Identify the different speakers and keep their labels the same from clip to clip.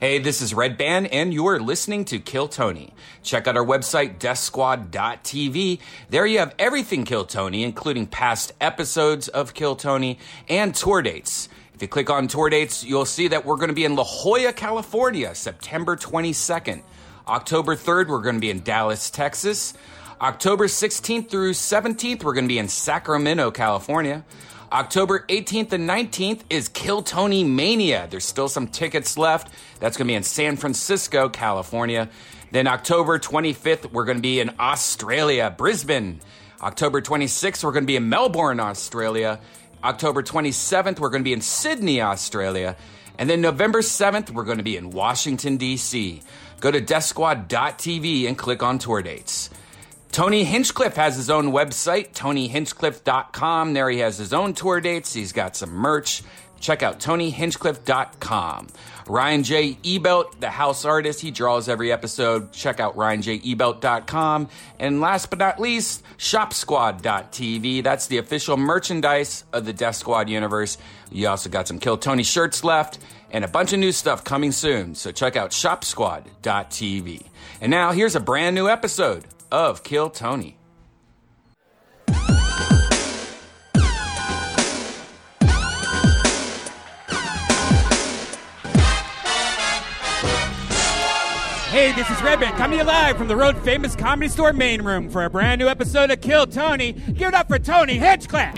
Speaker 1: Hey, this is Red Band, and you are listening to Kill Tony. Check out our website, DeathSquad.tv. There you have everything Kill Tony, including past episodes of Kill Tony and tour dates. If you click on tour dates, you'll see that we're going to be in La Jolla, California, September 22nd. October 3rd, we're going to be in Dallas, Texas. October 16th through 17th, we're going to be in Sacramento, California. October 18th and 19th is Kill Tony Mania. There's still some tickets left. That's going to be in San Francisco, California. Then October 25th, we're going to be in Australia, Brisbane. October 26th, we're going to be in Melbourne, Australia. October 27th, we're going to be in Sydney, Australia. And then November 7th, we're going to be in Washington, D.C. Go to DeathSquad.tv and click on tour dates. Tony Hinchcliffe has his own website, TonyHinchcliffe.com. There he has his own tour dates. He's got some merch. Check out TonyHinchcliffe.com. Ryan J. Ebelt, the house artist, he draws every episode. Check out RyanJEbelt.com. And last but not least, ShopSquad.tv. That's the official merchandise of the Death Squad universe. You also got some Kill Tony shirts left and a bunch of new stuff coming soon. So check out ShopSquad.tv. And now here's a brand new episode of Kill Tony.
Speaker 2: Hey, this is Redman coming to you live from the Road Famous Comedy Store main room for a brand new episode of Kill Tony. Give it up for Tony Hitchcliffe.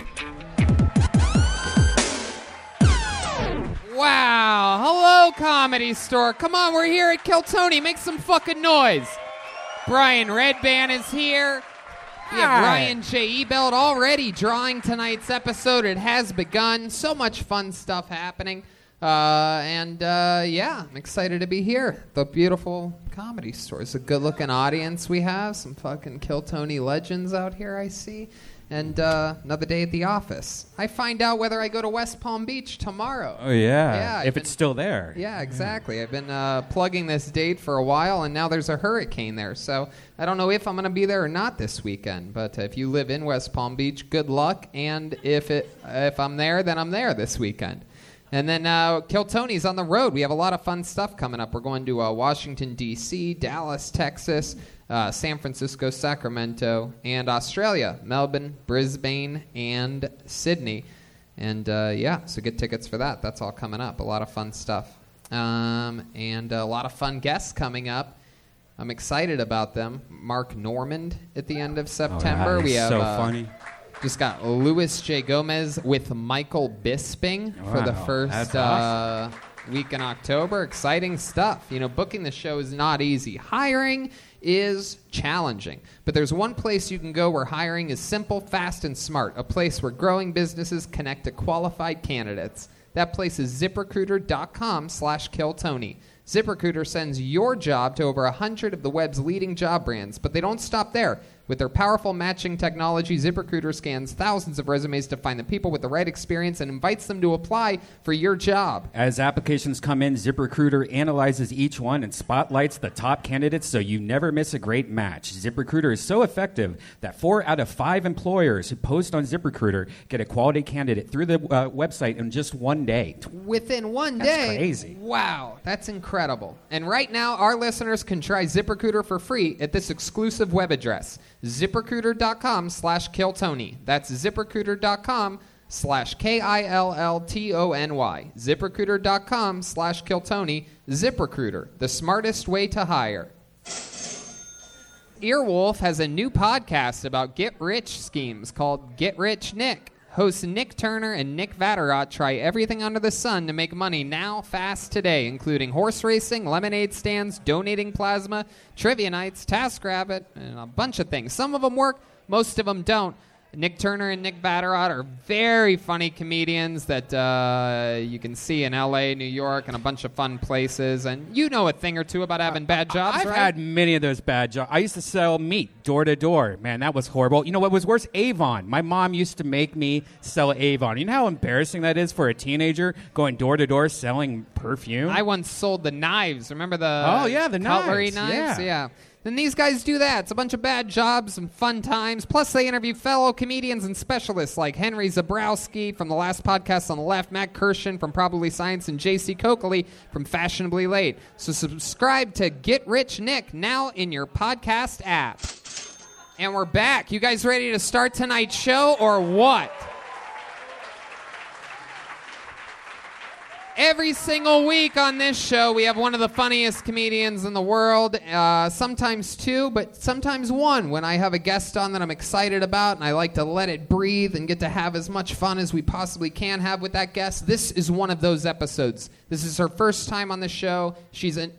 Speaker 3: Wow. Hello, Comedy Store. Come on, we're here at Kill Tony. Make some fucking noise. Brian Redban is here. We have Ryan J. Ebelt already drawing tonight's episode. It has begun. So much fun stuff happening. Uh, and uh, yeah, I'm excited to be here. The beautiful comedy store. It's a good looking audience we have. Some fucking Kill Tony legends out here, I see. And uh, another day at the office. I find out whether I go to West Palm Beach tomorrow.
Speaker 2: Oh, yeah.
Speaker 3: Yeah, I've
Speaker 2: if
Speaker 3: been-
Speaker 2: it's still there.
Speaker 3: Yeah, exactly. I've been uh, plugging this date for a while, and now there's a hurricane there. So I don't know if I'm going to be there or not this weekend. But if you live in West Palm Beach, good luck. And if it if I'm there, then I'm there this weekend. And then uh, Kill Tony's on the road. We have a lot of fun stuff coming up. We're going to uh, Washington D.C., Dallas, Texas, uh, San Francisco, Sacramento, and Australia, Melbourne, Brisbane, and Sydney. And uh, yeah, so get tickets for that. That's all coming up. A lot of fun stuff. Um, and a lot of fun guests coming up. I'm excited about them. Mark Normand at the end of September. we have
Speaker 2: Oh, so
Speaker 3: uh,
Speaker 2: funny.
Speaker 3: just got Luis J. Gomez with Michael Bisping for the
Speaker 2: Wow,
Speaker 3: first
Speaker 2: that's
Speaker 3: uh, week in October. Exciting stuff. You know, booking the show is not easy. Hiring is challenging. But there's one place you can go where hiring is simple, fast, and smart. A place where growing businesses connect to qualified candidates. That place is ziprecruiter.com slash killtony. ZipRecruiter sends your job to over 100 of the web's leading job brands, but they don't stop there. With their powerful matching technology, ZipRecruiter scans thousands of resumes to find the people with the right experience and invites them to apply for your job.
Speaker 2: As applications come in, ZipRecruiter analyzes each one and spotlights the top candidates so you never miss a great match. ZipRecruiter is so effective that four out of five employers who post on ZipRecruiter get a quality candidate through the uh, website in just one day.
Speaker 3: Within one
Speaker 2: That's
Speaker 3: day.
Speaker 2: crazy.
Speaker 3: Wow, that's incredible. And right now, our listeners can try ZipRecruiter for free at this exclusive web address, ziprecruiter.com slash killtony. That's ziprecruiter.com slash K-I-L-L-T-O-N-Y. ZipRecruiter.com slash killtony. ZipRecruiter, the smartest way to hire. Earwolf has a new podcast about get rich schemes called Get Rich Nick. Hosts Nick Turner and Nick Vatterott try everything under the sun to make money now, fast, today, including horse racing, lemonade stands, donating plasma, trivia nights, TaskRabbit, and a bunch of things. Some of them work, most of them don't. Nick Turner and Nick Vatterott are very funny comedians that uh, you can see in LA, New York, and a bunch of fun places. And you know a thing or two about having bad jobs,
Speaker 2: I've
Speaker 3: right?
Speaker 2: had many of those bad jobs. I used to sell meat door to door. Man, that was horrible. You know what was worse? Avon. My mom used to make me sell Avon. You know how embarrassing that is for a teenager going door to door selling perfume?
Speaker 3: I once sold the knives. Remember the
Speaker 2: Oh, yeah, the
Speaker 3: uh, cutlery
Speaker 2: knives, yeah.
Speaker 3: Yeah. then these guys do that. It's a bunch of bad jobs and fun times. Plus, they interview fellow comedians and specialists like Henry Zabrowski from the last podcast on the left, Matt Kirshen from Probably Science, and J.C. Coakley from Fashionably Late. So subscribe to Get Rich Nick now in your podcast app. And we're back. You guys ready to start tonight's show or what? Every single week on this show, we have one of the funniest comedians in the world. Uh, sometimes two, but sometimes one. When I have a guest on that I'm excited about, and I like to let it breathe and get to have as much fun as we possibly can have with that guest, this is one of those episodes. This is her first time on the show. She's an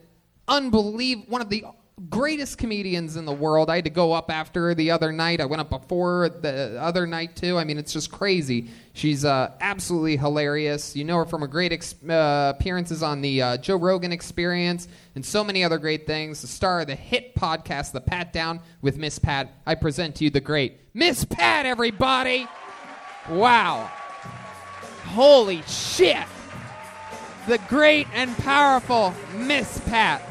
Speaker 3: unbelievable, one of the greatest comedians in the world. I had to go up after her the other night. I went up before the other night too. I mean, it's just crazy. She's uh, absolutely hilarious. You know her from her great ex- uh, appearances on the uh, Joe Rogan Experience and so many other great things. The star of the hit podcast, The Pat Down with Miss Pat. I present to you the great Miss Pat, everybody. Wow. Holy shit. The great and powerful Miss Pat.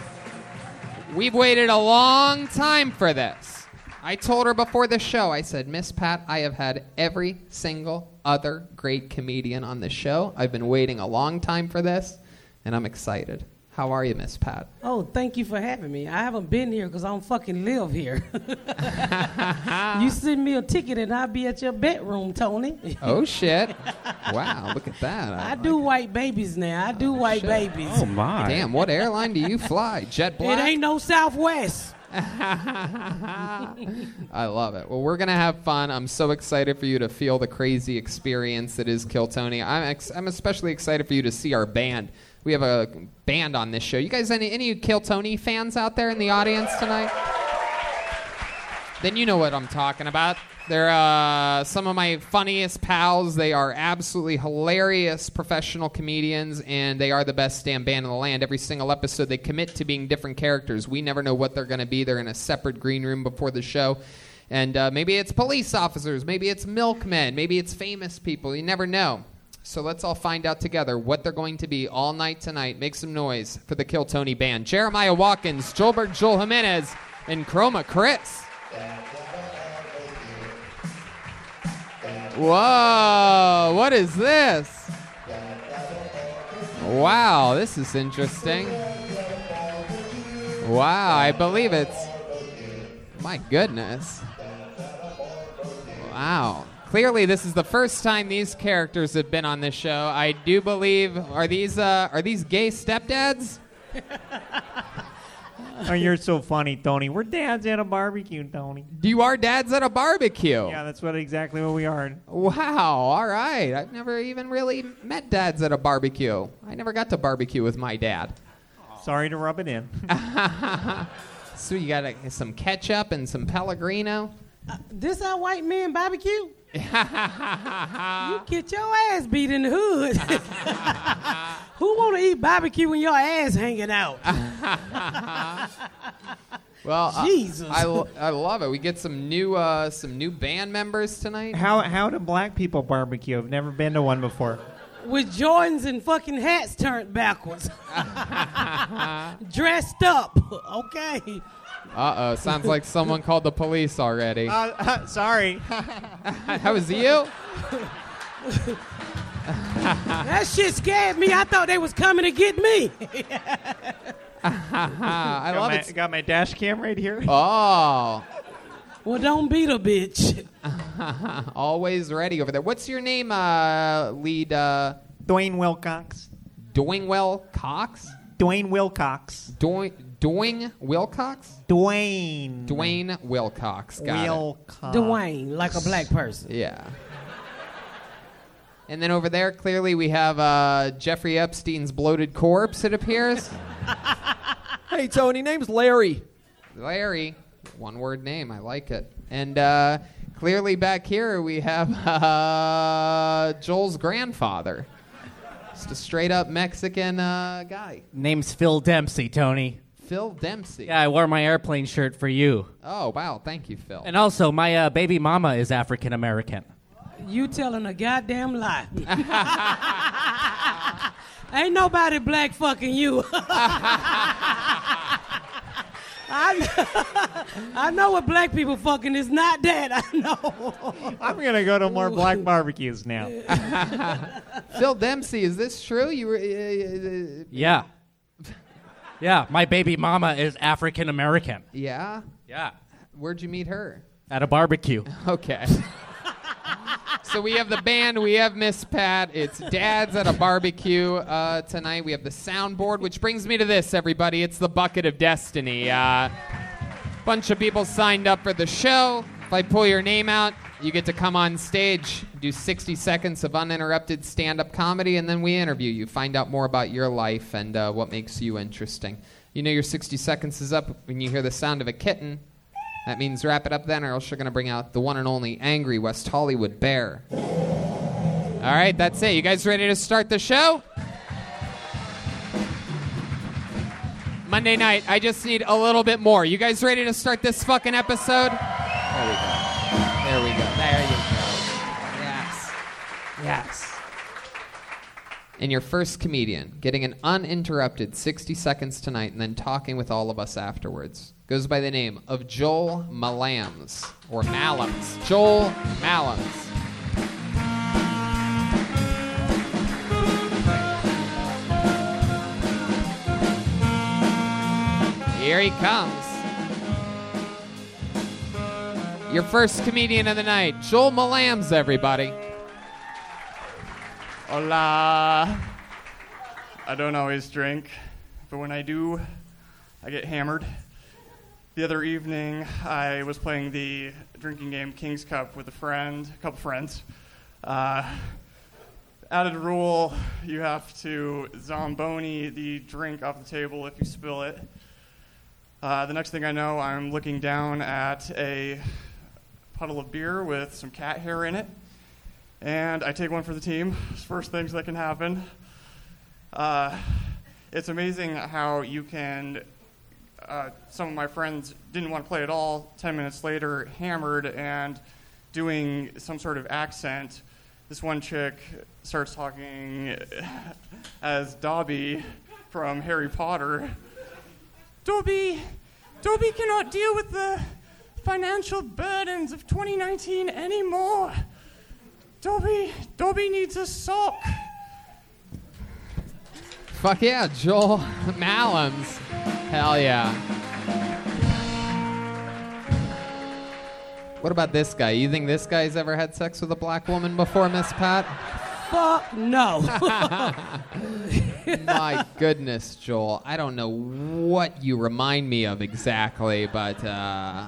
Speaker 3: We've waited a long time for this. I told her before the show, I said, Miss Pat, I have had every single other great comedian on the show. I've been waiting a long time for this, and I'm excited. How are you, Miss Pat?
Speaker 4: Oh, thank you for having me. I haven't been here because I don't fucking live here. you send me a ticket and I'll be at your bedroom, Tony.
Speaker 3: Oh, shit. Wow, look at that.
Speaker 4: I, do white babies now. I do white
Speaker 3: shit.
Speaker 4: babies.
Speaker 2: Oh my!
Speaker 3: Damn, what airline do you fly? Jet
Speaker 4: it
Speaker 3: Black?
Speaker 4: ain't no Southwest.
Speaker 3: I love it. Well, we're gonna have fun. I'm so excited for you to feel the crazy experience that is Kill Tony. I'm ex- I'm especially excited for you to see our band. We have a band on this show. You guys, any any Kill Tony fans out there in the audience tonight? Then you know what I'm talking about. They're uh, some of my funniest pals. They are absolutely hilarious professional comedians, and they are the best damn band in the land. Every single episode, they commit to being different characters. We never know what they're going to be. They're in a separate green room before the show. And uh, maybe it's police officers, maybe it's milkmen, maybe it's famous people. You never know. So let's all find out together what they're going to be all night tonight. Make some noise for the Kill Tony Band. Jeremiah Watkins, Joelberg Joel Jimenez, and Chroma Chris. Whoa, what is this? Wow, this is interesting. Wow, I believe it's. My goodness. Wow. Clearly, this is the first time these characters have been on this show. I do believe are these uh, are these gay stepdads?
Speaker 5: Oh, you're so funny, Tony. We're dads at a barbecue, Tony.
Speaker 3: You are dads at a barbecue.
Speaker 5: Yeah, that's what exactly what we are.
Speaker 3: Wow. All right. I've never even really met dads at a barbecue. I never got to barbecue with my dad.
Speaker 5: Sorry to rub it in.
Speaker 3: So you got uh, some ketchup and some Pellegrino.
Speaker 4: Uh, this our white men barbecue? you get your ass beat in the hood. Who want to eat barbecue when your ass hanging out?
Speaker 3: Well, I-
Speaker 4: Jesus.
Speaker 3: I, lo- I love it. We get some new uh, some new band members tonight.
Speaker 5: how how do black people barbecue? I've never been to one before.
Speaker 4: with Jordans and fucking hats turned backwards. Dressed up, okay.
Speaker 3: Uh oh, sounds like someone called the police already.
Speaker 4: Oh,
Speaker 5: Uh, uh, sorry.
Speaker 3: that was you?
Speaker 4: That shit scared me. I thought they was coming to get me.
Speaker 3: I
Speaker 5: got,
Speaker 3: love
Speaker 5: my,
Speaker 3: it.
Speaker 5: got my dash cam right here.
Speaker 3: Oh,
Speaker 4: Well, don't beat a bitch.
Speaker 3: always ready over there. What's your name, uh, lead uh,
Speaker 5: Dwayne Wilcox.
Speaker 3: Doingwell Cox?
Speaker 5: Dwayne Wilcox.
Speaker 3: Doing Doing Wilcox?
Speaker 5: Dwayne.
Speaker 3: Dwayne Wilcox. Got it.
Speaker 5: Wilcox.
Speaker 4: Dwayne, like a black person.
Speaker 3: Yeah. And then over there, clearly we have uh, Jeffrey Epstein's bloated corpse. It appears.
Speaker 6: Hey, Tony, name's Larry.
Speaker 3: Larry, one word name. I like it. And uh, clearly back here we have uh, Joel's grandfather. Just a straight up Mexican uh, guy,
Speaker 7: Name's Phil Dempsey, Tony.
Speaker 3: Phil Dempsey.
Speaker 7: Yeah, I wore my airplane shirt for you.
Speaker 3: Oh wow, thank you, Phil.
Speaker 7: And also, my uh, baby mama is African American.
Speaker 4: You telling a goddamn lie. Ain't nobody black fucking you. I know what black people fucking is not that. I know.
Speaker 5: I'm gonna go to more black barbecues now.
Speaker 3: Phil Dempsey, is this true? You were, uh, uh,
Speaker 7: Yeah. Yeah, my baby mama is African American.
Speaker 3: yeah.
Speaker 7: Yeah.
Speaker 3: Where'd you meet her?
Speaker 7: At a barbecue.
Speaker 3: Okay. so we have the band, we have Miss Pat, it's Dad's at a barbecue uh, tonight. We have the soundboard, which brings me to this, everybody. It's the bucket of destiny. Uh, bunch of people signed up for the show. If I pull your name out, you get to come on stage, do 60 seconds of uninterrupted stand up comedy, and then we interview you, find out more about your life and uh, what makes you interesting. You know your 60 seconds is up when you hear the sound of a kitten. That means wrap it up then, or else you're going to bring out the one and only angry West Hollywood bear. All right, that's it. You guys ready to start the show? Monday night, I just need a little bit more. You guys ready to start this fucking episode? There we go. There we go. There you go. Yes. Yes. And your first comedian, getting an uninterrupted 60 seconds tonight and then talking with all of us afterwards, goes by the name of Joel Malams, or Malams. Joel Malams. Here he comes. Your first comedian of the night, Joel Malams, everybody.
Speaker 8: Hola. I don't always drink, but when I do, I get hammered. The other evening, I was playing the drinking game King's Cup with a friend, a couple friends. Uh, added rule you have to zomboni the drink off the table if you spill it. Uh, the next thing I know, I'm looking down at a puddle of beer with some cat hair in it and I take one for the team. It's First things that can happen. Uh, it's amazing how you can. Uh, some of my friends didn't want to play at all. Ten minutes later, hammered and doing some sort of accent. This one chick starts talking as Dobby from Harry Potter. Dobby, Dobby cannot deal with the financial burdens of 2019 anymore. Dobby, Dobby needs a sock.
Speaker 3: Fuck yeah, Joel Malams. Hell yeah. What about this guy? You think this guy's ever had sex with a black woman before, Miss Pat?
Speaker 4: Fuck no.
Speaker 3: My goodness, Joel. I don't know what you remind me of exactly, but uh,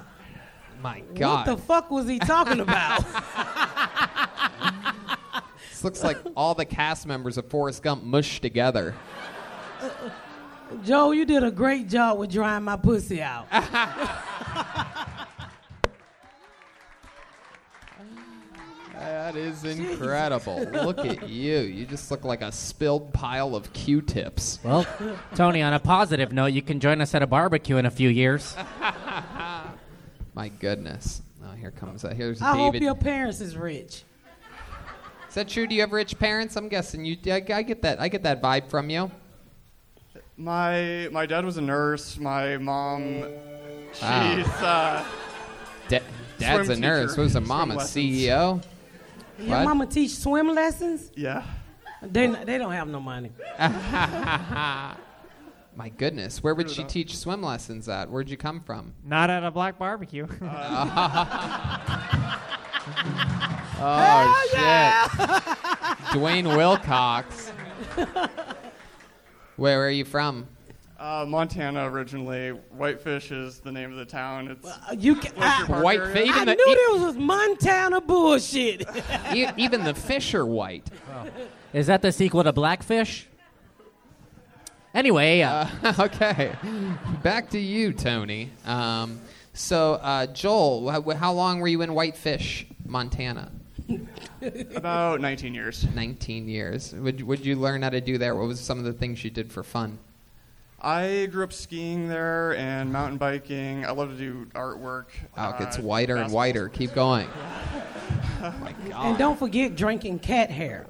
Speaker 3: my
Speaker 4: what
Speaker 3: God.
Speaker 4: the fuck was he talking about?
Speaker 3: this looks like all the cast members of Forrest Gump mushed together.
Speaker 4: Joe, you did a great job with drying my pussy out.
Speaker 3: That is incredible. look at you. You just look like a spilled pile of Q tips.
Speaker 7: Well, Tony, on a positive note, you can join us at a barbecue in a few years.
Speaker 3: My goodness. Oh, here comes that. Here's
Speaker 4: I hope
Speaker 3: David.
Speaker 4: your parents is rich.
Speaker 3: Is that true? Do you have rich parents? I'm guessing you. I, I get that. I get that vibe from you.
Speaker 8: My my dad was a nurse. My mom, she's uh,
Speaker 3: Da- Dad's a
Speaker 8: Swim
Speaker 3: nurse.
Speaker 8: teacher.
Speaker 3: Was a mom E a
Speaker 8: Swim lessons.
Speaker 3: CEO?
Speaker 4: Your
Speaker 3: What?
Speaker 4: mama teach swim lessons?
Speaker 8: yeah.
Speaker 4: They they don't have no money.
Speaker 3: My goodness, where would she teach swim lessons at? Where'd you come from?
Speaker 5: Not at a black barbecue.
Speaker 3: Oh shit! Dwayne Wilcox. Where are you from?
Speaker 8: Uh, Montana originally. Whitefish is the name of the town. It's
Speaker 4: Uh, You can,
Speaker 8: Where's your
Speaker 4: I,
Speaker 8: park
Speaker 3: White
Speaker 8: area?
Speaker 3: fish.
Speaker 4: I
Speaker 3: Even the-
Speaker 4: knew this was Montana bullshit.
Speaker 3: E- even the fish are white.
Speaker 7: Is that the sequel to Blackfish? Anyway, uh,
Speaker 3: okay, back to you, Tony. Um, so, uh, Joel, how, how long were you in Whitefish, Montana?
Speaker 8: about 19 years.
Speaker 3: 19 years. Would would you learn how to do that? What was some of the things you did for fun?
Speaker 8: I grew up skiing there and mountain biking. I love to do artwork.
Speaker 3: Wow, Oh, it gets
Speaker 8: Uh,
Speaker 3: whiter and
Speaker 8: basketball.
Speaker 3: whiter. Keep going.
Speaker 4: And don't forget drinking cat hair.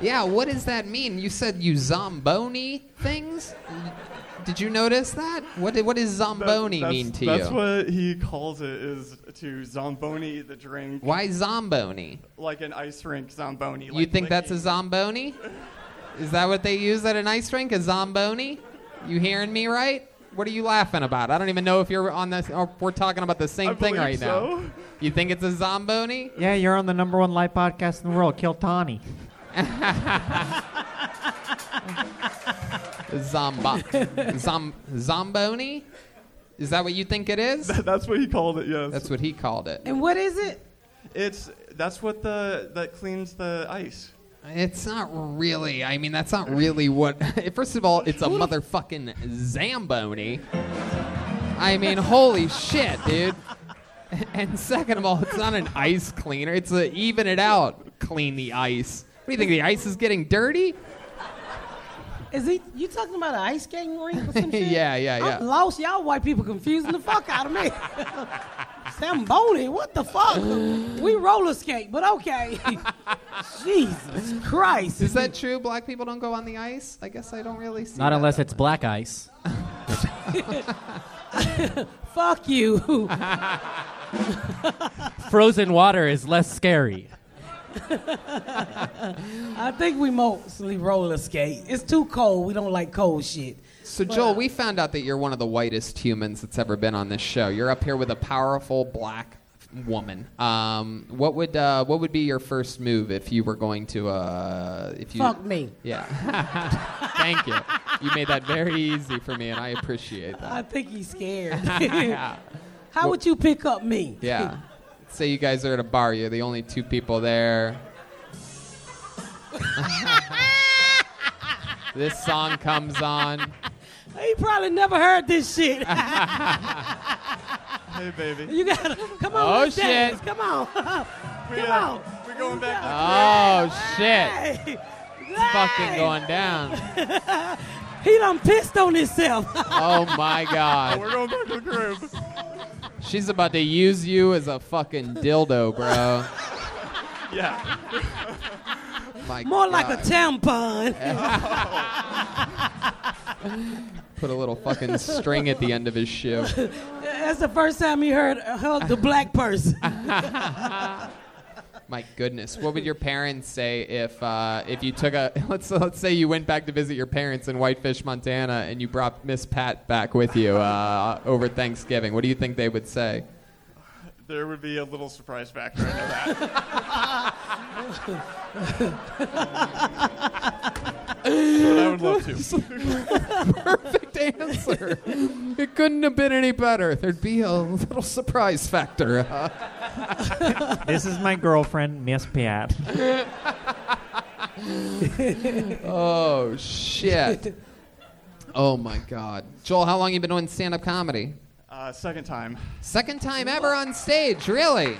Speaker 3: Yeah, what does that mean? You said you zomboni things? Did you notice that? What did, what does zomboni
Speaker 8: that's,
Speaker 3: mean to
Speaker 8: that's
Speaker 3: you?
Speaker 8: what he calls it is to zomboni the drink.
Speaker 3: Why zomboni?
Speaker 8: Like an ice rink zomboni.
Speaker 3: You think that's a zomboni? Is that what they use at an ice rink? A zomboni? You hearing me right? What are you laughing about? I don't even know if you're on this. Or we're talking about the same
Speaker 8: I
Speaker 3: thing
Speaker 8: believe
Speaker 3: right
Speaker 8: so.
Speaker 3: now. You think it's a zomboni?
Speaker 5: Yeah, you're on the number one live podcast in the world, Kill Tawny.
Speaker 3: Zomba, zom, zomboni? Is that what you think it is?
Speaker 8: That's what he called it. Yes.
Speaker 3: That's what he called it.
Speaker 4: And what is it?
Speaker 8: It's that's what the that cleans the ice.
Speaker 3: It's not really. I mean, that's not really what. First of all, it's a motherfucking Zamboni. I mean, holy shit, dude. And second of all, it's not an ice cleaner. It's a even it out, clean the ice. What do you think? The ice is getting dirty?
Speaker 4: Is he? You talking about an ice skating rink or some shit?
Speaker 3: Yeah, yeah, yeah.
Speaker 4: I'm lost. Y'all white people confusing the fuck out of me. Zamboni, what the fuck? we roller skate, but okay. Jesus Christ.
Speaker 3: Is that true? Black people don't go on the ice? I guess I don't really see.
Speaker 7: Not
Speaker 3: that.
Speaker 7: unless it's black ice.
Speaker 4: Fuck you.
Speaker 7: Frozen water is less scary.
Speaker 4: I think we mostly roller skate. It's too cold. We don't like cold shit.
Speaker 3: So Joel, we found out that you're one of the whitest humans that's ever been on this show. You're up here with a powerful black woman. Um, what would uh, what would be your first move if you were going to uh, if you
Speaker 4: Fuck me.
Speaker 3: Yeah. Thank you. You made that very easy for me, and I appreciate that.
Speaker 4: I think he's scared. How would you pick up me?
Speaker 3: Yeah. Say you guys are at a bar. You're the only two people there. this song comes on.
Speaker 4: He probably never heard this shit.
Speaker 8: Hey baby.
Speaker 4: you gotta come on,
Speaker 3: Oh,
Speaker 4: let's
Speaker 3: shit.
Speaker 4: dance. Come on, come
Speaker 8: We, uh,
Speaker 4: on.
Speaker 8: We're going back.
Speaker 3: Oh shit!
Speaker 4: Hey,
Speaker 3: Fucking going down.
Speaker 4: He done pissed on himself.
Speaker 3: Oh my god.
Speaker 8: We're going back to the groove.
Speaker 3: She's about to use you as a fucking dildo, bro.
Speaker 8: Yeah.
Speaker 3: My
Speaker 4: More like a
Speaker 3: God. Eh,
Speaker 4: tampon.
Speaker 3: Put a little fucking string at the end of his shoe.
Speaker 4: That's the first time he heard hug the black person.
Speaker 3: My goodness, what would your parents say if uh, if you took a let's let's say you went back to visit your parents in Whitefish, Montana, and you brought Miss Pat back with you uh, over Thanksgiving? What do you think they would say?
Speaker 8: There would be a little surprise factor into that. but I would love to.
Speaker 3: Perfect answer. it couldn't have been any better. There'd be a little surprise factor. Uh,
Speaker 5: this is my girlfriend, Miss Pat.
Speaker 3: oh shit. Oh my God, Joel, how long you been doing stand-up comedy?
Speaker 8: Uh, second time.
Speaker 3: Second time ever on stage, really?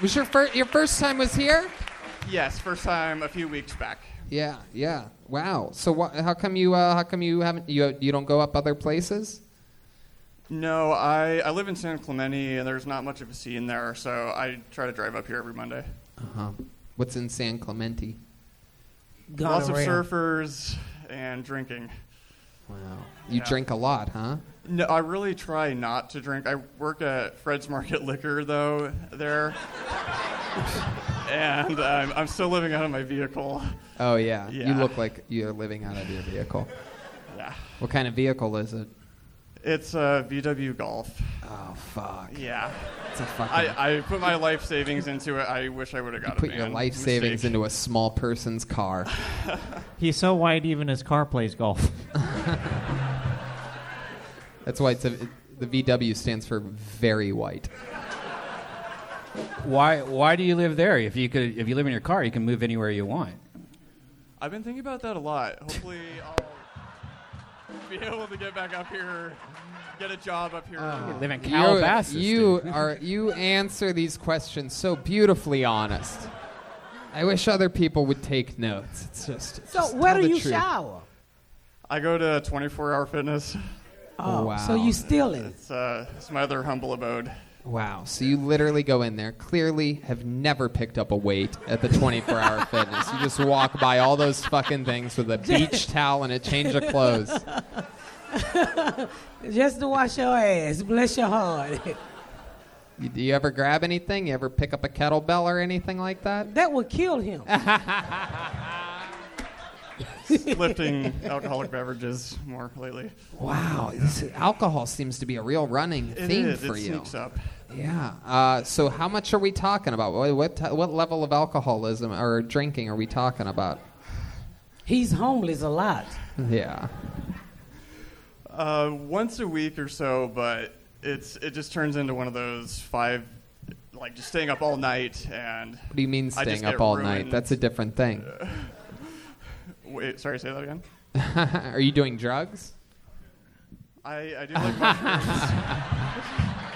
Speaker 3: Was your first your first time was here?
Speaker 8: Yes, first time a few weeks back.
Speaker 3: Yeah, yeah. Wow. So wha how come you uh, how come you haven't you you don't go up other places?
Speaker 8: No, I, I live in San Clemente and there's not much of a scene there, so I try to drive up here every Monday.
Speaker 3: Uh-huh. What's in San Clemente?
Speaker 8: Lots of
Speaker 4: Gonorrhea.
Speaker 8: surfers and drinking.
Speaker 3: Wow. You
Speaker 8: Yeah.
Speaker 3: drink a lot, huh?
Speaker 8: No, I really try not to drink. I work at Fred's Market Liquor, though, there. and um, I'm, I'm still living out of my vehicle.
Speaker 3: Oh yeah. You
Speaker 8: Yeah.
Speaker 3: look like you're living out of your vehicle.
Speaker 8: Yeah.
Speaker 3: What kind of vehicle is it?
Speaker 8: It's a VW Golf.
Speaker 3: Oh fuck.
Speaker 8: Yeah.
Speaker 3: It's a fucking
Speaker 8: I, I put my life savings into it. I wish I would have got
Speaker 3: Put
Speaker 8: a
Speaker 3: your
Speaker 8: van.
Speaker 3: life savings
Speaker 8: Mistake.
Speaker 3: into a small person's car.
Speaker 5: He's so white, even his car plays golf.
Speaker 3: That's why it's a, the VW stands for very white.
Speaker 2: Why, why do you live there? If you, could, if you live in your car, you can move anywhere you want.
Speaker 8: I've been thinking about that a lot. Hopefully, I'll be able to get back up here, get a job up here.
Speaker 2: live in
Speaker 3: Oh. You-
Speaker 2: Calabasas.
Speaker 3: You are you answer these questions so beautifully honest. I wish other people would take notes. It's just it's
Speaker 4: So
Speaker 3: just
Speaker 4: where
Speaker 3: tell
Speaker 4: do
Speaker 3: the
Speaker 4: you
Speaker 3: truth.
Speaker 4: shower?
Speaker 8: I go to 24 Hour Fitness.
Speaker 4: Oh,
Speaker 3: wow.
Speaker 4: so you stealing?
Speaker 8: It's, uh, it's my other humble abode.
Speaker 3: Wow. So you literally go in there, clearly have never picked up a weight at the 24 hour fitness. You just walk by all those fucking things with a beach towel and a change of clothes.
Speaker 4: Just to wash your ass. Bless your heart.
Speaker 3: You, do you ever grab anything? You ever pick up a kettlebell or anything like that?
Speaker 4: That would kill him.
Speaker 8: lifting alcoholic beverages more lately.
Speaker 3: Wow, this is- alcohol seems to be a real running
Speaker 8: It
Speaker 3: theme
Speaker 8: is.
Speaker 3: for
Speaker 8: it
Speaker 3: you.
Speaker 8: sneaks up.
Speaker 3: Yeah. Uh, so, how much are we talking about? What what, ti- what level of alcoholism or drinking are we talking about?
Speaker 4: He's homeless a lot.
Speaker 3: Yeah.
Speaker 8: Uh, once a week or so, but it's it just turns into one of those five, like just staying up all night and.
Speaker 3: What do you mean
Speaker 8: I just
Speaker 3: staying up
Speaker 8: get
Speaker 3: all night?
Speaker 8: ruined.
Speaker 3: That's a different thing.
Speaker 8: Wait, sorry, say that again.
Speaker 3: are you doing drugs?
Speaker 8: I, I do like mushrooms.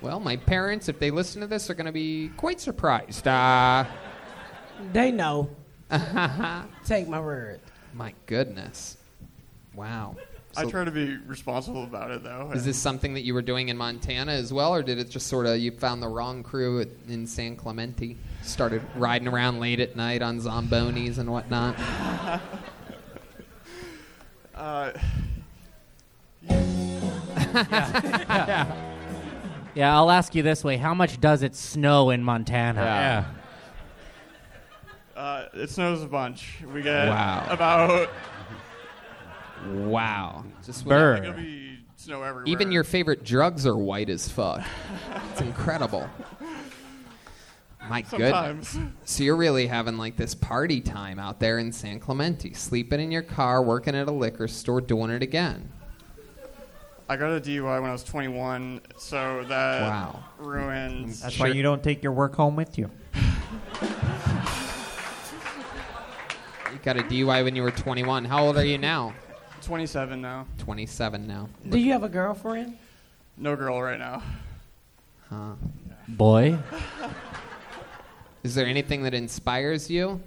Speaker 3: Well, my parents, if they listen to this, are going to be quite surprised. Uh,
Speaker 4: They know. Take my word.
Speaker 3: my goodness. Wow.
Speaker 8: I
Speaker 3: So
Speaker 8: try to be responsible about it though.
Speaker 3: Is this something that you were doing in Montana as well, or did it just sort of you found the wrong crew at, in San Clemente? Started riding around late at night on zombonis and whatnot.
Speaker 8: Uh,
Speaker 7: Yeah, I'll ask you this way: How much does it snow in Montana?
Speaker 2: Yeah.
Speaker 8: uh, it snows a bunch. We get
Speaker 3: Wow.
Speaker 8: about
Speaker 3: Wow. Just when-
Speaker 8: it'll
Speaker 7: Burr.
Speaker 8: be snow everywhere.
Speaker 3: Even your favorite drugs are white as fuck. It's incredible. My goodness.
Speaker 8: sometimes.
Speaker 3: So you're really having like this party time out there in San Clemente, sleeping in your car, working at a liquor store, doing it again.
Speaker 8: I got a DUI when I was 21, so that
Speaker 3: Wow.
Speaker 8: ruins.
Speaker 5: That's why you don't take your work home with you.
Speaker 3: You got a DUI when you were 21. How old are you now?
Speaker 8: 27 now.
Speaker 3: 27 now.
Speaker 4: Do you have a girlfriend?
Speaker 8: No girl right now.
Speaker 3: Huh.
Speaker 7: Boy.
Speaker 3: Is there anything that inspires you?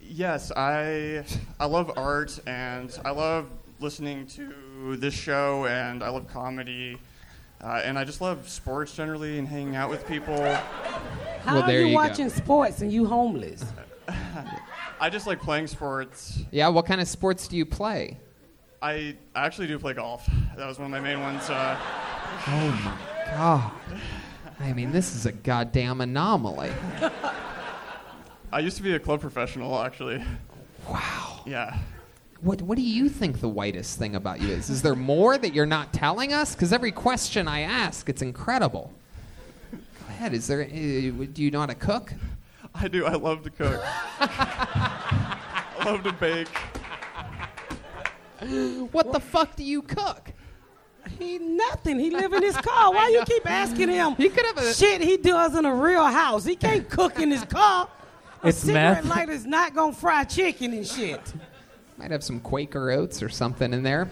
Speaker 8: Yes, I I love art and I love listening to this show and I love comedy. Uh, and I just love sports generally and hanging out with people.
Speaker 4: How
Speaker 3: Well, there
Speaker 4: are you,
Speaker 3: you go.
Speaker 4: watching sports and you homeless?
Speaker 8: I just like playing sports.
Speaker 3: Yeah, what kind of sports do you play?
Speaker 8: I I actually do play golf. That was one of my main ones. Uh,
Speaker 3: Oh, God. I mean, this is a goddamn anomaly.
Speaker 8: I used to be a club professional, actually. Wow. Yeah.
Speaker 3: What, what do you think the whitest thing about you is? Is there more that you're not telling us? Because every question I ask, it's incredible. Go ahead. Is there? Uh, do you know how to cook?
Speaker 8: I do. I love to cook. I love to bake.
Speaker 3: What the fuck do you cook?
Speaker 4: He nothing. He live in his car. Why you keep asking him?
Speaker 3: He could have a-
Speaker 4: shit he does in a real house. He can't cook in his car. A
Speaker 7: It's
Speaker 4: cigarette
Speaker 7: meth.
Speaker 4: lighter's not gonna fry chicken and shit.
Speaker 3: Might have some Quaker oats or something in there.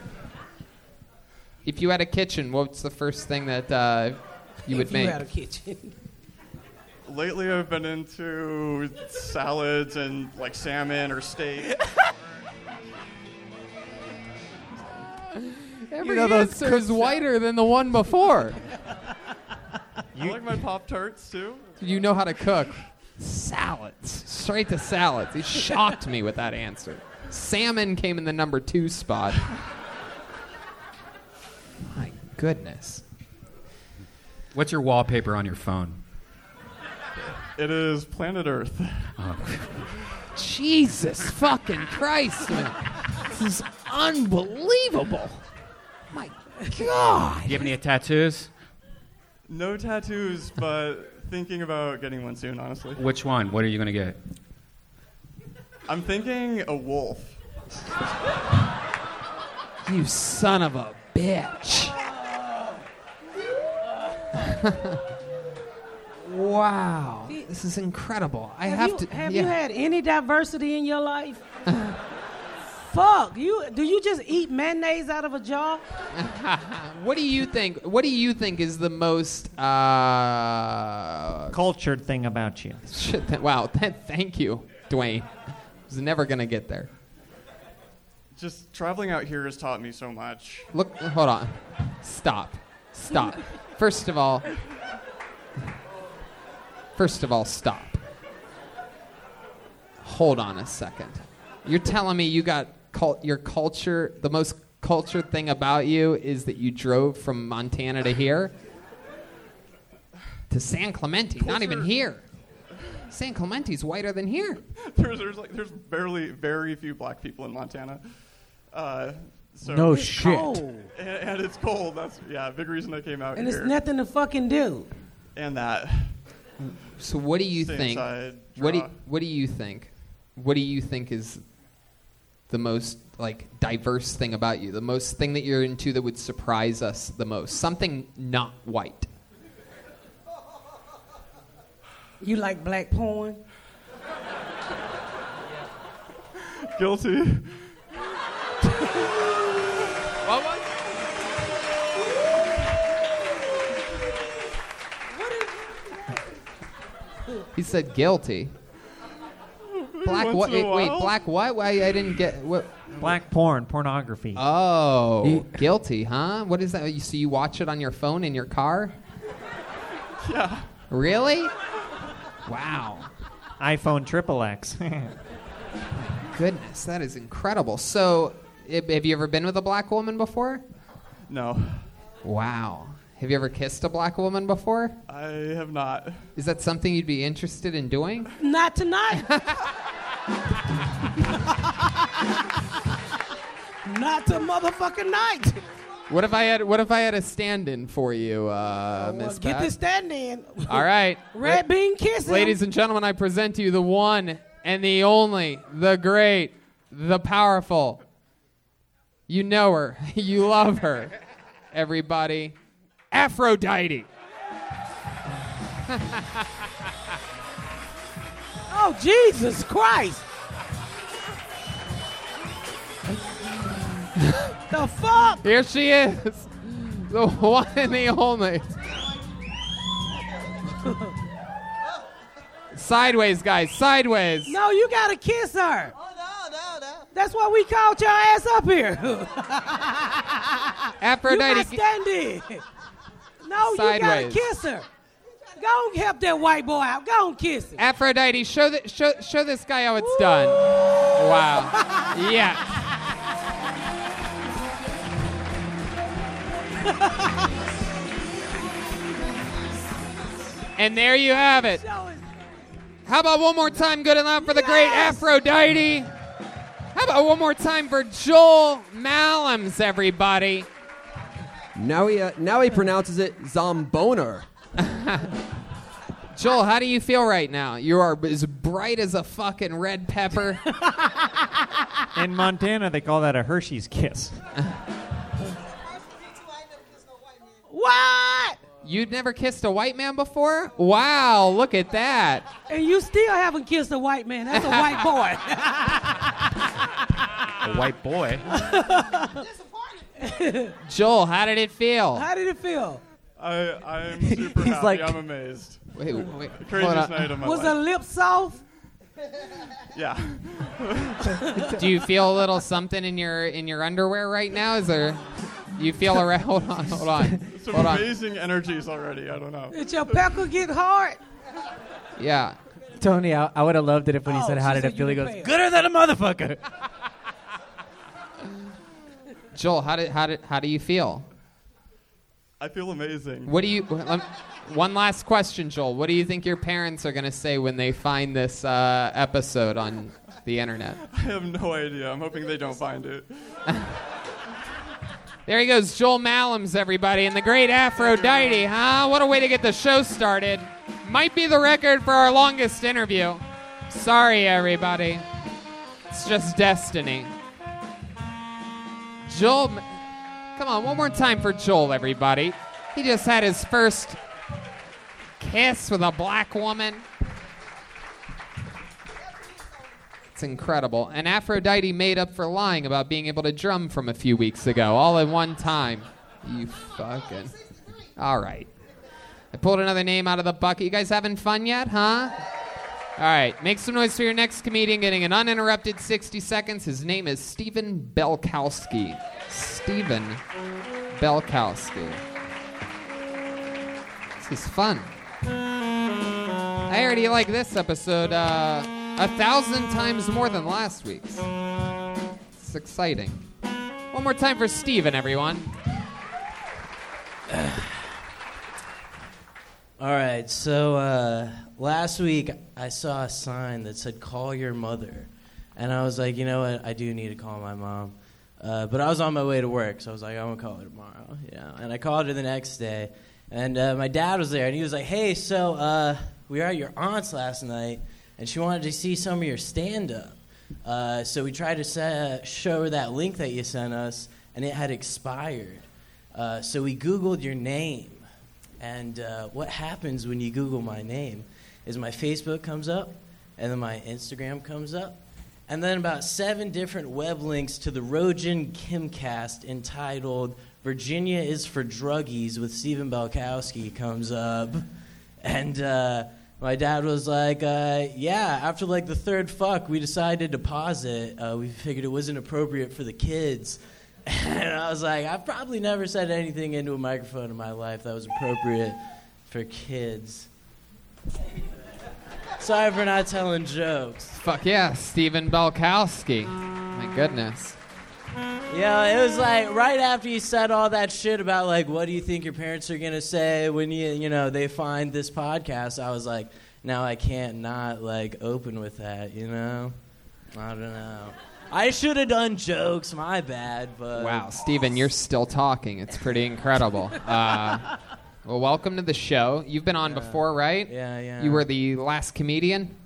Speaker 3: If you had a kitchen, what's the first thing that uh, you would
Speaker 4: if
Speaker 3: make?
Speaker 4: you had a kitchen.
Speaker 8: Lately, I've been into salads and like salmon or steak.
Speaker 3: Every
Speaker 5: know those
Speaker 3: answer is whiter than the one before.
Speaker 8: I like my pop tarts too.
Speaker 3: you know how to cook? Salads. Straight to salads. He shocked me with that answer. Salmon came in the number two spot. My goodness.
Speaker 2: What's your wallpaper on your phone?
Speaker 8: It is Planet Earth.
Speaker 2: Oh,
Speaker 3: Jesus fucking Christ, man. This is unbelievable. My God.
Speaker 2: Do you have any tattoos?
Speaker 8: No tattoos, but thinking about getting one soon. Honestly,
Speaker 2: Which one? What are you gonna get?
Speaker 8: I'm thinking a wolf.
Speaker 3: You son of a bitch. wow. This is incredible. I
Speaker 4: Have,
Speaker 3: have
Speaker 4: you,
Speaker 3: to.
Speaker 4: have
Speaker 3: yeah.
Speaker 4: you had any diversity in your life? Fuck you! Do you just eat mayonnaise out of a jar?
Speaker 3: What do you think? What do you think is the most uh,
Speaker 5: Cultured thing about you.
Speaker 3: shit? That, wow, that, thank you, Dwayne. I was never gonna get there.
Speaker 8: Just traveling out here has taught me so much.
Speaker 3: Look, hold on. Stop. Stop. First of all, first of all, stop. Hold on a second. You're telling me you got cult, your culture, the most cultured thing about you is that you drove from Montana to here. to San Clemente, not even here. San Clemente's whiter than here.
Speaker 8: there's, there's like there's barely very few black people in Montana. Uh, so
Speaker 4: No It's shit. cold.
Speaker 8: And, and it's cold. That's yeah, big reason I came out
Speaker 4: And
Speaker 8: here.
Speaker 4: it's nothing to fucking do.
Speaker 8: and that
Speaker 3: So what do you
Speaker 8: Stay
Speaker 3: think?
Speaker 8: inside,
Speaker 3: what do
Speaker 8: draw.
Speaker 3: what do you think? What do you think is the most like diverse thing about you? The most thing that you're into that would surprise us the most? Something not white.
Speaker 4: You like black porn?
Speaker 8: guilty.
Speaker 3: He said guilty. Black what?
Speaker 8: Once in
Speaker 3: Wait,
Speaker 8: a
Speaker 3: wait,
Speaker 8: while.
Speaker 3: black what? Why I didn't get what?
Speaker 5: Black porn, pornography.
Speaker 3: Oh,
Speaker 2: He-
Speaker 3: guilty, huh? What is that? You- So you watch it on your phone in your car?
Speaker 8: Yeah.
Speaker 3: Really?
Speaker 5: iPhone triple X.
Speaker 3: Goodness, that is incredible. So, i- have you ever been with a black woman before?
Speaker 8: No,
Speaker 3: Wow. Have you ever kissed a black woman before?
Speaker 8: I have not.
Speaker 3: Is that something you'd be interested in doing?
Speaker 4: Not tonight. Not to motherfucking night.
Speaker 3: What if I had What if I had a stand-in for you, uh,
Speaker 4: Well,
Speaker 3: Miss
Speaker 4: get
Speaker 3: Pat?
Speaker 4: this stand in.
Speaker 3: All right,
Speaker 4: Red bean kissing.
Speaker 3: ladies and gentlemen, I present to you the one and the only, the great, the powerful. You know her, you love her, everybody. Aphrodite.
Speaker 4: Oh Jesus Christ! the fuck?
Speaker 3: Here she is, the one and the only. sideways, guys, sideways.
Speaker 4: No, you gotta kiss her. Oh no, no, no. That's why we called your ass up here. you
Speaker 3: Aphrodite.
Speaker 4: got stand in. No,
Speaker 3: Sideways.
Speaker 4: you gotta kiss her. Go and help that white boy out. Go and kiss him.
Speaker 3: Aphrodite, show, the, show, show this guy how it's done. Wow. Yeah. and there you have it.
Speaker 4: Show his-
Speaker 3: How about one more time good enough for the great
Speaker 4: Yes!
Speaker 3: Aphrodite? How about one more time for Joel Malams, everybody?
Speaker 6: Now he uh, now he pronounces it zomboner.
Speaker 3: Joel, how do you feel right now? You are as bright as a fucking red pepper.
Speaker 5: In Montana, they call that a Hershey's kiss.
Speaker 4: What?
Speaker 3: You'd never kissed a white man before? Wow, look at that.
Speaker 4: And you still haven't kissed a white man. That's a white boy.
Speaker 7: A white boy.
Speaker 3: Joel, how did it
Speaker 9: Oh.
Speaker 3: feel?
Speaker 4: How did it feel?
Speaker 8: I I'm super happy.
Speaker 5: like-
Speaker 8: I'm amazed.
Speaker 3: Wait, wait, hold
Speaker 8: Craziest
Speaker 3: on.
Speaker 8: night of my
Speaker 4: Was her
Speaker 8: life.
Speaker 4: lip soft?
Speaker 8: Yeah.
Speaker 3: Do you feel a little something in your in your underwear right now? Is there? You feel around? Hold on, hold on,
Speaker 8: Some
Speaker 3: hold on.
Speaker 8: amazing energies already. I don't know.
Speaker 4: Did your pecker get hard?
Speaker 3: Yeah.
Speaker 7: Tony, I, I would have loved it if when he
Speaker 4: Oh,
Speaker 7: said,
Speaker 4: she
Speaker 7: How did
Speaker 4: said
Speaker 7: it feel? He
Speaker 4: you
Speaker 7: goes,
Speaker 4: prepared.
Speaker 7: Gooder than a motherfucker.
Speaker 3: Joel, how did how did how do you feel?
Speaker 8: I feel amazing.
Speaker 3: What do you? lem- One last question, Joel. What do you think your parents are gonna say when they find this uh, episode on the internet?
Speaker 8: I have no idea. I'm hoping they don't find it.
Speaker 3: There he goes, Joel Malams, everybody, and the great Aphrodite, huh? What a way to get the show started. Might be the record for our longest interview. Sorry, everybody. It's just destiny. Joel, Ma- come on, one more time for Joel, everybody. He just had his first kiss with a black woman. It's incredible. And Aphrodite made up for lying about being able to drum from a few weeks ago, all in one time. You fucking. All right. I pulled another name out of the bucket. You guys having fun yet, huh? All right. Make some noise for your next comedian getting an uninterrupted 60 seconds. His name is Stephen Belkowski. Stephen Belkowski. This is fun. I already like this episode uh, a thousand times more than last week's. It's It's exciting. One more time for Steven, everyone.
Speaker 9: All right, so uh, last week I saw a sign that said "Call your mother," and I was like, you know what, I do need to call my mom. Uh, but I was on my way to work, so I was like, I'm gonna call her tomorrow, you know. And I called her the next day, and uh, my dad was there, and he was like, hey, so uh, we were at your aunt's last night, and she wanted to see some of your stand-up. Uh, so we tried to se- show her that link that you sent us, and it had expired. Uh, so we Googled your name. And uh, what happens when you Google my name is my Facebook comes up, and then my Instagram comes up, and then about seven different web links to the Rogan Kimcast entitled Virginia is for Druggies with Stephen Belkowski comes up. And uh, my dad was like, uh, yeah, after like the third fuck, we decided to pause it. Uh, we figured it wasn't appropriate for the kids. And I was like, I've probably never said anything into a microphone in my life that was appropriate for kids. Sorry for not telling jokes.
Speaker 3: Fuck yeah, Steven Belkowski. My goodness.
Speaker 9: Yeah, it was like right after you said all that shit about like what do you think your parents are gonna say when you you know they find this podcast. I was like, now I can't not like open with that. You know, I don't know. I should have done jokes. My bad. But
Speaker 3: Wow, Steven, you're still talking. It's pretty incredible. Uh, well, welcome to the show. You've been on before, right?
Speaker 9: Yeah, yeah.
Speaker 3: You were the last comedian?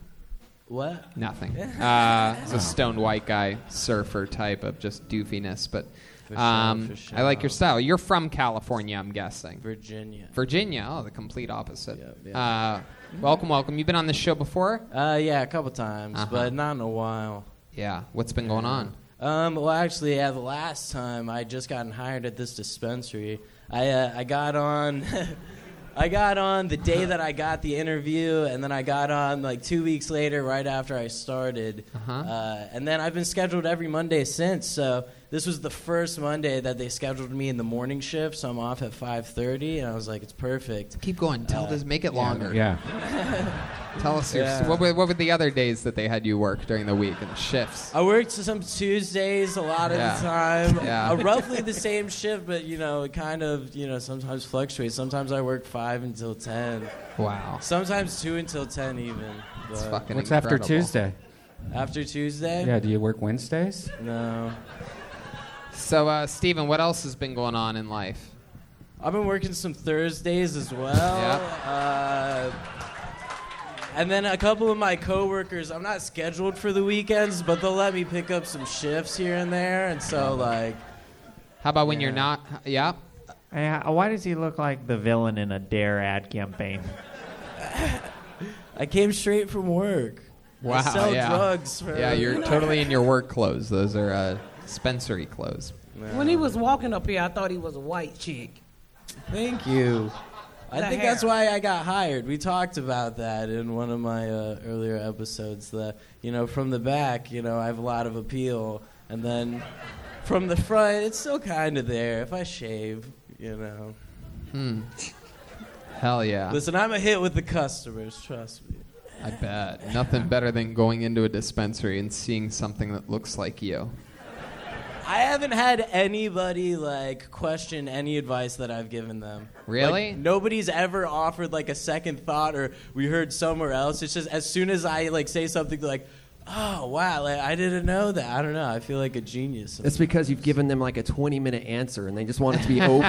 Speaker 9: What?
Speaker 3: Nothing. Uh, it's a stone white guy, surfer type of just doofiness, but
Speaker 9: For sure,
Speaker 3: um,
Speaker 9: for sure.
Speaker 3: I like your style. You're from California, I'm guessing.
Speaker 9: Virginia.
Speaker 3: Virginia, oh, the complete opposite.
Speaker 9: yeah.
Speaker 3: Uh, welcome, welcome. You've been on this show before?
Speaker 9: Uh, yeah, a couple times,
Speaker 3: Uh-huh.
Speaker 9: but not in a while.
Speaker 3: Yeah. What's been going on?
Speaker 9: Um, well, actually, yeah, the last time I just gotten hired at this dispensary, I uh, I got on, I got on the day that I got the interview, and then I got on like two weeks later, right after I started.
Speaker 3: Uh-huh.
Speaker 9: Uh, and then I've been scheduled every Monday since. So this was the first Monday that they scheduled me in the morning shift, so I'm off at 5:30, and I was like, it's perfect. Uh,
Speaker 3: Keep going. Tell this, make it longer.
Speaker 2: Yeah.
Speaker 3: Tell us your,
Speaker 9: Yeah.
Speaker 3: what, were, what were the other days that they had you work during the week and shifts?
Speaker 9: I worked some Tuesdays a lot of
Speaker 3: Yeah.
Speaker 9: the time.
Speaker 3: Yeah.
Speaker 9: Uh, roughly the same shift, but you know, it kind of, you know, sometimes fluctuates. Sometimes I work five until ten.
Speaker 3: Wow.
Speaker 9: Sometimes two until ten even. But
Speaker 3: It's fucking
Speaker 2: What's
Speaker 3: incredible.
Speaker 2: after Tuesday?
Speaker 9: after Tuesday?
Speaker 2: Yeah. Do you work Wednesdays?
Speaker 9: No.
Speaker 3: So, uh, Steven, what else has been going on in life?
Speaker 9: I've been working some Thursdays as well. Uh, and then a couple of my coworkers, I'm not scheduled for the weekends, but they'll let me pick up some shifts here and there. And so, like,
Speaker 3: How about when you're
Speaker 9: Yeah.
Speaker 3: not? Yeah.
Speaker 5: Yeah, why does he look like the villain in a Dare ad campaign?
Speaker 9: I came straight from work.
Speaker 3: Wow.
Speaker 9: I sell
Speaker 3: yeah.
Speaker 9: drugs for
Speaker 3: yeah, you're totally in your work clothes. Those are uh, dispensary clothes.
Speaker 4: When he was walking up here, I thought he was a white chick.
Speaker 9: Thank you. I
Speaker 4: The
Speaker 9: think
Speaker 4: hair.
Speaker 9: that's why I got hired. We talked about that in one of my uh, earlier episodes. That you know, from the back, you know, I have a lot of appeal, and then from the front, it's still kind of there. If I shave, you know.
Speaker 3: Hmm. Hell yeah.
Speaker 9: Listen, I'm a hit with the customers. Trust me.
Speaker 3: I bet. Nothing better than going into a dispensary and seeing something that looks like you.
Speaker 9: I haven't had anybody like question any advice that I've given them.
Speaker 3: Really?
Speaker 9: Like, nobody's ever offered like a second thought or we heard somewhere else. It's just as soon as I like say something like, "Oh wow, like, I didn't know that." I don't know. I feel like a genius.
Speaker 6: That's because you've given them like a 20 minute answer and they just want it to be over.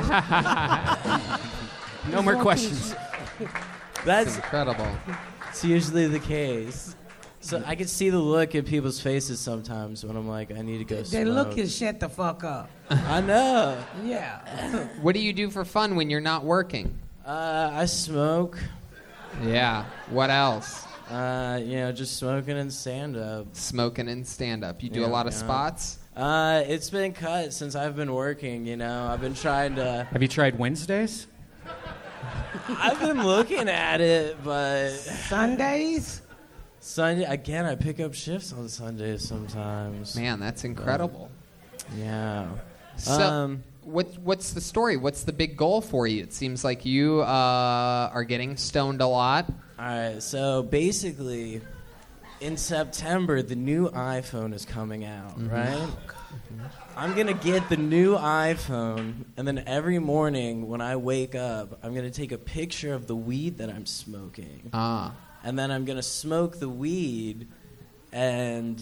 Speaker 2: No more questions.
Speaker 9: That's
Speaker 3: It's incredible.
Speaker 9: it's usually the case. So I can see the look in people's faces sometimes when I'm like, "I need to go."
Speaker 4: They
Speaker 9: smoke.
Speaker 4: look and shut the fuck up.
Speaker 9: I know.
Speaker 4: Yeah.
Speaker 3: What do you do for fun when you're not working?
Speaker 9: Uh, I smoke.
Speaker 3: Yeah. What else?
Speaker 9: Uh, you know, just smoking and stand up.
Speaker 3: Smoking and stand up. You do
Speaker 9: Yeah,
Speaker 3: a lot of
Speaker 9: yeah.
Speaker 3: spots?
Speaker 9: Uh, it's been cut since I've been working. You know, I've been trying to.
Speaker 2: Have you tried Wednesdays?
Speaker 9: I've been looking at it, but
Speaker 4: Sundays?
Speaker 9: Sunday again. I pick up shifts on Sundays sometimes.
Speaker 3: Man, that's incredible.
Speaker 9: Yeah.
Speaker 3: So,
Speaker 9: um,
Speaker 3: what, what's the story? What's the big goal for you? It seems like you uh, are getting stoned a lot.
Speaker 9: all right. So
Speaker 3: Mm-hmm.
Speaker 9: basically, in September, the new iPhone is coming out, right? I'm gonna get the new iPhone, and then every morning when I wake up, I'm gonna take a picture of the weed that I'm smoking.
Speaker 3: Ah.
Speaker 9: And then I'm gonna smoke the weed, and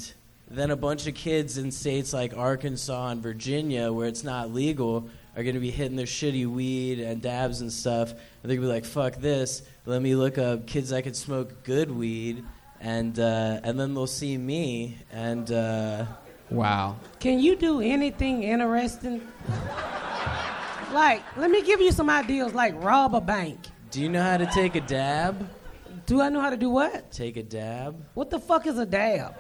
Speaker 9: then a bunch of kids in states like Arkansas and Virginia, where it's not legal, are gonna be hitting their shitty weed and dabs and stuff. And they're gonna be like, "Fuck this! Let me look up kids that could smoke good weed," and uh, and then they'll see me and. Uh,
Speaker 3: wow.
Speaker 4: Can you do anything interesting? like, let me give you some ideas. Like, rob a bank.
Speaker 9: Do you know how to take a dab?
Speaker 4: Do I know how to do what?
Speaker 9: Take a dab?
Speaker 4: What the fuck is a dab?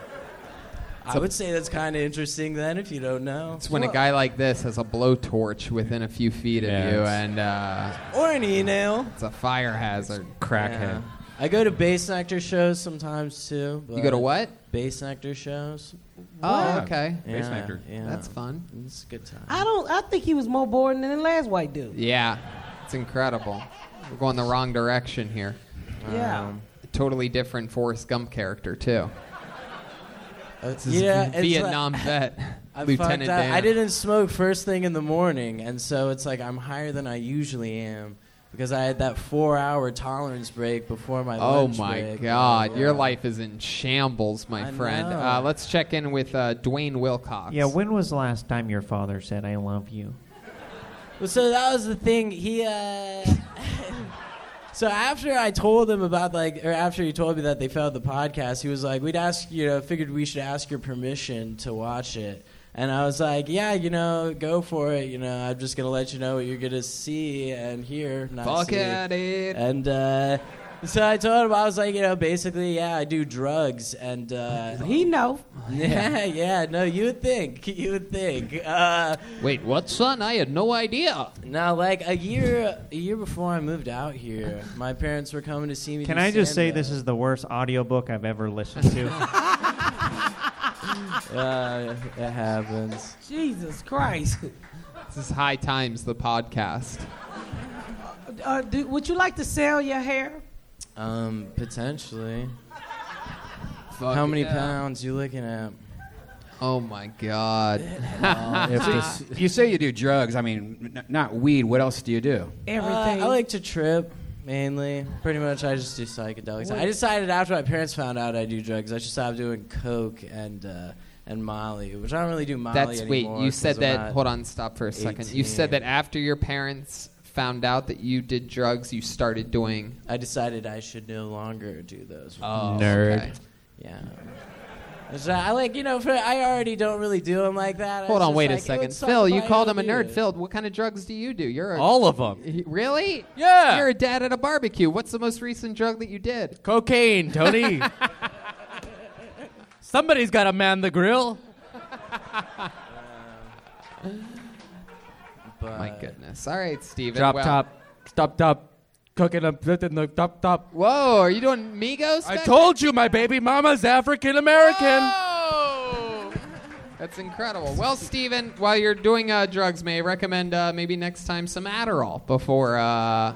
Speaker 9: I would say that's kind of interesting then if you don't know.
Speaker 3: It's when a guy like this has a blowtorch within a few feet of
Speaker 2: Yeah,
Speaker 3: you,
Speaker 2: it's-
Speaker 3: and uh,
Speaker 9: Or an email.
Speaker 3: it's a fire hazard.
Speaker 2: Crackhead.
Speaker 9: I go to bass actor shows sometimes too.
Speaker 3: You go to
Speaker 9: but
Speaker 3: what?
Speaker 9: Bass actor shows.
Speaker 3: Oh,
Speaker 2: Yeah.
Speaker 3: okay.
Speaker 2: Bass actor.
Speaker 9: Yeah.
Speaker 3: That's fun.
Speaker 9: It's a good time.
Speaker 4: I don't. I think he was more boring than the last white dude.
Speaker 3: Yeah, it's incredible. We're going the wrong direction here. Um,
Speaker 4: Yeah.
Speaker 3: Totally different Forrest Gump character too. This is
Speaker 9: Uh, yeah, it's like-
Speaker 3: Vietnam vet,
Speaker 9: I
Speaker 3: Lieutenant
Speaker 9: fucked up.
Speaker 3: Dan.
Speaker 9: I didn't smoke first thing in the morning, and so it's like I'm higher than I usually am because I had that four-hour tolerance break before my
Speaker 3: Oh
Speaker 9: lunch
Speaker 3: my
Speaker 9: break.
Speaker 3: God,
Speaker 9: Oh, Yeah.
Speaker 3: your life is in shambles, my
Speaker 9: I
Speaker 3: friend.
Speaker 9: know.
Speaker 3: Uh, let's check in with uh, Dwayne Wilcox.
Speaker 5: Yeah, when was the last time your father said, I love you?
Speaker 9: Well, so that was the thing. He, uh, so after I told him about like, or after he told me that they failed the podcast, he was like, "We'd ask, you know, figured we should ask your permission to watch it." And I was like, "Yeah, you know, go for it. You know, I'm just gonna let you know what you're gonna see and hear." Not
Speaker 3: Fuck
Speaker 9: see.
Speaker 3: at it.
Speaker 9: And uh, so I told him I was like, you know, basically, yeah, I do drugs, and uh,
Speaker 4: He know.
Speaker 9: yeah, yeah, no, you would think, you would think. Uh,
Speaker 3: Wait, what, son? I had no idea.
Speaker 9: now, like a year, a year before I moved out here, my parents were coming to see me.
Speaker 5: Can
Speaker 9: do
Speaker 5: I just say
Speaker 9: stand-up.
Speaker 5: this is the worst audiobook I've ever listened to?
Speaker 9: Uh, it happens.
Speaker 4: Jesus Christ.
Speaker 3: This is High Times, the podcast.
Speaker 4: Uh, do, would you like to sell your hair?
Speaker 9: Um, potentially.
Speaker 3: Fuck
Speaker 9: How many
Speaker 3: yeah.
Speaker 9: pounds you looking at?
Speaker 3: Oh my God.
Speaker 2: Uh, If this- you say you do drugs. I mean, n- not weed. What else do you do?
Speaker 4: Everything.
Speaker 9: Uh, I like to trip mainly. Pretty much, I just do psychedelics. I decided after my parents found out I do drugs, I should stop doing coke and uh, and Molly, which I don't really do Molly
Speaker 3: That's wait.
Speaker 9: anymore
Speaker 3: You said
Speaker 9: 'cause I'm
Speaker 3: that.
Speaker 9: not-
Speaker 3: Hold on, stop for a second. You said
Speaker 9: 18.
Speaker 3: that after your parents found out that you did drugs, you started doing.
Speaker 9: I decided I should no longer do those.
Speaker 3: Oh,
Speaker 5: Nerd.
Speaker 3: okay.
Speaker 9: Yeah. So I like you know for, I already don't really do them like that. I
Speaker 3: Hold
Speaker 9: was
Speaker 3: on,
Speaker 9: just
Speaker 3: wait
Speaker 9: like,
Speaker 3: a
Speaker 9: it
Speaker 3: second.
Speaker 9: would suck
Speaker 3: Phil,
Speaker 9: if
Speaker 3: you
Speaker 9: I
Speaker 3: called
Speaker 9: had
Speaker 3: him
Speaker 9: to
Speaker 3: a
Speaker 9: do
Speaker 3: nerd.
Speaker 9: it.
Speaker 3: Phil, what kind of drugs do you do? You're a,
Speaker 7: All of them.
Speaker 3: really?
Speaker 7: Yeah.
Speaker 3: You're a dad at a barbecue. What's the most recent drug that you did?
Speaker 7: Cocaine, Tony. Somebody's got to man the grill.
Speaker 9: But
Speaker 3: Oh My goodness. All right, Steven.
Speaker 7: Drop
Speaker 3: well-
Speaker 7: top, stop top, cooking up in the top top.
Speaker 3: Whoa, are you doing Migos?
Speaker 7: I
Speaker 3: back
Speaker 7: told you my baby mama's African American.
Speaker 3: Oh! That's incredible. Well, Steven, while you're doing uh, drugs, may I recommend uh, maybe next time some Adderall before. Uh,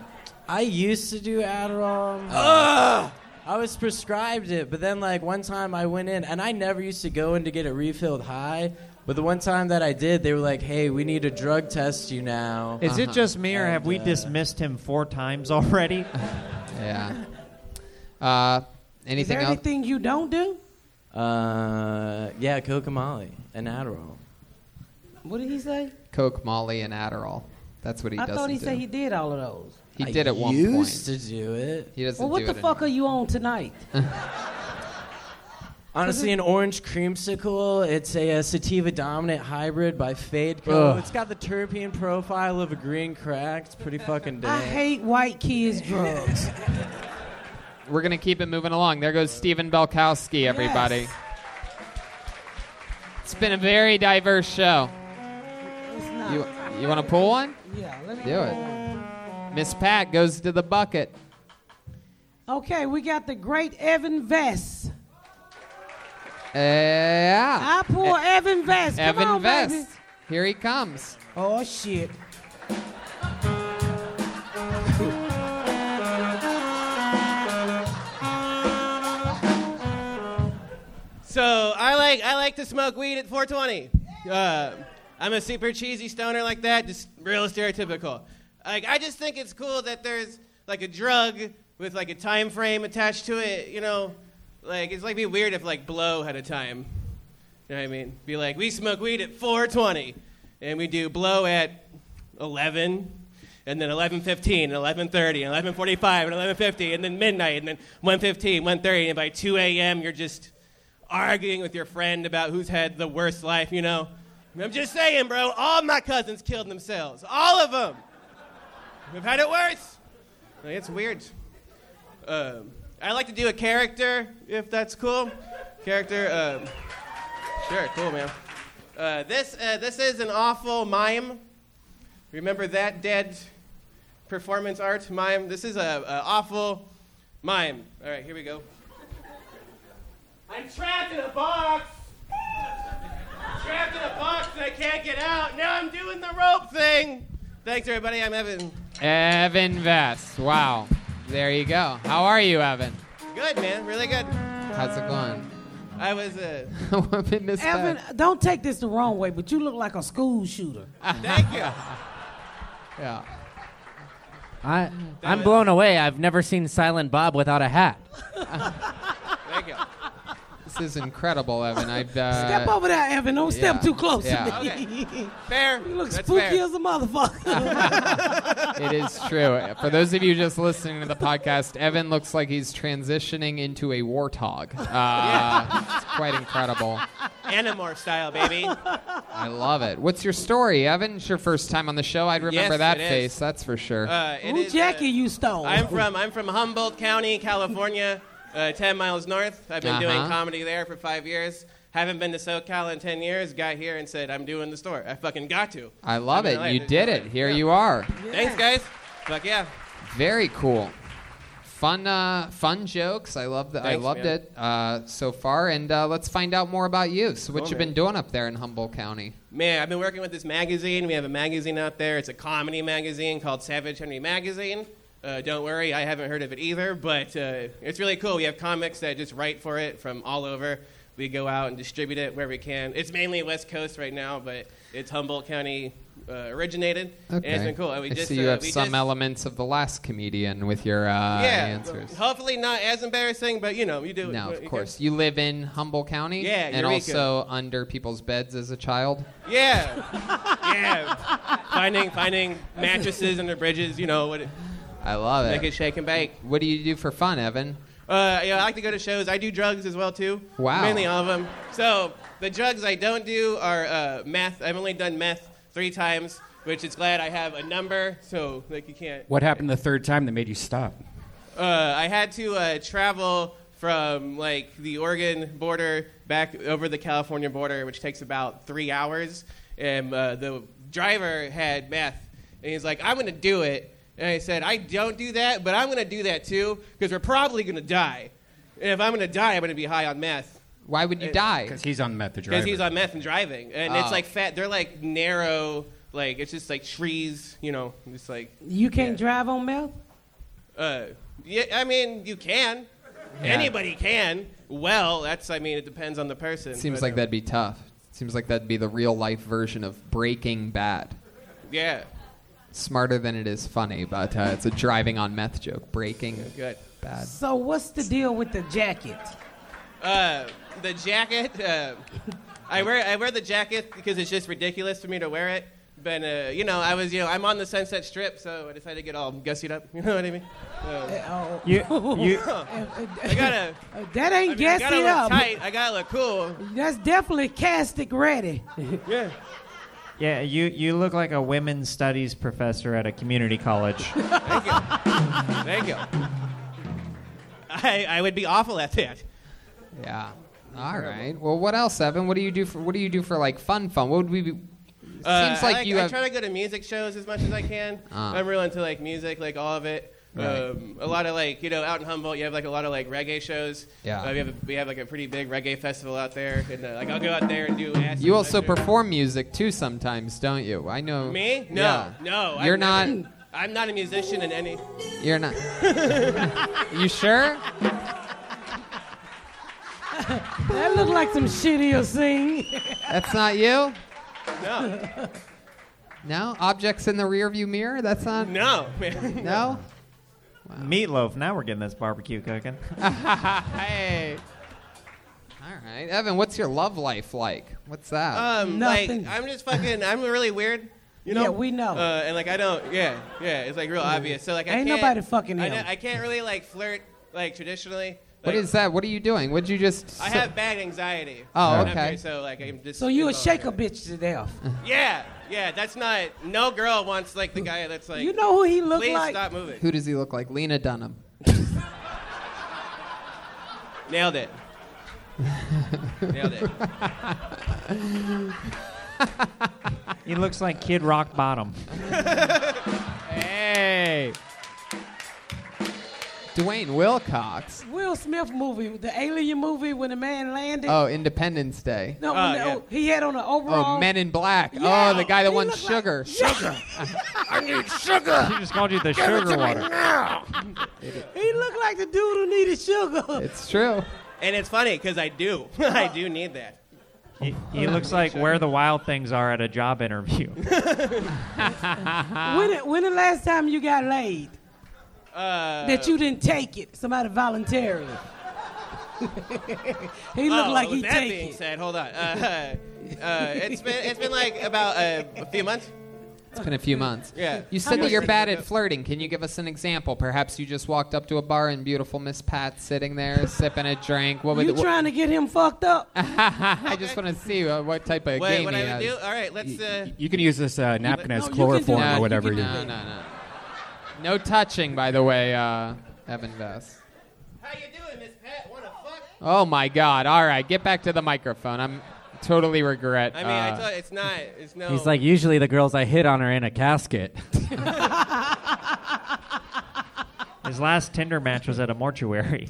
Speaker 9: I used to do Adderall. I was prescribed it, but then like one time I went in, and I never used to go in to get a refilled high. But the one time that I did, they were like, "Hey, we need to drug test you now."
Speaker 5: Is it just me, or have we
Speaker 9: And, uh,
Speaker 5: dismissed him four times already?
Speaker 3: yeah. Uh,
Speaker 4: Is
Speaker 3: anything
Speaker 4: there
Speaker 3: else?
Speaker 4: anything you don't do?
Speaker 9: Uh, yeah, Kokomali and Adderall.
Speaker 4: What did he say?
Speaker 3: Coke, Molly, and Adderall. That's what he
Speaker 4: I
Speaker 3: doesn't
Speaker 4: thought he
Speaker 3: do.
Speaker 4: said he did all of those.
Speaker 3: He did at one
Speaker 9: used
Speaker 3: point.
Speaker 9: to do it.
Speaker 3: He doesn't
Speaker 4: Well, what
Speaker 3: do
Speaker 4: the
Speaker 3: it anymore.
Speaker 4: fuck are you on tonight?
Speaker 9: Honestly, an orange creamsicle. It's a, uh sativa dominant hybrid by Fade Co. It's got the terpene profile of a green crack. It's pretty fucking dope.
Speaker 4: I hate white kids' drugs.
Speaker 3: We're going to keep it moving along. There goes Steven Belkowski, everybody.
Speaker 4: Yes.
Speaker 3: It's been a very diverse show.
Speaker 4: It's not.
Speaker 3: You, you want to pull one?
Speaker 4: yeah, let me
Speaker 3: Do it. Miss Pat goes to the bucket.
Speaker 4: Okay, we got the great Evan Vest.
Speaker 3: Yeah. Eh,
Speaker 4: I pull Evan Vest. Come
Speaker 3: Evan
Speaker 4: on,
Speaker 3: Vest.
Speaker 4: baby.
Speaker 3: Here he comes.
Speaker 4: Oh shit.
Speaker 10: So I like I like to smoke weed at 420. uh, I'm a super cheesy stoner like that, just real stereotypical. Like I just think it's cool that there's like a drug with like a time frame attached to it. You know, like it's like be weird if like blow had a time. You know what I mean? Be like we smoke weed at 4:20, and we do blow at 11. And then 11:15, and 11:30, and 11:45, and 11:50, and then midnight, and then 1:15, 1:30, and by 2 a.m. you're just arguing with your friend about who's had the worst life, you know? I'm just saying, bro, all my cousins killed themselves. All of them. We've had it worse. Like, it's weird. Um, I like to do a character, if that's cool. Character, um, sure, cool, man. Uh, this, uh, this is an awful mime. Remember that dead performance art mime? This is a, a awful mime. All right, here we go. I'm trapped in a box. trapped in a box and I can't get out. Now I'm doing the rope thing. Thanks, everybody. I'm Evan.
Speaker 3: Evan Vest. Wow. There you go. How are you, Evan?
Speaker 10: Good, man. Really good.
Speaker 3: How's it going?
Speaker 10: I was uh,
Speaker 4: Evan, don't take this the wrong way, but you look like a school shooter.
Speaker 10: Thank you.
Speaker 3: Yeah.
Speaker 7: I, I'm blown away. I've never seen Silent Bob without a hat.
Speaker 10: Thank you.
Speaker 3: This is incredible, Evan. I've, uh,
Speaker 4: Step over there, Evan. Don't
Speaker 3: yeah,
Speaker 4: step too close
Speaker 3: yeah.
Speaker 4: to me.
Speaker 10: Fair.
Speaker 4: You look
Speaker 10: That's
Speaker 4: spooky
Speaker 10: fair.
Speaker 4: as a motherfucker.
Speaker 3: It is true. For those of you just listening to the podcast, Evan looks like he's transitioning into a warthog. Uh, It's quite incredible.
Speaker 10: Animorph style, baby.
Speaker 3: I love it. What's your story, Evan? It's your first time on the show. I'd remember
Speaker 10: Yes,
Speaker 3: that
Speaker 10: it is.
Speaker 3: face, that's for sure.
Speaker 10: Uh, it
Speaker 4: Who
Speaker 10: is, uh,
Speaker 4: Jackie you stole?
Speaker 10: I'm from I'm from Humboldt County, California, uh, 10 miles north. I've been doing
Speaker 3: Uh-huh.
Speaker 10: comedy there for five years. Haven't been to SoCal in 10 years. Got here and said I'm doing the store. I fucking got to.
Speaker 3: I love
Speaker 10: I'm in
Speaker 3: it.
Speaker 10: LA.
Speaker 3: You did it. Here you are.
Speaker 10: Thanks, guys. Fuck yeah.
Speaker 3: Very cool. Fun, uh, fun jokes. I love that. I
Speaker 10: Thanks,
Speaker 3: loved
Speaker 10: man.
Speaker 3: it uh, so far. And uh, let's find out more about you. So, what
Speaker 10: Cool,
Speaker 3: you've
Speaker 10: man.
Speaker 3: been doing up there in Humboldt County?
Speaker 10: Man, I've been working with this magazine. We have a magazine out there. It's a comedy magazine called Savage Henry Magazine. Uh, don't worry, I haven't heard of it either, but uh, it's really cool. We have comics that just write for it from all over. We go out and distribute it where we can. It's mainly West Coast right now, but it's Humboldt County uh, originated. And it's been cool. And we
Speaker 3: I
Speaker 10: just,
Speaker 3: see you
Speaker 10: uh,
Speaker 3: have
Speaker 10: we
Speaker 3: some
Speaker 10: just-
Speaker 3: elements of the last comedian with your uh,
Speaker 10: yeah,
Speaker 3: answers.
Speaker 10: hopefully not as embarrassing, but you know, you do.
Speaker 3: No,
Speaker 10: you
Speaker 3: of
Speaker 10: can-
Speaker 3: course. You live in Humboldt County?
Speaker 10: Yeah,
Speaker 3: And
Speaker 10: Eureka.
Speaker 3: also under people's beds as a child?
Speaker 10: Yeah, yeah. finding finding mattresses under bridges, you know, what,
Speaker 3: I love
Speaker 10: make
Speaker 3: it.
Speaker 10: it shake and bake.
Speaker 3: What do you do for fun, Evan?
Speaker 10: Uh, yeah, I like to go to shows. I do drugs as well too.
Speaker 3: Wow.
Speaker 10: Mainly all of them. So the drugs I don't do are uh, meth. I've only done meth three times, which is glad I have a number. So like you can't.
Speaker 2: What happened the third time that made you stop?
Speaker 10: Uh, I had to uh, travel from like the Oregon border back over the California border, which takes about three hours. And uh, the driver had meth, and he's like, "I'm gonna do it." And I said, "I don't do that, but I'm gonna do that too, because we're probably gonna die. And if I'm gonna die, I'm gonna be high on meth."
Speaker 3: Why would you
Speaker 10: Uh,
Speaker 3: die?
Speaker 2: Because he's on meth, the
Speaker 10: Because
Speaker 2: driver.
Speaker 10: he's on meth and driving, and
Speaker 3: Oh.
Speaker 10: it's like fat. They're like narrow, like it's just like trees, you know. It's like,
Speaker 4: you can't drive on meth?
Speaker 10: uh, yeah. I mean, you can. Anybody can. Well, that's. I mean, it depends on the person.
Speaker 3: Seems
Speaker 10: but,
Speaker 3: like
Speaker 10: uh,
Speaker 3: that'd be tough. Seems like that'd be the real life version of Breaking Bad.
Speaker 10: Yeah.
Speaker 3: Smarter than it is funny, but uh, it's a driving on meth joke. Breaking
Speaker 10: Good.
Speaker 3: Bad.
Speaker 4: So what's the deal with the jacket?
Speaker 10: Uh, the jacket. Uh, I wear I wear the jacket because it's just ridiculous for me to wear it. But uh, you know, I was you know I'm on the Sunset Strip, so I decided to get all gussied up. You know what I mean? Uh,
Speaker 4: Oh.
Speaker 5: You, you,
Speaker 10: I gotta.
Speaker 4: that
Speaker 10: I,
Speaker 4: ain't
Speaker 10: mean, I
Speaker 4: guessing
Speaker 10: gotta look
Speaker 4: up.
Speaker 10: tight. I gotta look cool.
Speaker 4: That's definitely castic ready.
Speaker 10: Yeah.
Speaker 5: yeah, you, you look like a women's studies professor at a community college.
Speaker 10: Thank you. I, I would be awful at that.
Speaker 3: Yeah. All right. Well, what else, Evan? What do you do for What do you do for like fun? Fun? What would we? Be,
Speaker 10: Uh,
Speaker 3: seems
Speaker 10: I,
Speaker 3: like you
Speaker 10: I
Speaker 3: have.
Speaker 10: try to go to music shows as much as I can.
Speaker 3: Ah.
Speaker 10: I'm real into like music, like all of it. Um, a lot of like you know out in Humboldt, you have like a lot of like reggae shows.
Speaker 3: Yeah.
Speaker 10: Uh, we have a, we have like a pretty big reggae festival out there, and uh, like I'll go out there and do. acid
Speaker 3: you also
Speaker 10: sessions.
Speaker 3: perform music too sometimes, don't you? I know.
Speaker 10: Me? No,
Speaker 3: Yeah.
Speaker 10: no.
Speaker 3: You're
Speaker 10: I'm
Speaker 3: not.
Speaker 10: I'm not a musician in any.
Speaker 3: You're not. you sure?
Speaker 4: That look like some shit he'll sing.
Speaker 3: That's not you.
Speaker 10: No.
Speaker 3: No objects in the rearview mirror. That's not.
Speaker 10: No, man.
Speaker 3: No.
Speaker 5: Meatloaf. Now we're getting this barbecue cooking.
Speaker 3: hey. All right, Evan. What's your love life like? What's that?
Speaker 10: Um, like I'm just fucking. I'm really weird. You know?
Speaker 4: Yeah, we know.
Speaker 10: Uh, and like I don't. Yeah, yeah. It's like real obvious. So like I
Speaker 4: Ain't
Speaker 10: can't,
Speaker 4: nobody fucking
Speaker 10: I,
Speaker 4: him.
Speaker 10: don't- I can't really like flirt like traditionally.
Speaker 3: what is that? What are you doing? What'd you just?
Speaker 10: I
Speaker 3: say?
Speaker 10: have bad anxiety.
Speaker 3: Oh,
Speaker 10: I'm
Speaker 3: okay.
Speaker 10: very- So like I'm just.
Speaker 4: So you a shake a bitch to death.
Speaker 10: Yeah, yeah. That's not. No girl wants like the guy that's like.
Speaker 4: You know who he look
Speaker 10: please
Speaker 4: like?
Speaker 10: stop moving.
Speaker 3: Who does he look like? Lena Dunham.
Speaker 10: Nailed it. Nailed it.
Speaker 5: he looks like Kid Rock Bottom.
Speaker 3: hey. Dwayne Wilcox.
Speaker 4: Will Smith movie, the alien movie when the man landed.
Speaker 3: Oh, Independence Day.
Speaker 10: Oh,
Speaker 4: No, when the- he had on an overall.
Speaker 3: Oh, Men in Black.
Speaker 4: Yeah.
Speaker 3: Oh, the guy that
Speaker 4: He
Speaker 3: won
Speaker 4: looked like-
Speaker 3: Sugar.
Speaker 4: Yeah.
Speaker 3: I need sugar.
Speaker 5: She just called you the sugar water.
Speaker 4: He looked like the dude who needed sugar.
Speaker 3: It's true.
Speaker 10: And it's funny because I do. I do need that.
Speaker 5: He, he looks like where the wild things are at a job interview.
Speaker 4: when, the- when the last time you got laid?
Speaker 10: Uh,
Speaker 4: that you didn't take it. Somebody voluntarily. he looked
Speaker 10: oh,
Speaker 4: like
Speaker 10: with
Speaker 4: he
Speaker 10: that
Speaker 4: take
Speaker 10: being
Speaker 4: it.
Speaker 10: said, hold on. Uh, uh, it's been it's been like about uh, a few months.
Speaker 3: It's been a few months.
Speaker 10: Yeah.
Speaker 3: You
Speaker 10: How
Speaker 3: said that
Speaker 10: much
Speaker 3: you're
Speaker 10: did
Speaker 3: bad
Speaker 10: you
Speaker 3: at flirting. Can you give us an example? Perhaps you just walked up to a bar and beautiful Miss Pat sitting there sipping a drink. What would
Speaker 4: You
Speaker 3: what-
Speaker 4: trying to get him fucked up?
Speaker 3: I just want to see uh, what type of
Speaker 10: Wait,
Speaker 3: game
Speaker 10: what
Speaker 3: he
Speaker 10: I would
Speaker 3: has.
Speaker 10: do? All right, let's. Uh,
Speaker 2: You can use this uh, napkin as
Speaker 10: No, you can do
Speaker 2: chloroform
Speaker 3: No,
Speaker 2: or whatever.
Speaker 3: you
Speaker 2: You,
Speaker 3: can- No, no, no. No touching, by the way, uh, Evan Vest.
Speaker 10: how you doing, Miss Pat? Wanna fuck?
Speaker 3: Oh my God! All right, get back to the microphone. I'm totally regret.
Speaker 10: I mean, I
Speaker 3: uh,
Speaker 10: tell you, it's not. It's no.
Speaker 7: He's like, usually the girls I hit on are in a casket.
Speaker 5: His last Tinder match was at a mortuary.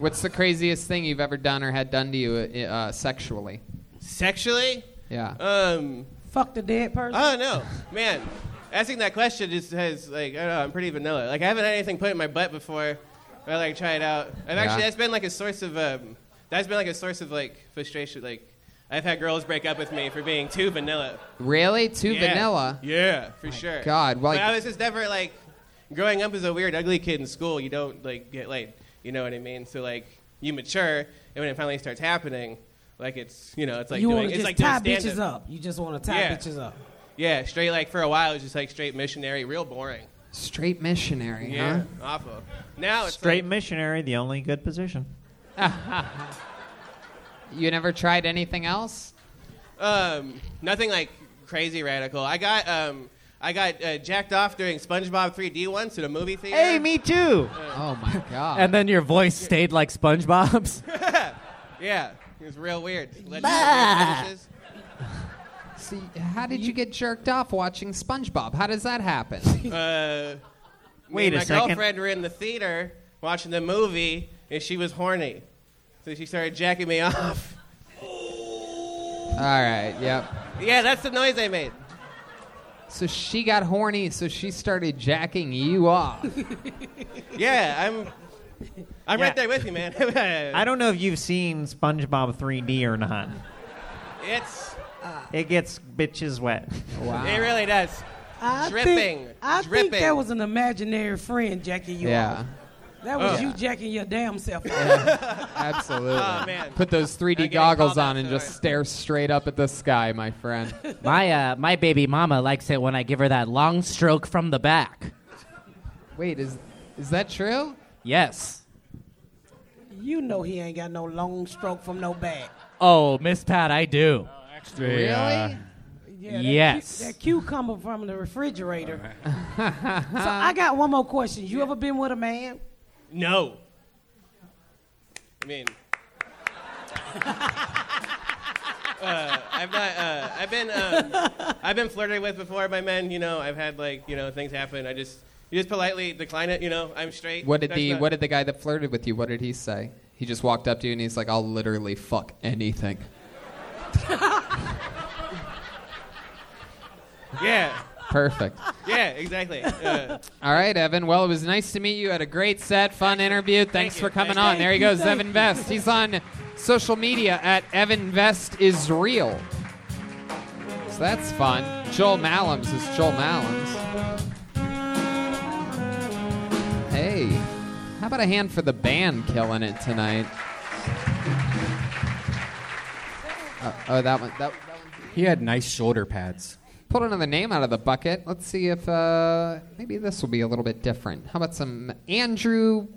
Speaker 3: what's the craziest thing you've ever done or had done to you uh, uh, sexually?
Speaker 10: sexually.
Speaker 3: Yeah.
Speaker 10: Um.
Speaker 4: Fuck the dead person.
Speaker 10: Oh no, man. Asking that question just has like I don't know. I'm pretty vanilla. Like I haven't had anything put in my butt before. I like try it out. I've actually
Speaker 3: Yeah.
Speaker 10: that's been like a source of um, that's been like a source of like frustration. Like I've had girls break up with me for being too vanilla.
Speaker 3: Really? Too
Speaker 10: Yeah.
Speaker 3: vanilla?
Speaker 10: Yeah, for sure.
Speaker 3: God, well,
Speaker 10: but
Speaker 3: like-
Speaker 10: I was just never like growing up as a weird, ugly kid in school. You don't like get laid. You know what I mean? So like you mature, and when it finally starts happening, like it's you know it's like
Speaker 4: you
Speaker 10: doing,
Speaker 4: want to
Speaker 10: it's
Speaker 4: just
Speaker 10: like doing
Speaker 4: tie
Speaker 10: stand-up.
Speaker 4: bitches up. You just want to tie
Speaker 10: Yeah.
Speaker 4: bitches up.
Speaker 10: Yeah, straight like for a while it was just like straight missionary, real boring.
Speaker 3: Straight missionary,
Speaker 10: Yeah,
Speaker 3: huh?
Speaker 10: awful. Now it's
Speaker 5: Straight missionary, the only good position.
Speaker 3: You never tried anything else?
Speaker 10: um, nothing like crazy radical. I got um, I got uh, jacked off during SpongeBob 3D once at a movie theater. Uh,
Speaker 5: Hey, me too.
Speaker 3: Oh my God.
Speaker 7: and then your voice stayed like SpongeBob's.
Speaker 10: Yeah, it was real weird. Let-
Speaker 3: See, how did you get jerked off watching SpongeBob? How does that happen?
Speaker 10: Uh,
Speaker 5: Wait
Speaker 10: me and
Speaker 5: a
Speaker 10: my
Speaker 5: second.
Speaker 10: girlfriend were in the theater watching the movie, and she was horny, so she started jacking me off.
Speaker 3: All right, yep.
Speaker 10: Yeah, that's the noise I made.
Speaker 3: So she got horny, so she started jacking you off.
Speaker 10: Yeah, I'm. I'm
Speaker 5: Yeah.
Speaker 10: right there with you, man.
Speaker 5: I don't know if you've seen SpongeBob 3D or not.
Speaker 10: It's.
Speaker 4: Uh,
Speaker 5: It gets bitches wet.
Speaker 3: Wow.
Speaker 10: It really does.
Speaker 4: I
Speaker 10: Dripping.
Speaker 4: Think, I
Speaker 10: Dripping.
Speaker 4: think that was an imaginary friend jacking you
Speaker 3: Yeah,
Speaker 4: off. That was
Speaker 10: Oh.
Speaker 4: you jacking your damn self off.
Speaker 3: absolutely.
Speaker 10: Oh, man.
Speaker 3: Put those
Speaker 10: I'm
Speaker 3: 3D
Speaker 10: getting
Speaker 3: goggles
Speaker 10: called out
Speaker 3: on and just
Speaker 10: tonight.
Speaker 3: stare straight up at the sky, my friend.
Speaker 7: my uh, my baby mama likes it when I give her that long stroke from the back.
Speaker 3: Wait, is is that true?
Speaker 7: Yes.
Speaker 4: You know he ain't got no long stroke from no back.
Speaker 7: Oh, Miss Pat, I do.
Speaker 3: Really?
Speaker 4: Yeah, that
Speaker 7: Yes.
Speaker 4: cu- that cucumber from the refrigerator. so I got one more question. You ever been with a man?
Speaker 10: No. I mean, uh, I've not. Uh, I've been. Um, I've been flirted with before by men. You know, I've had like you know things happen. I just you just politely decline it. You know, I'm straight.
Speaker 3: What did
Speaker 10: That's
Speaker 3: the
Speaker 10: not-
Speaker 3: What did the guy that flirted with you? What did he say? He just walked up to you and he's like, "I'll literally fuck anything."
Speaker 10: Yeah.
Speaker 3: Perfect.
Speaker 10: Yeah. Exactly. Uh,
Speaker 3: All right, Evan. Well, it was nice to meet you. Had a great set, fun interview. Thanks
Speaker 10: you.
Speaker 3: for coming
Speaker 10: Thank
Speaker 3: on. There he
Speaker 4: you,
Speaker 3: goes,
Speaker 4: thank
Speaker 3: Evan Vest. He's on social media at Evan Vest is real. That's fun. Joel Malums is Joel Malums. Hey, how about a hand for the band killing it tonight? Oh, oh, that one. That,
Speaker 2: He had nice shoulder pads.
Speaker 3: Pulled another name out of the bucket. Let's see if uh, maybe this will be a little bit different. How about some Andrew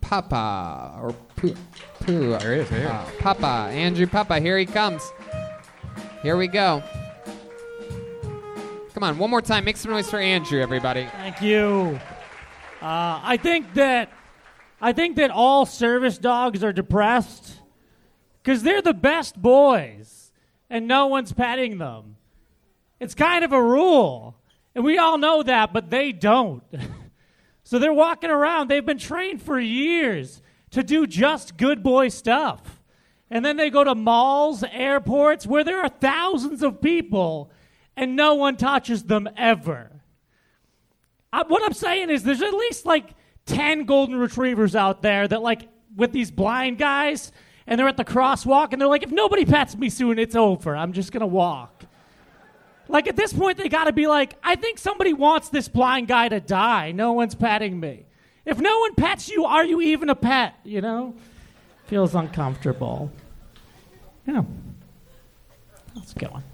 Speaker 3: Papa or Poo? Poo there is,
Speaker 2: there is.
Speaker 3: Papa, Andrew Papa. Here he comes. Here we go. Come on, one more time. Make some noise for Andrew, everybody.
Speaker 11: Thank you. Uh, I think that I think that all service dogs are depressed because they're the best boys, and no one's petting them. It's kind of a rule, and we all know that, but they don't. so they're walking around. They've been trained for years to do just good boy stuff, and then they go to malls, airports, where there are thousands of people, and no one touches them ever. I, what I'm saying is there's at least like 10 golden retrievers out there that like with these blind guys and they're at the crosswalk and they're like if nobody pats me soon it's over i'm just gonna walk like at this point they gotta be like i think somebody wants this blind guy to die no one's patting me if no one pats you are you even a pet you know feels uncomfortable yeah that's a good one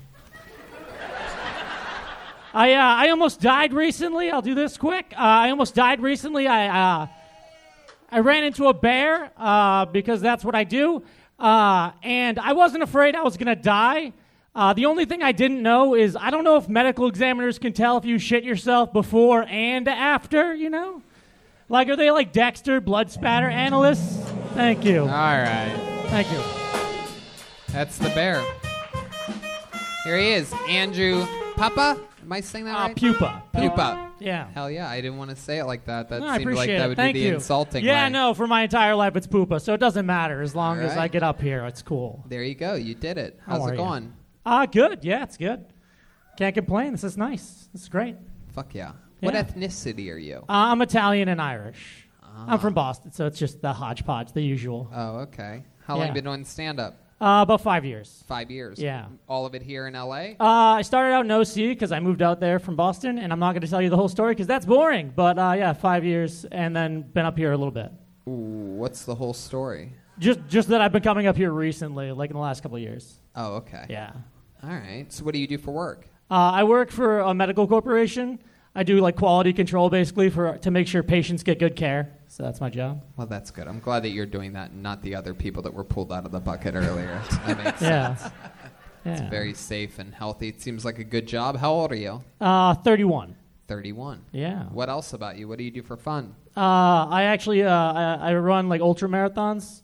Speaker 11: I uh, I almost died recently. I'll do this quick. Uh, I almost died recently. I uh, I ran into a bear uh, because that's what I do, uh, and I wasn't afraid I was gonna die. Uh, the only thing I didn't know is I don't know if medical examiners can tell if you shit yourself before and after. You know, like are they like Dexter blood spatter analysts? Thank you. All
Speaker 3: right.
Speaker 11: Thank you.
Speaker 3: That's the bear. Here he is, Andrew Papa. Am I saying that right?
Speaker 11: Ah, Pupa.
Speaker 3: Pupa.
Speaker 11: Yeah.
Speaker 3: Hell yeah! I didn't want to say it like that. That
Speaker 11: No, I
Speaker 3: seemed like
Speaker 11: appreciate
Speaker 3: that
Speaker 11: it.
Speaker 3: would
Speaker 11: Thank
Speaker 3: be the
Speaker 11: you.
Speaker 3: insulting.
Speaker 11: Yeah,
Speaker 3: way.
Speaker 11: no, for my entire life it's Pupa, so it doesn't matter as long
Speaker 3: All
Speaker 11: as
Speaker 3: right.
Speaker 11: I get up here. It's cool.
Speaker 3: There you go. You did it.
Speaker 11: How
Speaker 3: How's
Speaker 11: are
Speaker 3: it
Speaker 11: ya?
Speaker 3: going?
Speaker 11: Ah, good. Yeah, it's good. Can't complain. This is nice. This is great.
Speaker 3: Fuck yeah. What
Speaker 11: Yeah.
Speaker 3: ethnicity are you?
Speaker 11: Uh, I'm Italian and Irish. I'm from Boston, so it's just the hodgepodge, the usual.
Speaker 3: Ah. Oh, okay. How long
Speaker 11: Yeah.
Speaker 3: you been doing stand up?
Speaker 11: Uh, about five years.
Speaker 3: Five years.
Speaker 11: Yeah.
Speaker 3: All of it here in LA?
Speaker 11: Uh, I started out in OC because I moved out there from Boston, and I'm not going to tell you the whole story because that's boring. But uh, yeah, five years, and then been up here a little bit.
Speaker 3: Ooh, what's the whole story?
Speaker 11: Just just that I've been coming up here recently, like in the last couple of years.
Speaker 3: Oh, okay.
Speaker 11: Yeah.
Speaker 3: All right. So what do you do for work?
Speaker 11: Uh, I work for a medical corporation. I do like quality control basically for to make sure patients get good care. So that's my job.
Speaker 3: Well, that's good. I'm glad that you're doing that and not the other people that were pulled out of the bucket earlier. that makes
Speaker 11: Yeah.
Speaker 3: sense.
Speaker 11: Yeah.
Speaker 3: It's very safe and healthy. It seems like a good job. How old are you?
Speaker 11: Uh, 31.
Speaker 3: 31.
Speaker 11: Yeah.
Speaker 3: What else about you? What do you do for fun?
Speaker 11: Uh, I actually uh, I, I run like ultra marathons,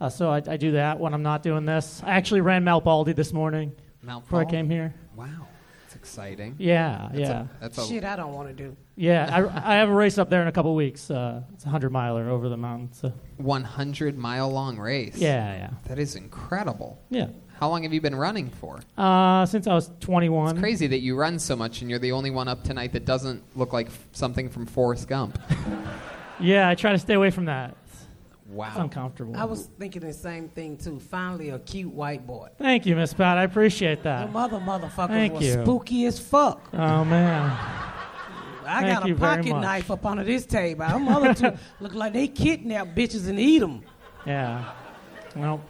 Speaker 11: uh, so I, I do that when I'm not doing this. I actually ran Mount Baldy this morning
Speaker 3: Mount
Speaker 11: before I
Speaker 3: Baldy?
Speaker 11: came here.
Speaker 3: Wow. It's exciting.
Speaker 11: Yeah,
Speaker 3: That's a-
Speaker 11: yeah.
Speaker 3: that's a
Speaker 4: Shit, I don't want to do.
Speaker 11: Yeah, I, I have a race up there in a couple weeks. Uh, it's a hundred miler over the mountain. So
Speaker 3: 100 mile long race.
Speaker 11: Yeah, yeah.
Speaker 3: That is incredible.
Speaker 11: Yeah.
Speaker 3: How long have you been running for?
Speaker 11: uh, since I was 21,
Speaker 3: It's crazy that you run so much and you're the only one up tonight that doesn't look like f- something from Forrest Gump.
Speaker 11: yeah, I try to stay away from that.
Speaker 3: Wow.
Speaker 11: It's uncomfortable.
Speaker 4: I was thinking the same thing too. Finally, a cute white boy.
Speaker 11: Thank you, Miss Pat. I appreciate
Speaker 3: Uh.
Speaker 4: The
Speaker 11: that.
Speaker 4: mother motherfucker
Speaker 11: Thank
Speaker 4: was
Speaker 11: you.
Speaker 4: spooky as fuck.
Speaker 11: Oh man.
Speaker 4: I
Speaker 11: Thank
Speaker 4: got
Speaker 11: you
Speaker 4: a
Speaker 11: very
Speaker 4: pocket
Speaker 11: much.
Speaker 4: knife up under this table. Her mother two look like they kidnap bitches and eat them.
Speaker 11: Yeah. Well,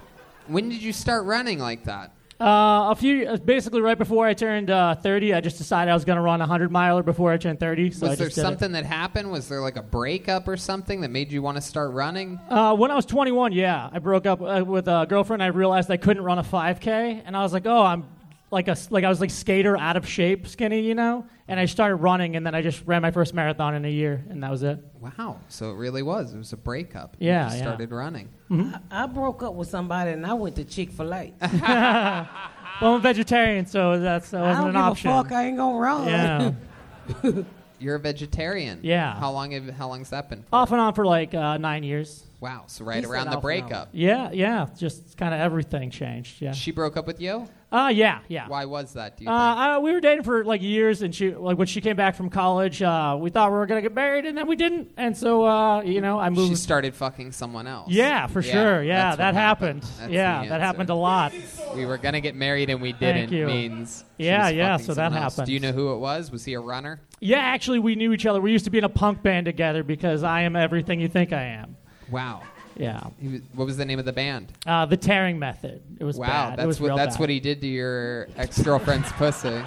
Speaker 3: when did you start running like that?
Speaker 11: Uh, a few, uh, basically right before I turned uh, 30, I just decided I was going to run a 100 miler before I turned 30. So I
Speaker 3: Was there
Speaker 11: just did it.
Speaker 3: something that happened? Was there like a breakup or something that made you want to start running?
Speaker 11: Uh, when I was 21, yeah, I broke up uh, with a girlfriend. I realized I couldn't run a 5K, and I was like, oh, I'm like a like I was like skater out of shape, skinny, you know. And I started running, and then I just ran my first marathon in a year, and that was it.
Speaker 3: Wow. So it really was. It was a breakup.
Speaker 11: Yeah,
Speaker 3: You just
Speaker 11: yeah.
Speaker 3: started running.
Speaker 11: Mm-hmm.
Speaker 4: I broke up with somebody and I went to Chick Fil A.
Speaker 11: Well, I'm a vegetarian, so that's that
Speaker 4: I
Speaker 11: wasn't
Speaker 4: don't
Speaker 11: an
Speaker 4: give
Speaker 11: option.
Speaker 4: a fuck. I ain't gonna run.
Speaker 11: Yeah.
Speaker 3: You're a vegetarian.
Speaker 11: Yeah.
Speaker 3: How long have how long's that been?
Speaker 11: Off and on for like uh, nine years.
Speaker 3: Wow, so right
Speaker 4: He said
Speaker 3: around the
Speaker 4: alpha male.
Speaker 3: breakup.
Speaker 11: Yeah, yeah. Just kind of everything changed. Yeah.
Speaker 3: She broke up with you?
Speaker 11: Uh, yeah, yeah.
Speaker 3: Why was that, do you
Speaker 11: Uh, uh, we were dating for like years, and she like when she came back from college, uh, we thought we were gonna get married, and then we didn't, and so uh, you know I moved.
Speaker 3: She started fucking someone else.
Speaker 11: yeah, for sure. Yeah,
Speaker 3: that's
Speaker 11: that
Speaker 3: what
Speaker 11: happened.
Speaker 3: That's
Speaker 11: Yeah,
Speaker 3: the
Speaker 11: that
Speaker 3: answer.
Speaker 11: happened a lot.
Speaker 3: We were gonna get married and we didn't
Speaker 11: Thank you.
Speaker 3: means. she
Speaker 11: Yeah,
Speaker 3: was
Speaker 11: yeah,
Speaker 3: fucking
Speaker 11: so that
Speaker 3: someone else. Do you know
Speaker 11: happened.
Speaker 3: who it was? Was he a runner?
Speaker 11: Yeah, actually, we knew each other. We used to be in a punk band together because I am everything you think I am.
Speaker 3: Wow.
Speaker 11: Yeah.
Speaker 3: He was, what was the name of the band?
Speaker 11: Uh, the tearing method. It was
Speaker 3: wow,
Speaker 11: bad.
Speaker 3: that's
Speaker 11: it was
Speaker 3: what
Speaker 11: real
Speaker 3: that's
Speaker 11: bad.
Speaker 3: what he did to your ex girlfriend's pussy.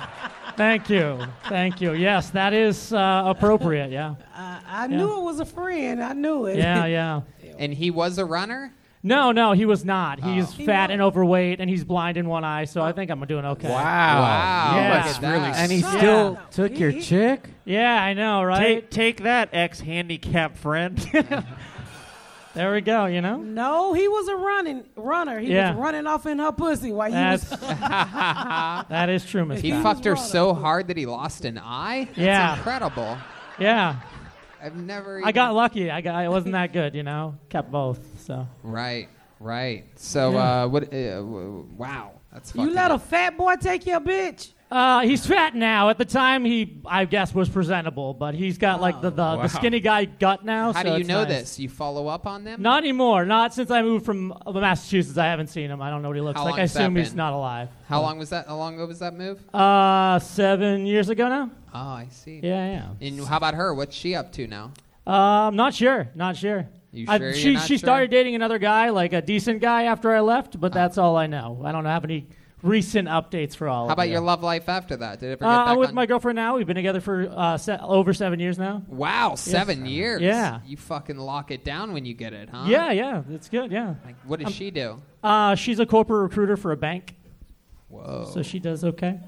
Speaker 11: Thank you, thank you. Yes, that is uh, appropriate. Yeah.
Speaker 4: I knew it was a friend. I knew it.
Speaker 11: Yeah, yeah.
Speaker 3: And he was a runner?
Speaker 11: No, no, he was not. He's
Speaker 4: Oh.
Speaker 3: He
Speaker 11: fat and overweight, and he's blind in one eye. So I think I'm doing okay.
Speaker 5: Wow.
Speaker 11: Yeah.
Speaker 5: That's really And he sucked. still took your He- chick?
Speaker 11: Yeah, I know, right?
Speaker 5: Take, take that, ex-handicapped friend.
Speaker 11: there we go. You know.
Speaker 4: No, he was a running runner. He
Speaker 11: Yeah.
Speaker 4: was running off in her pussy while he was.
Speaker 11: That is true, Miss.
Speaker 3: He
Speaker 11: Pat.
Speaker 3: fucked her so hard that he lost an eye? That's
Speaker 11: Yeah.
Speaker 3: incredible.
Speaker 11: Yeah.
Speaker 3: I've never
Speaker 11: I got lucky. I got. It wasn't that good, you know. Kept both. So.
Speaker 3: Right, right. So
Speaker 11: Yeah.
Speaker 3: uh what uh, w- wow. That's
Speaker 4: you
Speaker 3: fucking
Speaker 4: let a fat boy take your bitch.
Speaker 11: Uh, he's fat now. At the time, he I guess was presentable, but he's got like the the,
Speaker 3: Wow.
Speaker 11: the skinny guy gut now.
Speaker 3: How
Speaker 11: so
Speaker 3: do you
Speaker 11: it's
Speaker 3: know
Speaker 11: nice.
Speaker 3: this? You follow up on them?
Speaker 11: Not anymore. Not since I moved from uh, Massachusetts. I haven't seen him. I don't know what he looks
Speaker 3: How
Speaker 11: like.
Speaker 3: long
Speaker 11: I
Speaker 3: has that
Speaker 11: assume he's
Speaker 3: been?
Speaker 11: not alive.
Speaker 3: How long was that? How long ago was that move?
Speaker 11: Uh, seven years ago now.
Speaker 3: Oh, I see.
Speaker 11: Yeah,
Speaker 3: yeah. And how about her? What's she up to now?
Speaker 11: Uh, I'm not sure. Not sure.
Speaker 3: You
Speaker 11: I-
Speaker 3: sure you're
Speaker 11: she
Speaker 3: not
Speaker 11: she
Speaker 3: sure? Oh.
Speaker 11: started dating another guy, like a decent guy, after I left. But that's all I know. I don't have any recent updates for
Speaker 5: Oh,
Speaker 11: all. of
Speaker 3: How about
Speaker 11: you.
Speaker 3: your love life after that? Did it ever
Speaker 11: Uh,
Speaker 3: get back
Speaker 11: I'm with
Speaker 3: on?
Speaker 11: my girlfriend now. We've been together for uh, se- over seven years now.
Speaker 3: Wow,
Speaker 11: Yes.
Speaker 3: seven years.
Speaker 11: Yeah.
Speaker 3: You fucking lock it down when you get it, huh?
Speaker 11: Yeah, yeah, it's good. Yeah.
Speaker 3: Like, what does
Speaker 11: I'm-
Speaker 3: she do?
Speaker 11: Um, Uh, she's a corporate recruiter for a bank.
Speaker 3: Whoa.
Speaker 11: So she does okay.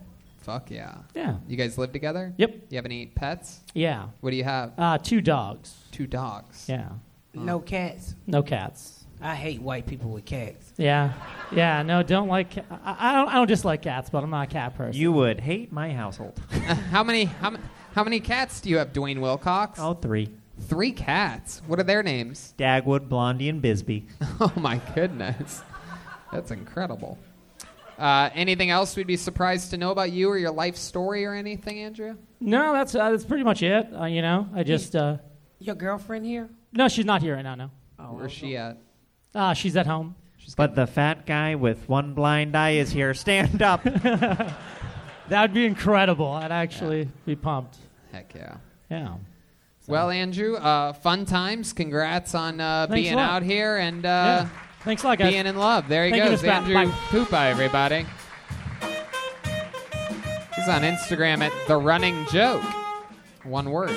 Speaker 3: Fuck yeah.
Speaker 11: Yeah.
Speaker 3: You guys live together?
Speaker 11: Yep.
Speaker 3: You have any pets?
Speaker 11: Yeah.
Speaker 3: What do you have?
Speaker 11: Uh, two dogs.
Speaker 3: Two dogs.
Speaker 11: Yeah.
Speaker 4: No cats.
Speaker 11: No cats.
Speaker 4: I hate white people with cats.
Speaker 11: Yeah. Yeah. No, don't like. Ca- I, I don't. I don't dislike cats, but I'm not a cat person.
Speaker 5: you would hate my household.
Speaker 3: how many how, m- how many cats do you have, Dwayne Wilcox?
Speaker 5: Oh, three.
Speaker 3: Three cats. What are their names?
Speaker 5: Dagwood, Blondie, and Bisbee.
Speaker 3: oh my goodness. That's incredible. Uh, anything else we'd be surprised to know about you or your life story or anything, Andrea?
Speaker 11: No, that's uh, that's pretty much it. Uh, you know, I just. Uh,
Speaker 4: Your girlfriend here?
Speaker 11: no, she's not here right now. No.
Speaker 3: Oh, Where's she at?
Speaker 5: Ah,
Speaker 11: Uh, she's at home.
Speaker 5: But the fat guy with one blind eye is here. Stand up.
Speaker 11: That would be incredible. I'd actually be pumped.
Speaker 3: Heck yeah.
Speaker 11: Yeah.
Speaker 3: Well, Andrew, uh, fun times. Congrats on uh,
Speaker 11: Thanks a
Speaker 3: being
Speaker 11: lot.
Speaker 3: out here and uh,
Speaker 11: Yeah. Thanks a lot, guys.
Speaker 3: being in love. There he
Speaker 11: Thank you,
Speaker 3: goes,
Speaker 11: Miss Pat.
Speaker 3: Andrew
Speaker 11: Bye.
Speaker 3: Poopa, everybody. He's on Instagram at the Running Joke. One word.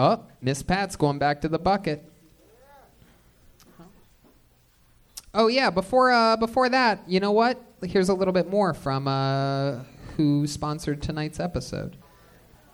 Speaker 3: Oh, Miss Pat's going back to the bucket. Oh yeah, before uh, before that, you know what? Here's a little bit more from uh, who sponsored tonight's episode.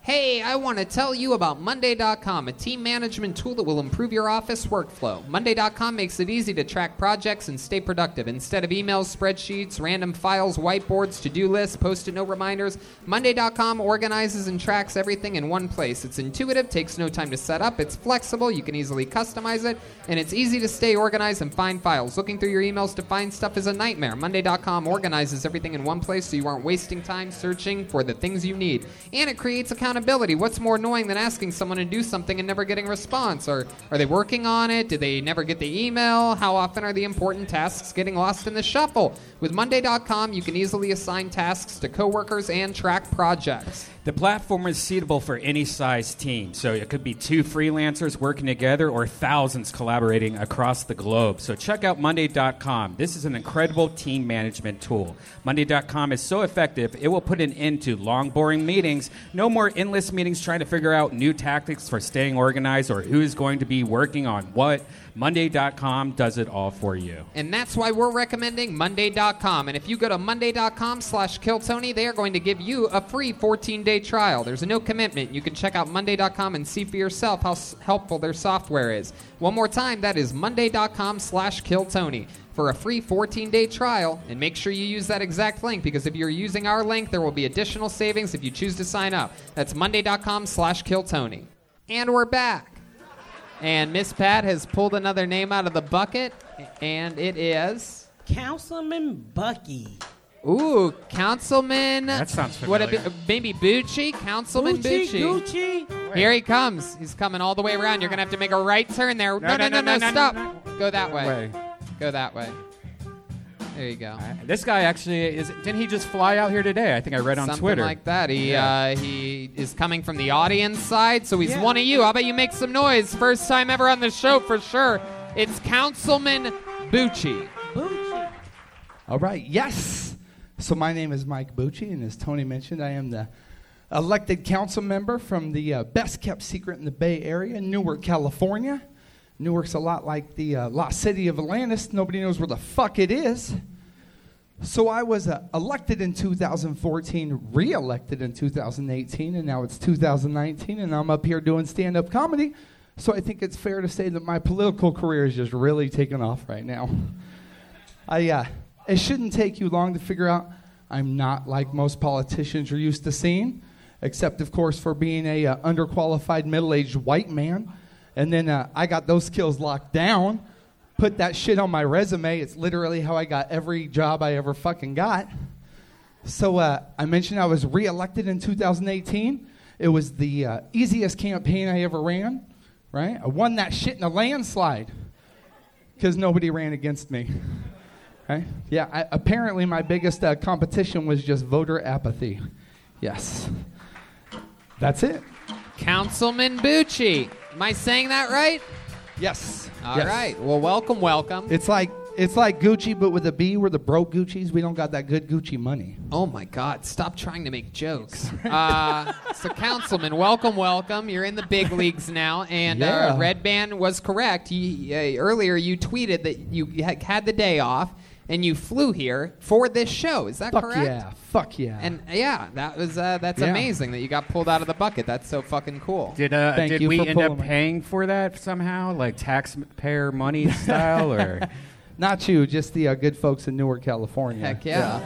Speaker 3: Hey, I want to tell you about Monday.com, a team management tool that will improve your office workflow. Monday.com makes it easy to track projects and stay productive. Instead of emails, spreadsheets, random files, whiteboards, to do lists, post it note reminders, Monday.com organizes and tracks everything in one place. It's intuitive, takes no time to set up, it's flexible, you can easily customize it, and it's easy to stay organized and find files. Looking through your emails to find stuff is a nightmare. Monday.com organizes everything in one place so you aren't wasting time searching for the things you need. And it creates accountability. What's more annoying than asking someone to do something and never getting a response? Or are they working on it? Did they never get the email? How often are the important tasks getting lost in the shuffle? With Monday.com, you can easily assign tasks to coworkers and track projects.
Speaker 2: The platform is suitable for any size team, so it could be two freelancers working together or thousands collaborating across the globe. So check out Monday.com. This is an incredible team management tool. Monday.com is so effective, it will put an end to long, boring meetings. No more endless meetings trying to figure out new tactics for staying organized or who is going to be working on what. Monday.com does it all for you.
Speaker 3: And that's why we're recommending Monday.com. And if you go to Monday.com slash Kill Tony, they are going to give you a free 14 day trial. There's no commitment. You can check out Monday.com and see for yourself how s- helpful their software is. One more time, that is Monday.com slash Kill Tony for a free 14 day trial. And make sure you use that exact link because if you're using our link, there will be additional savings if you choose to sign up. That's Monday.com slash Kill Tony. And we're back. And Miss Pat has pulled another name out of the bucket, and it is
Speaker 4: Councilman Bucky.
Speaker 3: Ooh, Councilman.
Speaker 4: That sounds
Speaker 3: What
Speaker 4: familiar.
Speaker 3: it be, maybe Bucci, Councilman
Speaker 4: Bucci,
Speaker 3: Bucci.
Speaker 4: Gucci.
Speaker 3: Here he comes. He's coming all the way around. You're gonna have to make a right turn there. No, no, no, no, stop. Go that way. Go that way. There you go.
Speaker 2: This guy actually is. Didn't he just fly out here today? I think I read on
Speaker 3: Something
Speaker 2: Twitter.
Speaker 3: like that. He
Speaker 2: Yeah.
Speaker 3: uh, he is coming from the audience side, so he's one of you. How about you make some noise? First time ever on the show for sure. It's Councilman Bucci.
Speaker 12: All right, yes. So my name is Mike Bucci, and as Tony mentioned, I am the elected council member from the uh, best kept secret in the Bay Area, Newark, California. Newark's a lot like the uh, lost city of Atlantis. Nobody knows where the fuck it is. So I was uh, elected in 2014, re-elected in 2018, and now it's 2019, and I'm up here doing stand-up comedy. So I think it's fair to say that my political career is just really taking off right now. I, uh, it shouldn't take you long to figure out I'm not like most politicians you're used to seeing, except, of course, for being a uh, underqualified middle-aged white man. And then uh, I got those skills locked down, put that shit on my resume. It's literally how I got every job I ever fucking got. So uh, I mentioned I was reelected in 2018. It was the uh, easiest campaign I ever ran, right? I won that shit in a landslide because nobody ran against me. Okay? Yeah, I, apparently my biggest uh, competition was just voter apathy. Yes. That's it.
Speaker 3: Councilman Bucci. Am I saying that right?
Speaker 12: Yes.
Speaker 3: All right.
Speaker 12: Yes.
Speaker 3: Well, welcome, welcome.
Speaker 12: It's like it's like Gucci, but with a B. We're the broke Gucci's. We don't got that good Gucci money.
Speaker 3: Oh my God! Stop trying to make jokes. Uh, so, Councilman, welcome, welcome. You're in the big leagues now, and
Speaker 12: Yeah.
Speaker 3: uh, Red Band was correct. You, uh, earlier, you tweeted that you ha- had the day off and you flew here for this show. Is that
Speaker 12: Fuck
Speaker 3: correct?
Speaker 12: yeah. Fuck yeah.
Speaker 3: And uh, yeah, that was uh, that's
Speaker 12: Yeah.
Speaker 3: amazing that you got pulled out of the bucket. That's so fucking cool.
Speaker 2: Did uh, did we end up paying for that somehow, like taxpayer money style, or
Speaker 12: Not you, just the uh, good folks in Newark, California.
Speaker 3: Heck yeah.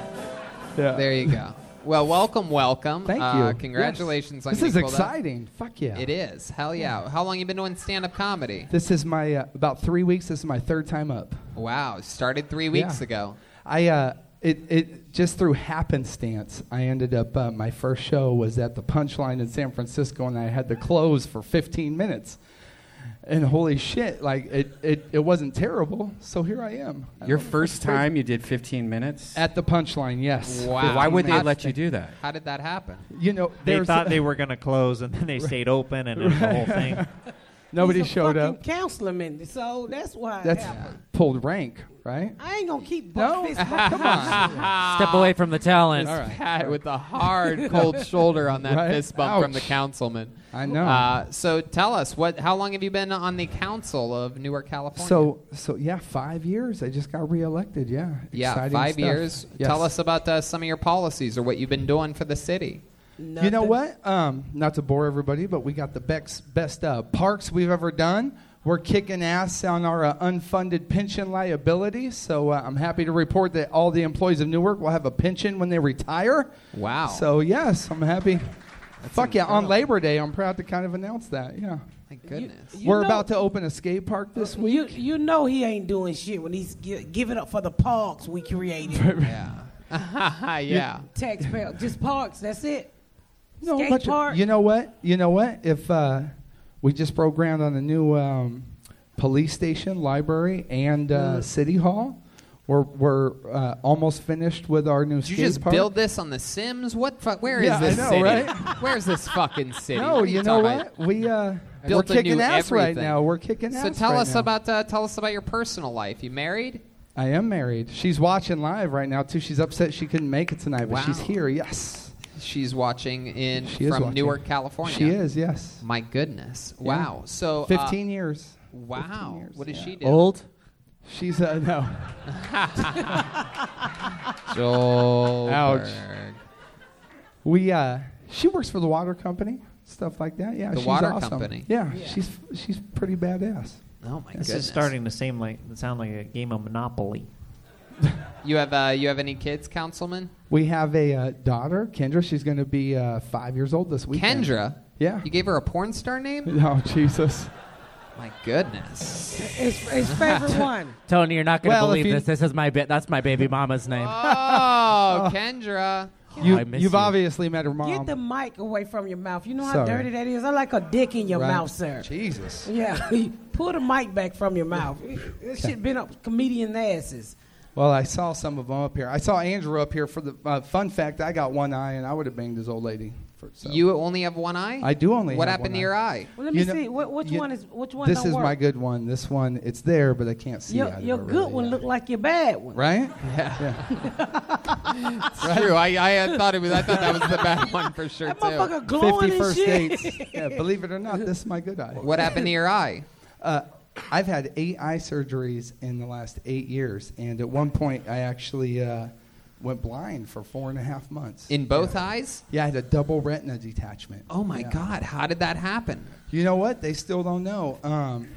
Speaker 12: Yeah.
Speaker 3: There you go. Well, welcome, welcome.
Speaker 12: Thank
Speaker 3: Uh,
Speaker 12: you. Yes.
Speaker 3: Congratulations on
Speaker 12: This
Speaker 3: getting
Speaker 12: is
Speaker 3: pulled out.
Speaker 12: exciting. Fuck yeah.
Speaker 3: It is. Hell yeah. How long you been doing stand up comedy?
Speaker 12: This is my uh, about three weeks. This is my third time up.
Speaker 3: Wow. Started three weeks
Speaker 12: Yeah.
Speaker 3: ago.
Speaker 12: I uh, it it just through happenstance, I ended up uh, my first show was at the Punchline in San Francisco, and I had to close for 15 minutes. And holy shit, like it it, it wasn't terrible. So here I am.
Speaker 2: your first time you did 15 minutes
Speaker 12: at the Punchline? Yes.
Speaker 2: Wow. Why would they let you do that?
Speaker 3: How did that happen?
Speaker 12: You know,
Speaker 5: They
Speaker 12: there's-
Speaker 5: thought they were going to close, and then they stayed open, and then the whole thing.
Speaker 12: Nobody
Speaker 4: He's a
Speaker 12: showed
Speaker 4: fucking
Speaker 12: up.
Speaker 4: Councilman, so that's why. it
Speaker 12: That's
Speaker 4: happened.
Speaker 12: pulled rank, right?
Speaker 4: I ain't gonna keep.
Speaker 12: No.
Speaker 4: buck fist- Come on.
Speaker 7: Step away from the talent.
Speaker 3: All right. Pat with a hard, cold shoulder on that
Speaker 12: Right?
Speaker 3: fist bump from the
Speaker 12: Ouch.
Speaker 3: councilman.
Speaker 12: I know.
Speaker 3: Uh, so tell us, what? how long have you been on the council of Newark, California?
Speaker 12: So so yeah, five years. I just got reelected. Yeah.
Speaker 3: yeah,
Speaker 12: Exciting
Speaker 3: five
Speaker 12: stuff.
Speaker 3: years.
Speaker 12: Yes.
Speaker 3: Tell us about uh, some of your policies or what you've been doing for the city.
Speaker 12: You know what? Um, not to bore everybody, but we got the best best uh, parks we've ever done. We're kicking ass on our uh, unfunded pension liability. So uh, I'm happy to report that all the employees of Newark will have a pension when they retire.
Speaker 3: Wow.
Speaker 12: So yes, I'm happy. Fuck yeah! On Labor Day, I'm proud to kind of announce that. Yeah.
Speaker 3: Thank goodness.
Speaker 4: you
Speaker 12: We're
Speaker 4: know-
Speaker 12: about to open a skate park this week.
Speaker 4: You, you know he ain't doing shit when he's gi- giving up for the parks we created.
Speaker 3: yeah. yeah.
Speaker 4: Taxpayer, just parks. That's it.
Speaker 12: No,
Speaker 4: Skate
Speaker 12: but you-
Speaker 4: park.
Speaker 12: You know what? You know what? If uh, we just broke ground on a new um, police station, library, and uh,
Speaker 3: Mm.
Speaker 12: city hall, we're we're uh, almost finished with our new
Speaker 3: Did you
Speaker 12: skate
Speaker 3: just
Speaker 12: park.
Speaker 3: build this on the Sims? What fuck? Where is
Speaker 12: Yeah, I
Speaker 3: this
Speaker 12: know,
Speaker 3: city?
Speaker 12: right?
Speaker 3: Where's this fucking city?
Speaker 12: No,
Speaker 3: What are
Speaker 12: you know
Speaker 3: talking
Speaker 12: what? We uh, we're
Speaker 3: Built a
Speaker 12: kicking
Speaker 3: new
Speaker 12: ass right
Speaker 3: everything.
Speaker 12: now. We're kicking
Speaker 3: so
Speaker 12: ass.
Speaker 3: tell
Speaker 12: right
Speaker 3: us
Speaker 12: now.
Speaker 3: about uh, tell us about your personal life. You married?
Speaker 12: I am married. She's watching live right now too. She's upset she couldn't make it tonight, but she's
Speaker 3: Wow.
Speaker 12: here. Yes,
Speaker 3: She's watching in
Speaker 12: She is
Speaker 3: from
Speaker 12: watching.
Speaker 3: Newark, California.
Speaker 12: she is. Yes.
Speaker 3: My goodness.
Speaker 12: Yeah.
Speaker 3: Wow. So uh,
Speaker 12: 15 years.
Speaker 3: Wow. what does she do?
Speaker 12: Old. She's uh, no.
Speaker 3: Joel.
Speaker 12: Ouch. We uh, she works for the water company, stuff like that. Yeah,
Speaker 3: The
Speaker 12: she's
Speaker 3: water
Speaker 12: awesome.
Speaker 3: company.
Speaker 12: Yeah, she's she's pretty badass.
Speaker 3: Oh my
Speaker 5: This
Speaker 3: goodness.
Speaker 5: is starting to seem like sound like a game of Monopoly.
Speaker 3: You have uh, you have any kids, Councilman?
Speaker 12: We have a uh, daughter, Kendra. She's going to be uh, five years old this week.
Speaker 3: Kendra?
Speaker 12: Yeah.
Speaker 3: You gave her a porn star name?
Speaker 12: Oh Jesus.
Speaker 3: My goodness.
Speaker 4: It's his favorite one.
Speaker 7: Tony, you're not going to
Speaker 4: Well, if
Speaker 7: believe
Speaker 4: you-
Speaker 7: this. This is my bit. That's my baby mama's name.
Speaker 3: Oh, Kendra.
Speaker 12: You,
Speaker 7: I miss
Speaker 12: you've
Speaker 7: you.
Speaker 12: obviously met her mom.
Speaker 4: Get the mic away from your mouth. You know how
Speaker 12: Sorry.
Speaker 4: dirty that is. I like a dick in your
Speaker 12: Right.
Speaker 4: mouth, sir.
Speaker 12: Jesus.
Speaker 4: Yeah, pull the mic back from your mouth. This shit been up comedian asses.
Speaker 12: Well, I saw some of them up here. I saw Andrew up here for the uh, fun fact. I got one eye, and I would have banged this old lady. For, so.
Speaker 3: You only have one eye?
Speaker 12: I do only.
Speaker 3: What
Speaker 12: have
Speaker 3: happened
Speaker 12: one
Speaker 3: to your eye?
Speaker 4: Well, let me
Speaker 12: You know-
Speaker 4: see. What, which
Speaker 12: you-
Speaker 4: one is which one?
Speaker 12: This
Speaker 4: don't
Speaker 12: is
Speaker 4: work?
Speaker 12: my good one. This one, it's there, but I can't see.
Speaker 4: Your,
Speaker 12: out of
Speaker 4: your
Speaker 12: it
Speaker 4: good
Speaker 12: really.
Speaker 4: one look like your bad one.
Speaker 12: Right?
Speaker 3: It's true. I, I had thought it was. I thought that was the bad one for sure too.
Speaker 4: motherfucker
Speaker 12: Fifty first dates. Yeah, believe it or not, this is my good eye.
Speaker 3: What happened to your eye?
Speaker 12: Uh, I've had eight eye surgeries in the last eight years, and at one point, I actually uh, went blind for four and a half months.
Speaker 3: In both
Speaker 12: Yeah.
Speaker 3: eyes?
Speaker 12: Yeah, I had a double retina detachment.
Speaker 3: Oh my
Speaker 12: Yeah.
Speaker 3: God! How did that happen?
Speaker 12: You know what? They still don't know. Um,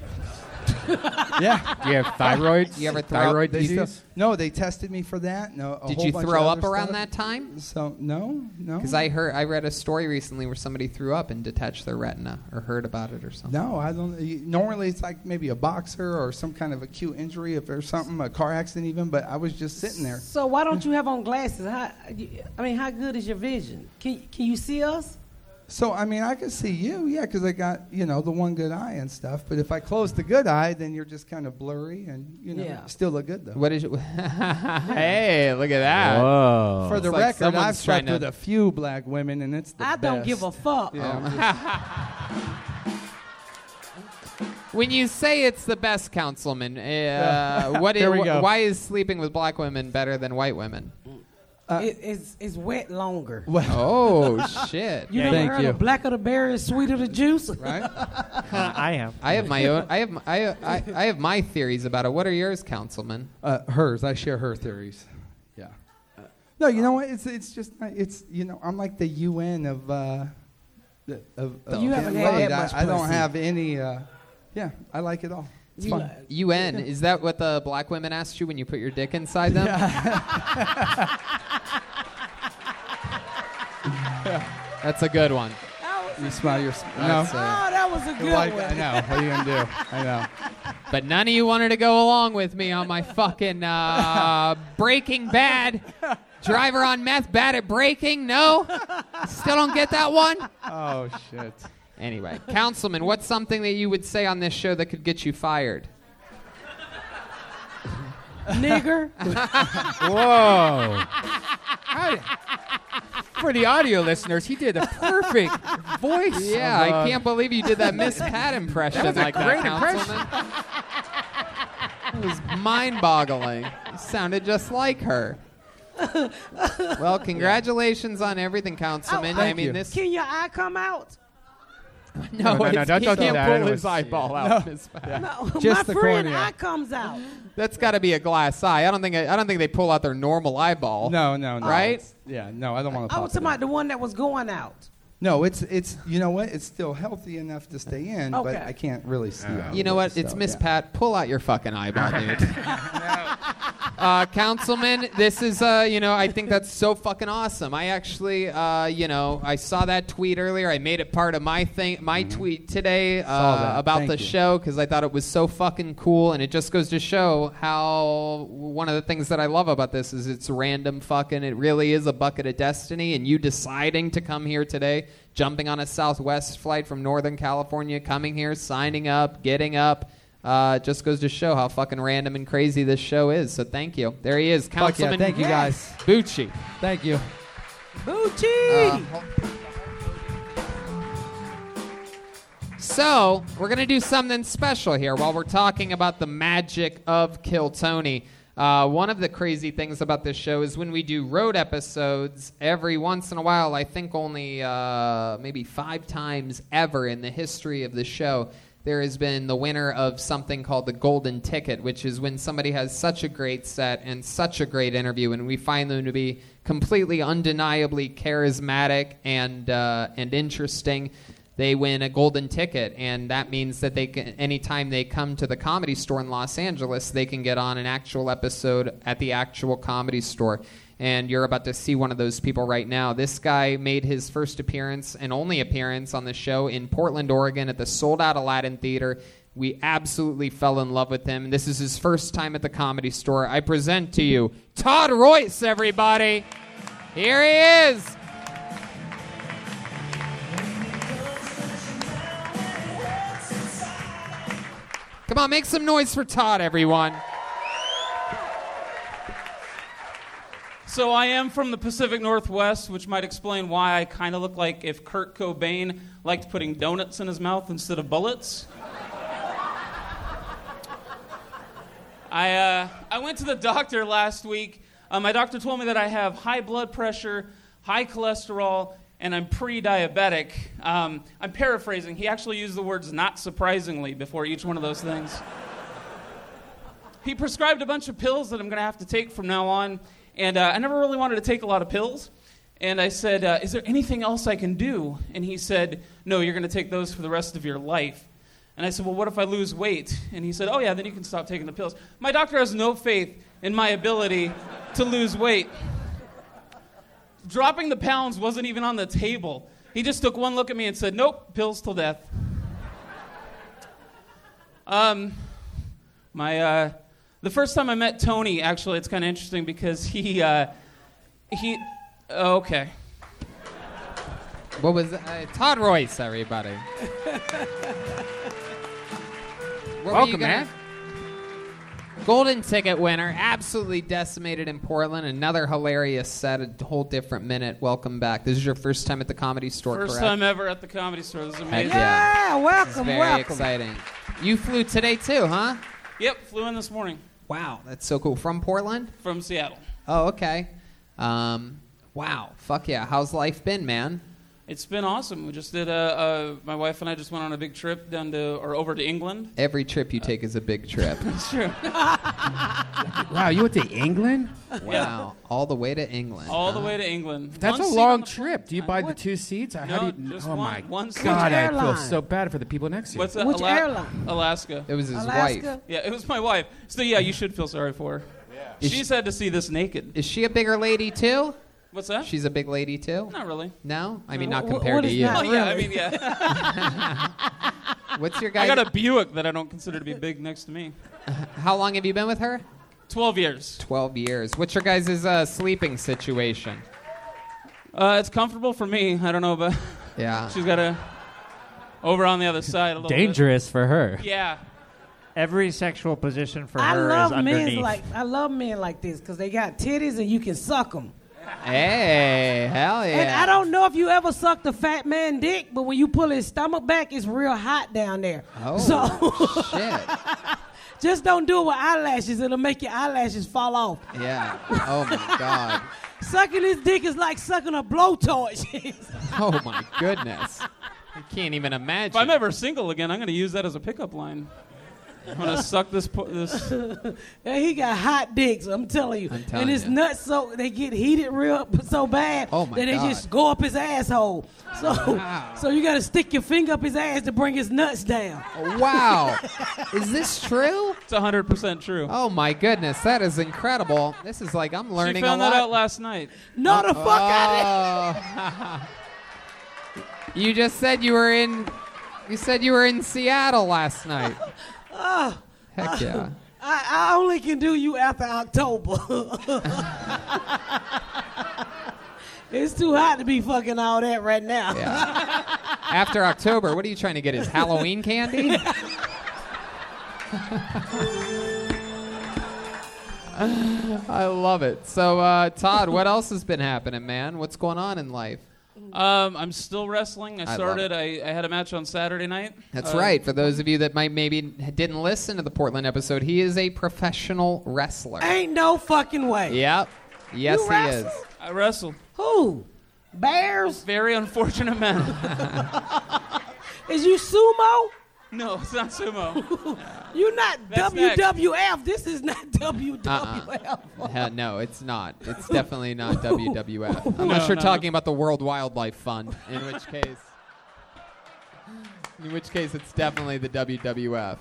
Speaker 12: yeah.
Speaker 13: Do you have thyroids?
Speaker 3: You ever throw
Speaker 13: thyroid
Speaker 3: up?
Speaker 12: They still-
Speaker 13: disease?
Speaker 12: no, they tested me for that. No. a
Speaker 3: Did
Speaker 12: whole
Speaker 3: you
Speaker 12: bunch
Speaker 3: throw
Speaker 12: of
Speaker 3: up
Speaker 12: other
Speaker 3: around
Speaker 12: stuff.
Speaker 3: that time?
Speaker 12: So no, no.
Speaker 3: Because I heard, I read a story recently where somebody threw up and detached their retina, or heard about it, or something.
Speaker 12: No, I don't. you- Normally, it's like maybe a boxer or some kind of acute injury, if there's something, a car accident, even. But I was just sitting there.
Speaker 4: So why don't you have on glasses? How, I mean, how good is your vision? Can can you see us?
Speaker 12: So I mean, I could see you, yeah, because I got you know the one good eye and stuff. But if I close the good eye, then you're just kind of blurry and you know
Speaker 3: Yeah.
Speaker 12: still look good though.
Speaker 3: What is? It? hey, look at that!
Speaker 12: Whoa. For the
Speaker 3: It's like
Speaker 12: record, I've
Speaker 3: someone's trying
Speaker 12: slept
Speaker 3: to-
Speaker 12: with a few black women, and it's the
Speaker 4: I don't give a
Speaker 12: best.
Speaker 4: fuck.
Speaker 3: Oh. When you say it's the best, councilman, uh,
Speaker 12: Yeah.
Speaker 3: what is,
Speaker 12: There we go.
Speaker 3: why is sleeping with black women better than white women?
Speaker 12: Uh,
Speaker 4: it, it's it's wet longer.
Speaker 3: oh shit!
Speaker 4: You never heard of black of the berry is sweet of the juice,
Speaker 12: right?
Speaker 4: Uh,
Speaker 5: I am.
Speaker 3: I have my own. I have. My, I, I, I have my theories about it. What are yours, councilman?
Speaker 12: Uh, hers. I share her theories. Yeah. No, you know what? It's it's just not- it's you know I'm like the UN of uh, the- of, of
Speaker 4: You haven't had
Speaker 12: Right,
Speaker 4: that much
Speaker 12: I, I don't
Speaker 4: pussy.
Speaker 12: have any. Uh, yeah, I like it all. It's fun.
Speaker 3: UN
Speaker 12: Yeah.
Speaker 3: is that what the black women asked you when you put your dick inside them? That's a good one.
Speaker 12: You smile. Your sm- no.
Speaker 3: That's, uh,
Speaker 4: Oh, that was a good
Speaker 12: Like,
Speaker 4: one.
Speaker 12: I know. What are you gonna do? I know.
Speaker 3: But none of you wanted to go along with me on my fucking uh, Breaking Bad. Driver on meth, bad at breaking. No, still don't get that one.
Speaker 12: Oh shit.
Speaker 3: Anyway, councilman, what's something that you would say on this show that could get you fired?
Speaker 4: Nigger.
Speaker 13: Whoa. For the audio listeners, he did a perfect voice.
Speaker 3: Yeah,
Speaker 13: of, uh,
Speaker 3: I can't believe you did that Miss Pat impression
Speaker 13: That was a
Speaker 3: like
Speaker 13: great
Speaker 3: that, councilman. It was mind-boggling. You sounded just like her. well, congratulations on everything, councilman. I
Speaker 4: Oh. Thank
Speaker 3: mean,
Speaker 4: you.
Speaker 3: this
Speaker 4: Can your eye come out?
Speaker 3: no,
Speaker 13: no, no,
Speaker 3: it's-
Speaker 13: don't-
Speaker 3: he
Speaker 13: don't do
Speaker 3: can't
Speaker 13: that. I
Speaker 3: pull
Speaker 13: don't
Speaker 3: his
Speaker 13: wanna see
Speaker 3: eyeball
Speaker 13: it. No.
Speaker 3: out. Miss Pat.
Speaker 4: My friend eye comes out.
Speaker 3: That's got to be a glass eye. I don't think I don't think they pull out their normal eyeball.
Speaker 12: No, no, no.
Speaker 3: Right?
Speaker 12: It's- Yeah, no, I don't want to.
Speaker 4: I was talking about the one that was going out.
Speaker 12: No, it's it's you know what? It's still healthy enough to stay in,
Speaker 4: Okay.
Speaker 12: but I can't really see. out
Speaker 3: You know
Speaker 12: of
Speaker 3: what?
Speaker 12: it,
Speaker 3: It's
Speaker 12: so,
Speaker 3: Miss
Speaker 12: yeah.
Speaker 3: Pat. Pull out your fucking eyeball, dude. uh, Councilman, this is, uh, you know, I think that's so fucking awesome. I actually, uh, you know, I saw that tweet earlier. I made it part of my thing, my tweet today
Speaker 12: Mm-hmm. Saw that.
Speaker 3: uh, about
Speaker 12: Thank
Speaker 3: the
Speaker 12: you.
Speaker 3: show because I thought it was so fucking cool, and it just goes to show how one of the things that I love about this is it's random fucking. It really is a bucket of destiny, and you deciding to come here today, jumping on a Southwest flight from Northern California, coming here, signing up, getting up. Uh, it just goes to show how fucking random and crazy this show is. So thank you. There he is,
Speaker 12: yeah,
Speaker 3: Councilman.
Speaker 12: thank you, guys.
Speaker 3: Bucci.
Speaker 12: Thank you.
Speaker 4: Bucci.
Speaker 3: Uh, So, we're going to do something special here while we're talking about the magic of Kill Tony. Uh, one of the crazy things about this show is when we do road episodes, every once in a while, I think only uh, maybe five times ever in the history of the show, there has been the winner of something called the golden ticket, which is when somebody has such a great set and such a great interview, and we find them to be completely undeniably charismatic and uh, and interesting. They win a golden ticket, and that means that they can, anytime they come to the comedy store in Los Angeles, they can get on an actual episode at the actual comedy store. And you're about to see one of those people right now. This guy made his first appearance and only appearance on the show in Portland, Oregon at the sold out Aladdin Theater. We absolutely fell in love with him. This is his first time at the comedy store. I present to you Todd Royce, everybody. Here he is. Come on, make some noise for Todd, everyone.
Speaker 14: So I am from the Pacific Northwest, which might explain why I kind of look like if Kurt Cobain liked putting donuts in his mouth instead of bullets. I, uh, I went to the doctor last week. Uh, my doctor told me that I have high blood pressure, high cholesterol, and I'm pre diabetic. Um, I'm paraphrasing. He actually used the words not surprisingly before each one of those things. he prescribed a bunch of pills that I'm going to have to take from now on. And uh, I never really wanted to take a lot of pills. And I said, uh, Is there anything else I can do? And he said, No, you're going to take those for the rest of your life. And I said, Well, what if I lose weight? And he said, Oh, yeah, then you can stop taking the pills. My doctor has no faith in my ability to lose weight. Dropping the pounds wasn't even on the table. He just took one look at me and said, Nope, pills till death. Um, my uh, the first time I met Tony, actually, it's kind of interesting because he uh, he oh, okay.
Speaker 3: What was that? Uh, Todd Royce, everybody. What were you
Speaker 14: Welcome,
Speaker 3: gonna-
Speaker 14: man.
Speaker 3: Golden ticket winner, absolutely decimated in Portland. Another hilarious set, a whole different minute. Welcome back. This is your first time at the comedy store,
Speaker 14: First
Speaker 3: correct?
Speaker 14: time ever at the comedy store. This is
Speaker 3: Heck
Speaker 14: amazing.
Speaker 3: yeah.
Speaker 4: welcome,
Speaker 3: This is very
Speaker 4: welcome.
Speaker 3: exciting. You flew today too, huh?
Speaker 14: Yep, flew in this morning
Speaker 3: Wow, that's so cool. From Portland?
Speaker 14: from Seattle.
Speaker 3: Oh, okay. Um, wow, fuck yeah. How's life been, man?
Speaker 14: It's been awesome. We just did a, uh my wife and I just went on a big trip down to or over to England.
Speaker 3: Every trip you take is a big trip.
Speaker 14: It's true.
Speaker 2: Wow, you went to England?
Speaker 3: Wow, all the way to England.
Speaker 14: All the way to England.
Speaker 2: That's
Speaker 14: One
Speaker 2: a
Speaker 14: seat
Speaker 2: long
Speaker 14: on the
Speaker 2: trip. Do you buy the two seats? How
Speaker 14: No,
Speaker 2: do you,
Speaker 14: just
Speaker 2: oh
Speaker 14: one-
Speaker 2: my
Speaker 14: one seat.
Speaker 2: god,
Speaker 14: Which
Speaker 2: I feel
Speaker 14: airline?
Speaker 2: so bad for the people next to you.
Speaker 14: What's that? Ala- Alaska.
Speaker 3: It was his
Speaker 2: Alaska?
Speaker 3: wife.
Speaker 14: Yeah, it was my wife. So yeah, you should feel sorry for her. Yeah.
Speaker 3: Is
Speaker 14: She's had to see this naked.
Speaker 3: Is she a bigger lady too?
Speaker 14: What's that?
Speaker 3: She's a big lady too?
Speaker 14: Not really.
Speaker 3: No? I
Speaker 14: No.
Speaker 3: mean, not
Speaker 14: Wh- wh-
Speaker 3: compared
Speaker 14: what
Speaker 3: to
Speaker 14: is
Speaker 3: you.
Speaker 14: not Well, yeah, I really? mean, yeah.
Speaker 3: What's your
Speaker 14: I
Speaker 3: guys?
Speaker 14: got a Buick that I don't consider to be big next to me.
Speaker 3: How long have you been with her?
Speaker 14: 12 years.
Speaker 3: 12 years. What's your guys' uh, sleeping situation?
Speaker 14: Uh, it's comfortable for me. I don't know, but
Speaker 3: Yeah.
Speaker 14: she's got a over on the other side a little bit.
Speaker 5: Dangerous for her.
Speaker 14: Yeah.
Speaker 5: Every sexual position for
Speaker 4: I
Speaker 5: her
Speaker 4: love
Speaker 5: is
Speaker 4: men
Speaker 5: underneath.
Speaker 4: like I love men like this because they got titties and you can suck them.
Speaker 3: Hey, hell yeah.
Speaker 4: And I don't know if you ever sucked a fat man dick, but when you pull his stomach back, it's real hot down there.
Speaker 3: Oh,
Speaker 4: so
Speaker 3: shit.
Speaker 4: just don't do it with eyelashes; it'll make your eyelashes fall off.
Speaker 3: Yeah. Oh my god.
Speaker 4: Sucking his dick is like sucking a blowtorch.
Speaker 3: Oh my goodness. I can't even imagine.
Speaker 14: If I'm ever single again, I'm going to use that as a pickup line. I'm going to suck this po- this
Speaker 4: and he got hot dicks. I'm telling you.
Speaker 14: telling
Speaker 4: and his
Speaker 14: you.
Speaker 4: nuts so they get heated real up so bad
Speaker 14: Oh my
Speaker 4: that they
Speaker 14: God.
Speaker 4: just go up his asshole. So so you got to stick your finger up his ass to bring his nuts down.
Speaker 3: Wow. Is this true?
Speaker 14: It's 100% true.
Speaker 3: Oh my goodness, that is incredible. This is like I'm learning
Speaker 14: she found
Speaker 3: a lot.
Speaker 14: that out last night.
Speaker 4: No,
Speaker 3: the fuck I didn't. you just said you were in. You said you were in Seattle last night.
Speaker 4: Oh,
Speaker 3: Heck yeah.
Speaker 4: I, I only can do you after October. it's too hot to be fucking all that right now.
Speaker 3: After October, what are you trying to get? Is Halloween candy? I love it. So, uh, Todd, what else has been happening, man? What's going on in life?
Speaker 14: Um, I'm still wrestling.
Speaker 3: I
Speaker 14: I
Speaker 3: love
Speaker 14: started. I, I, had a match on Saturday night.
Speaker 3: That's
Speaker 14: Uh,
Speaker 3: right. For those of you that might maybe didn't listen to the Portland episode, he is a professional wrestler.
Speaker 4: Ain't no fucking way.
Speaker 3: Yep. Yes,
Speaker 4: You
Speaker 3: he is.
Speaker 4: wrestle?
Speaker 14: I wrestled.
Speaker 4: Who? Bears?
Speaker 14: Very unfortunate man.
Speaker 4: Is you sumo?
Speaker 14: No, it's not sumo.
Speaker 4: You're not
Speaker 14: That's next. Uh-uh.
Speaker 4: WWF. This is not WWF.
Speaker 3: Uh, no, it's not. It's definitely not WWF.
Speaker 14: No,
Speaker 3: Unless you're
Speaker 14: no.
Speaker 3: talking about the World Wildlife Fund, in which case, in which case, it's definitely the WWF.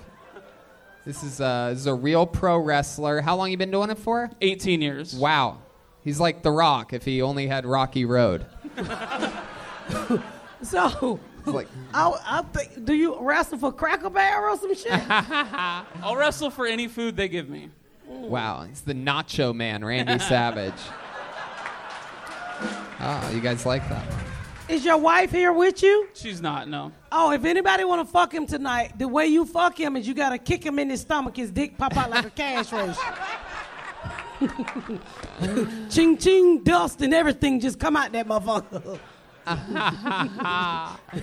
Speaker 3: This is a this is a real pro wrestler. How long you been doing it for?
Speaker 14: 18 years.
Speaker 3: Wow, he's like The Rock if he only had Rocky Road.
Speaker 4: So, I, I think, do you wrestle for Cracker Barrel or some shit?
Speaker 14: I'll wrestle for any food they give me.
Speaker 3: Wow, he's the Nacho Man, Randy Savage. Oh, you guys like that?
Speaker 4: Is your wife here with you?
Speaker 14: She's not, no.
Speaker 4: Oh, if anybody want to fuck him tonight, the way you fuck him is you gotta kick him in his stomach. His dick pop out like a cash roast. ching ching, dust and everything just come out that motherfucker.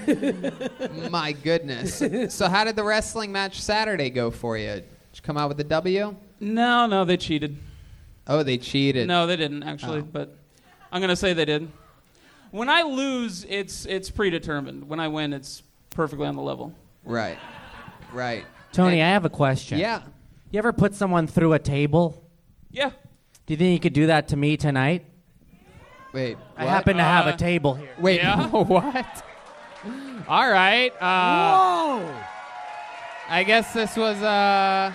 Speaker 3: My goodness. So, how did the wrestling match Saturday go for you? Did you come out with a W?
Speaker 14: No, no, they cheated.
Speaker 3: Oh, they Oh. cheated.
Speaker 14: No, they didn't actually, but I'm gonna say they did. When I lose, it's it's predetermined. When I win, it's perfectly on the level.
Speaker 3: Right. Right.
Speaker 7: Tony, I have a question.
Speaker 3: Yeah.
Speaker 7: You ever put someone through a table?
Speaker 14: Yeah.
Speaker 7: Do you think you could do that to me tonight?
Speaker 3: Wait. Uh,
Speaker 7: I happen to have a table here.
Speaker 3: Wait, what? All right.
Speaker 4: Uh, Whoa!
Speaker 3: I guess this was uh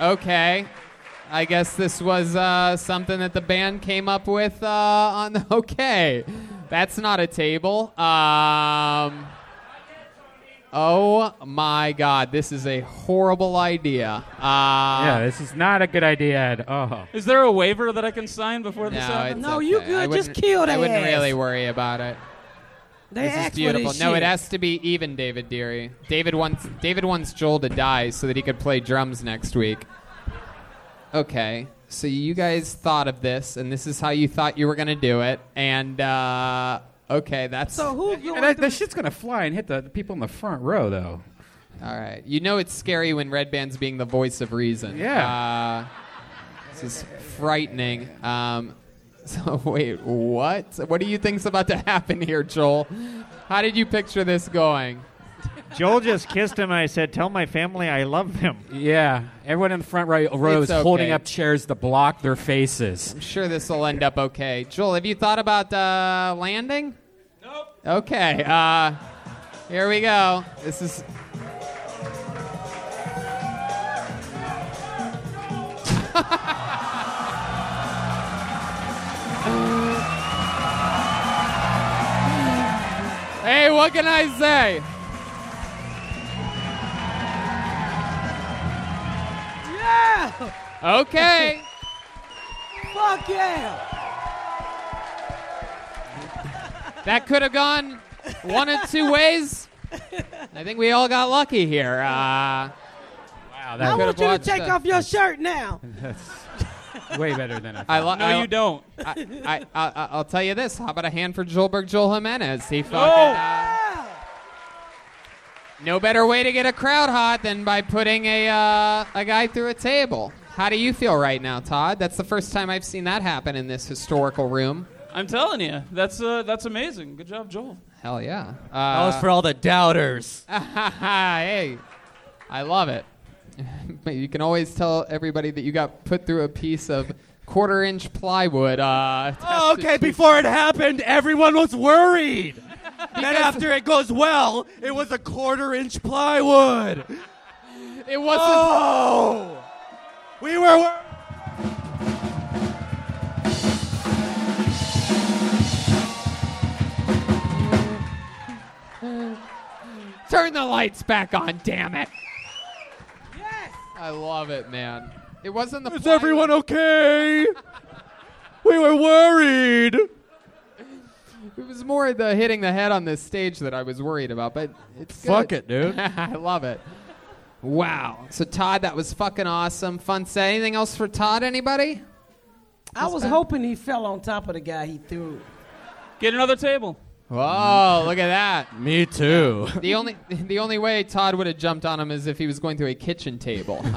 Speaker 3: okay. I guess this was uh, something that the band came up with uh, on the okay. That's not a table. Um, oh my God, this is a horrible idea. Uh,
Speaker 2: yeah, this is not a good idea at all.
Speaker 14: Is there a waiver that I can sign before this
Speaker 3: No,
Speaker 14: happens?
Speaker 3: it's okay. I wouldn't- I wouldn't
Speaker 14: ass.
Speaker 3: really worry about it.
Speaker 4: They
Speaker 3: this
Speaker 4: asked
Speaker 3: is
Speaker 4: for
Speaker 3: beautiful.
Speaker 4: this
Speaker 3: no,
Speaker 4: shit.
Speaker 3: it has to be even, David Deary. David wants David wants Joel to die so that he could play drums next week. Okay, so you guys thought of this, and this is how you thought you were gonna do it, and uh, okay, that's
Speaker 4: So who
Speaker 2: And that, that shit's gonna fly and hit the, the people in the front row, though.
Speaker 3: All right. You know it's scary when Red Band's being the voice of reason.
Speaker 2: Yeah.
Speaker 3: Uh, this is frightening. Um, so wait, what? What do you think's about to happen here, Joel? How did you picture this going?
Speaker 5: Joel just kissed him. and I said, "Tell my family I love them."
Speaker 2: Yeah, everyone in the front row, row
Speaker 3: It's
Speaker 2: is holding
Speaker 3: okay.
Speaker 2: up chairs to block their faces.
Speaker 3: I'm sure this will end up okay. Joel, have you thought about uh, landing? Nope. Okay. Uh, here we go. This is. hey, what can I say?
Speaker 4: Yeah!
Speaker 3: Okay.
Speaker 4: Fuck yeah!
Speaker 3: that could have gone one of two ways. I think we all got lucky here. Uh, wow,
Speaker 4: I want you to take off your shirt now.
Speaker 2: That's way better than I thought.
Speaker 3: I lo- I-
Speaker 14: don't.
Speaker 3: I, I, I, I'll tell you this. How about a hand for Joelberg Joel Jimenez? He fucking.
Speaker 4: uh,
Speaker 3: no better way to get a crowd hot than by putting a, uh, a guy through a table. How do you feel right now, Todd? That's the first time I've seen that happen in this historical room.
Speaker 14: I'm telling you, that's uh, that's amazing. Good job, Joel.
Speaker 3: Hell yeah. Uh,
Speaker 9: That was for all the doubters.
Speaker 3: hey, I love it. but you can always tell everybody that you got put through a piece of quarter inch plywood. Uh,
Speaker 7: Oh, okay, before it happened, everyone was worried. then
Speaker 3: Because-
Speaker 7: after it goes
Speaker 3: uh,
Speaker 7: well, it was a quarter inch plywood.
Speaker 3: It wasn't.
Speaker 7: Oh! We were. wor-
Speaker 3: Turn the lights back on, damn it. I love it, man. It wasn't the.
Speaker 7: Is everyone okay? we were worried.
Speaker 3: It was more the hitting the head on this stage that I was worried about, but it's good.
Speaker 7: Fuck it, dude.
Speaker 3: I love it. Wow. So Todd, that was fucking awesome. Fun set. Anything else for Todd? Anybody?
Speaker 4: I was hoping he fell on top of the guy he threw.
Speaker 14: Get another table.
Speaker 3: Whoa! Look at that.
Speaker 7: Me too.
Speaker 3: The only the only way Todd would have jumped on him is if he was going through a kitchen table. Uh,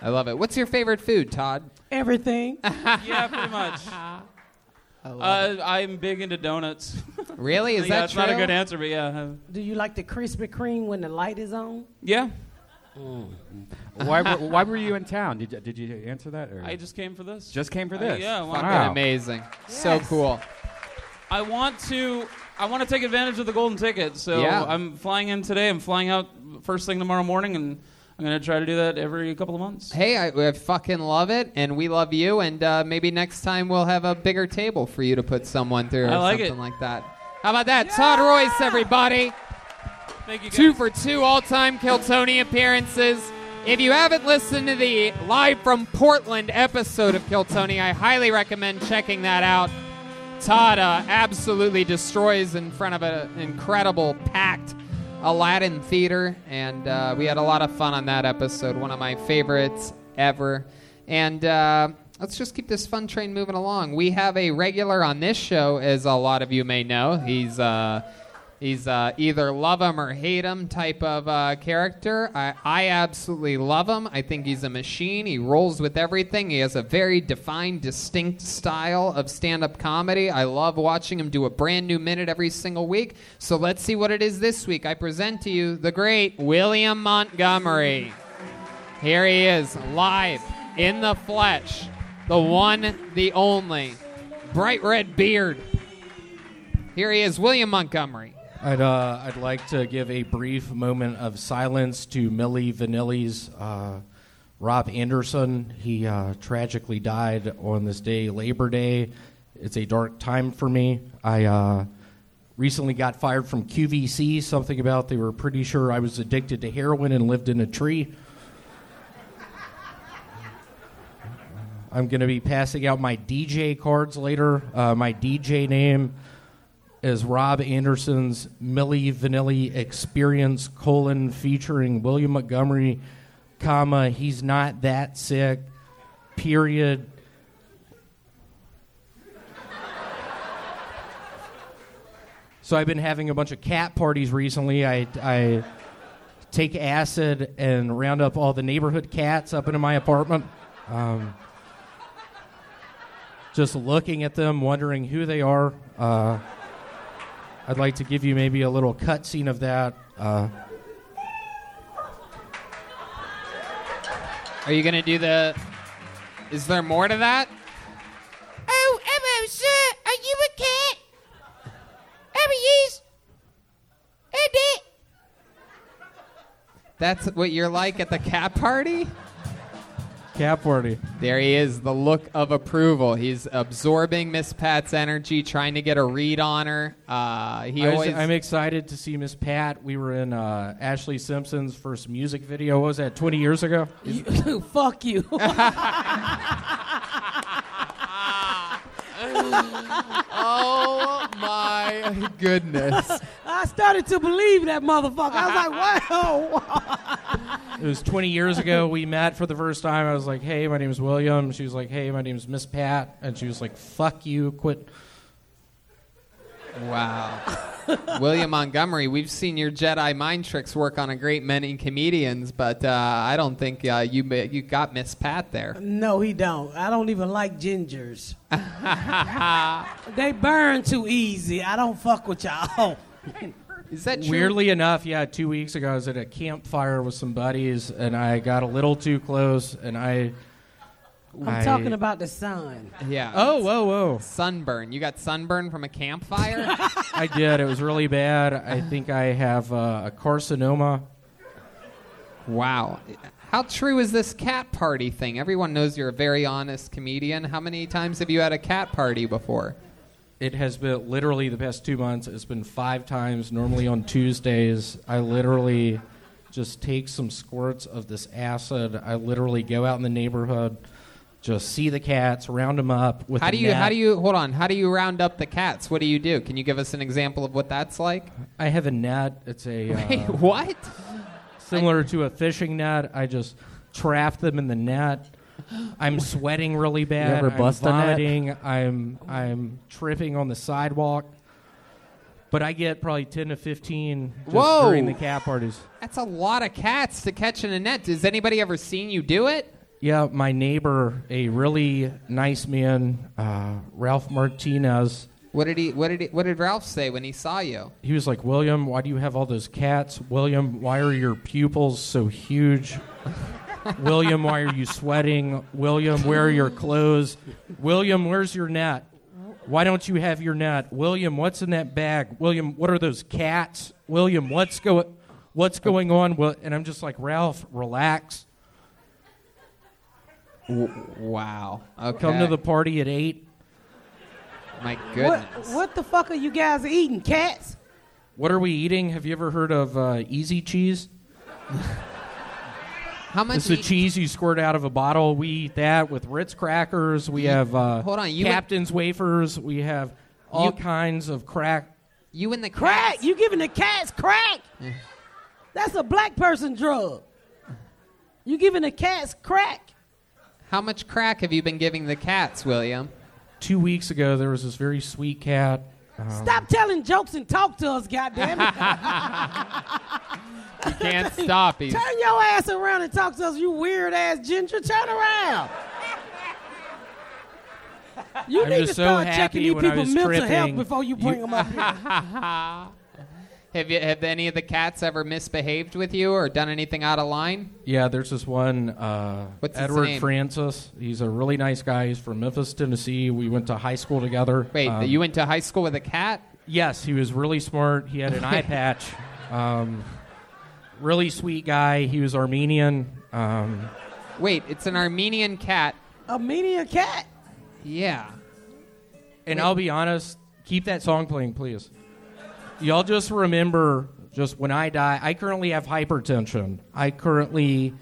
Speaker 3: I love it. What's your favorite food, Todd?
Speaker 4: Everything.
Speaker 14: yeah, pretty much. Uh, I'm big into donuts.
Speaker 3: Really? Is
Speaker 14: yeah,
Speaker 3: that
Speaker 14: it's not a
Speaker 3: true?
Speaker 14: good answer, but yeah.
Speaker 4: Do you like the Krispy Kreme when the light is on?
Speaker 14: Yeah.
Speaker 2: why, were, why were you in town? Did you, did you answer that? Or?
Speaker 14: I just came for this.
Speaker 2: Just came for
Speaker 14: I-
Speaker 2: this.
Speaker 14: yeah, I wanted-
Speaker 3: Fucking
Speaker 2: Wow.
Speaker 3: amazing. So
Speaker 14: Yes.
Speaker 3: cool.
Speaker 14: I want to I want to take advantage of the golden ticket. So
Speaker 3: Yeah.
Speaker 14: I'm flying in today. I'm flying out first thing tomorrow morning, and I'm going to try to do that every couple of months.
Speaker 3: Hey, I, I fucking love it, and we love you. And uh, maybe next time we'll have a bigger table for you to put someone through, or
Speaker 14: I like
Speaker 3: something
Speaker 14: it.
Speaker 3: like that. How about that, Todd Royce, everybody?
Speaker 14: Thank you.
Speaker 3: Two for two all-time Kiltony appearances. If you haven't listened to the live from Portland episode of Kiltony, I highly recommend checking that out. Todd uh, absolutely destroys in front of a- an incredible packed Aladdin theater, and uh, we had a lot of fun on that episode. One of my favorites ever. And uh, let's just keep this fun train moving along. We have a regular on this show, as a lot of you may know. He's uh, He's uh, either love him or hate him type of uh, character. I, I absolutely love him. I think he's a machine. He rolls with everything. He has a very defined, distinct style of stand up comedy. I love watching him do a brand new minute every single week. So let's see what it is this week. I present to you the great William Montgomery. Here he is, live in the flesh. The one, the only. Bright red beard. Here he is, William Montgomery.
Speaker 7: I'd, uh, I'd like to give a brief moment of silence to Millie Vanilli's uh, Rob Anderson. He uh, tragically died on this day, Labor Day. It's a dark time for me. I uh, recently got fired from QVC, something about they were pretty sure I was addicted to heroin and lived in a tree. I'm going to be passing out my DJ cards later. Uh, my DJ name is Rob Anderson's Millie Vanilli Experience colon featuring William Montgomery, comma he's not that sick, period. So I've been having a bunch of cat parties recently. I, I take acid and round up all the neighborhood cats up into my apartment. Um, just looking at them, wondering who they are. Uh, I'd like to give you maybe a little cutscene of that. Uh,
Speaker 3: Are you gonna do the? Is there more to that?
Speaker 15: Oh, hello, sir. Are you a cat? Oh, yes. And it.
Speaker 3: That's what you're like at the cat party.
Speaker 7: Cat party.
Speaker 3: There he is, the look of approval. He's absorbing Miss Pat's energy, trying to get a read on her. Uh, he
Speaker 7: I was-
Speaker 3: always.
Speaker 7: I'm excited to see Miss Pat. We were in uh, Ashley Simpson's first music video. What was that, 20 years ago?
Speaker 4: Fuck you.
Speaker 3: oh my goodness.
Speaker 4: I started to believe that motherfucker. I was like, wow.
Speaker 7: It was 20 years ago. We met for the first time. I was like, hey, my name's William. She was like, hey, my name's Miss Pat. And she was like, fuck you, quit.
Speaker 3: Wow. William Montgomery, we've seen your Jedi mind tricks work on a great many comedians, but uh, I don't think uh, you ma- you got Miss Pat there.
Speaker 4: No, he don't. I don't even like gingers. they burn too easy. I don't fuck with y'all.
Speaker 3: Is that
Speaker 7: Weirdly enough, yeah, two weeks ago, I was at a campfire with some buddies and I got a little too close and I.
Speaker 4: I'm talking about the sun.
Speaker 3: Yeah.
Speaker 7: Oh, whoa, whoa.
Speaker 3: Sunburn. You got sunburn from a campfire?
Speaker 7: I did. It was really bad. I think I have uh, a carcinoma.
Speaker 3: Wow. How true is this cat party thing? Everyone knows you're a very honest comedian. How many times have you had a cat party before?
Speaker 7: It has been literally the past two months. It's been five times. Normally on Tuesdays, I literally just take some squirts of this acid. I literally go out in the neighborhood, just see the cats, round them up with.
Speaker 3: How
Speaker 7: a
Speaker 3: do you
Speaker 7: net.
Speaker 3: how do you hold on? How do you round up the cats? What do you do? Can you give us an example of what that's like?
Speaker 7: I have a net. It's a uh,
Speaker 3: Wait, what?
Speaker 7: Similar to a fishing net. I just trap them in the net. I'm sweating really bad.
Speaker 5: ever bust a
Speaker 7: I'm
Speaker 5: net?
Speaker 7: vomiting. I'm I'm tripping on the sidewalk. But I get probably ten to fifteen just
Speaker 3: Whoa.
Speaker 7: during the cat parties.
Speaker 3: That's a lot of cats to catch in a net. Has anybody ever seen you do it?
Speaker 7: Yeah, my neighbor, a really nice man, uh, Ralph Martinez.
Speaker 3: What did he? What did he, What did Ralph say when he saw you?
Speaker 7: He was like, William, why do you have all those cats? William, why are your pupils so huge? William, why are you sweating? William, where are your clothes? William, where's your net? Why don't you have your net? William, what's in that bag? William, what are those cats? William, what's going? what's going on? What, and I'm just like, Ralph, relax.
Speaker 3: wow.
Speaker 7: Come
Speaker 3: Okay.
Speaker 7: to the party at 8.
Speaker 3: My
Speaker 4: What, what the fuck are you guys eating, cats?
Speaker 7: What are we eating? Have you ever heard of uh, Easy Cheese?
Speaker 3: How much
Speaker 7: It's
Speaker 3: you
Speaker 7: the
Speaker 3: eat-
Speaker 7: cheese you squirt out of a bottle. We eat that with Ritz crackers. We have uh,
Speaker 3: Hold on, you-
Speaker 7: Captain's wafers. We have all
Speaker 3: You-
Speaker 7: kinds of crack.
Speaker 3: You and the
Speaker 4: crack? You giving the cats crack? That's a black person drug. You giving the cats crack?
Speaker 3: How much crack have you been giving the cats, William?
Speaker 7: Two weeks ago, there was this very sweet cat. um,
Speaker 4: Stop telling jokes and talk to us, goddamn
Speaker 3: Can't stop. He's
Speaker 4: Turn your ass around and talk to us, you weird ass ginger. Turn around. You
Speaker 7: I'm
Speaker 4: need
Speaker 7: just
Speaker 4: to
Speaker 7: so
Speaker 4: start
Speaker 7: happy
Speaker 4: checking these
Speaker 7: when I
Speaker 4: people's
Speaker 7: was
Speaker 4: mental health
Speaker 7: tripping.
Speaker 4: before you bring them up here.
Speaker 3: Have you have any of the cats ever misbehaved with you or done anything out of line?
Speaker 7: Yeah, there's this one, uh,
Speaker 3: What's his
Speaker 7: Edward
Speaker 3: name?
Speaker 7: Francis. He's a really nice guy. He's from Memphis, Tennessee. We went to high school together.
Speaker 3: Wait,
Speaker 7: Um,
Speaker 3: you went to high school with a cat?
Speaker 7: Yes, he was really smart. He had an eye patch. Um, really sweet guy. He was Armenian. Um,
Speaker 3: Wait, it's an Armenian cat.
Speaker 4: Armenian cat?
Speaker 3: Yeah.
Speaker 7: and I'll be honest, keep that song playing, please. Y'all just remember, just when I die, I currently have hypertension. I currently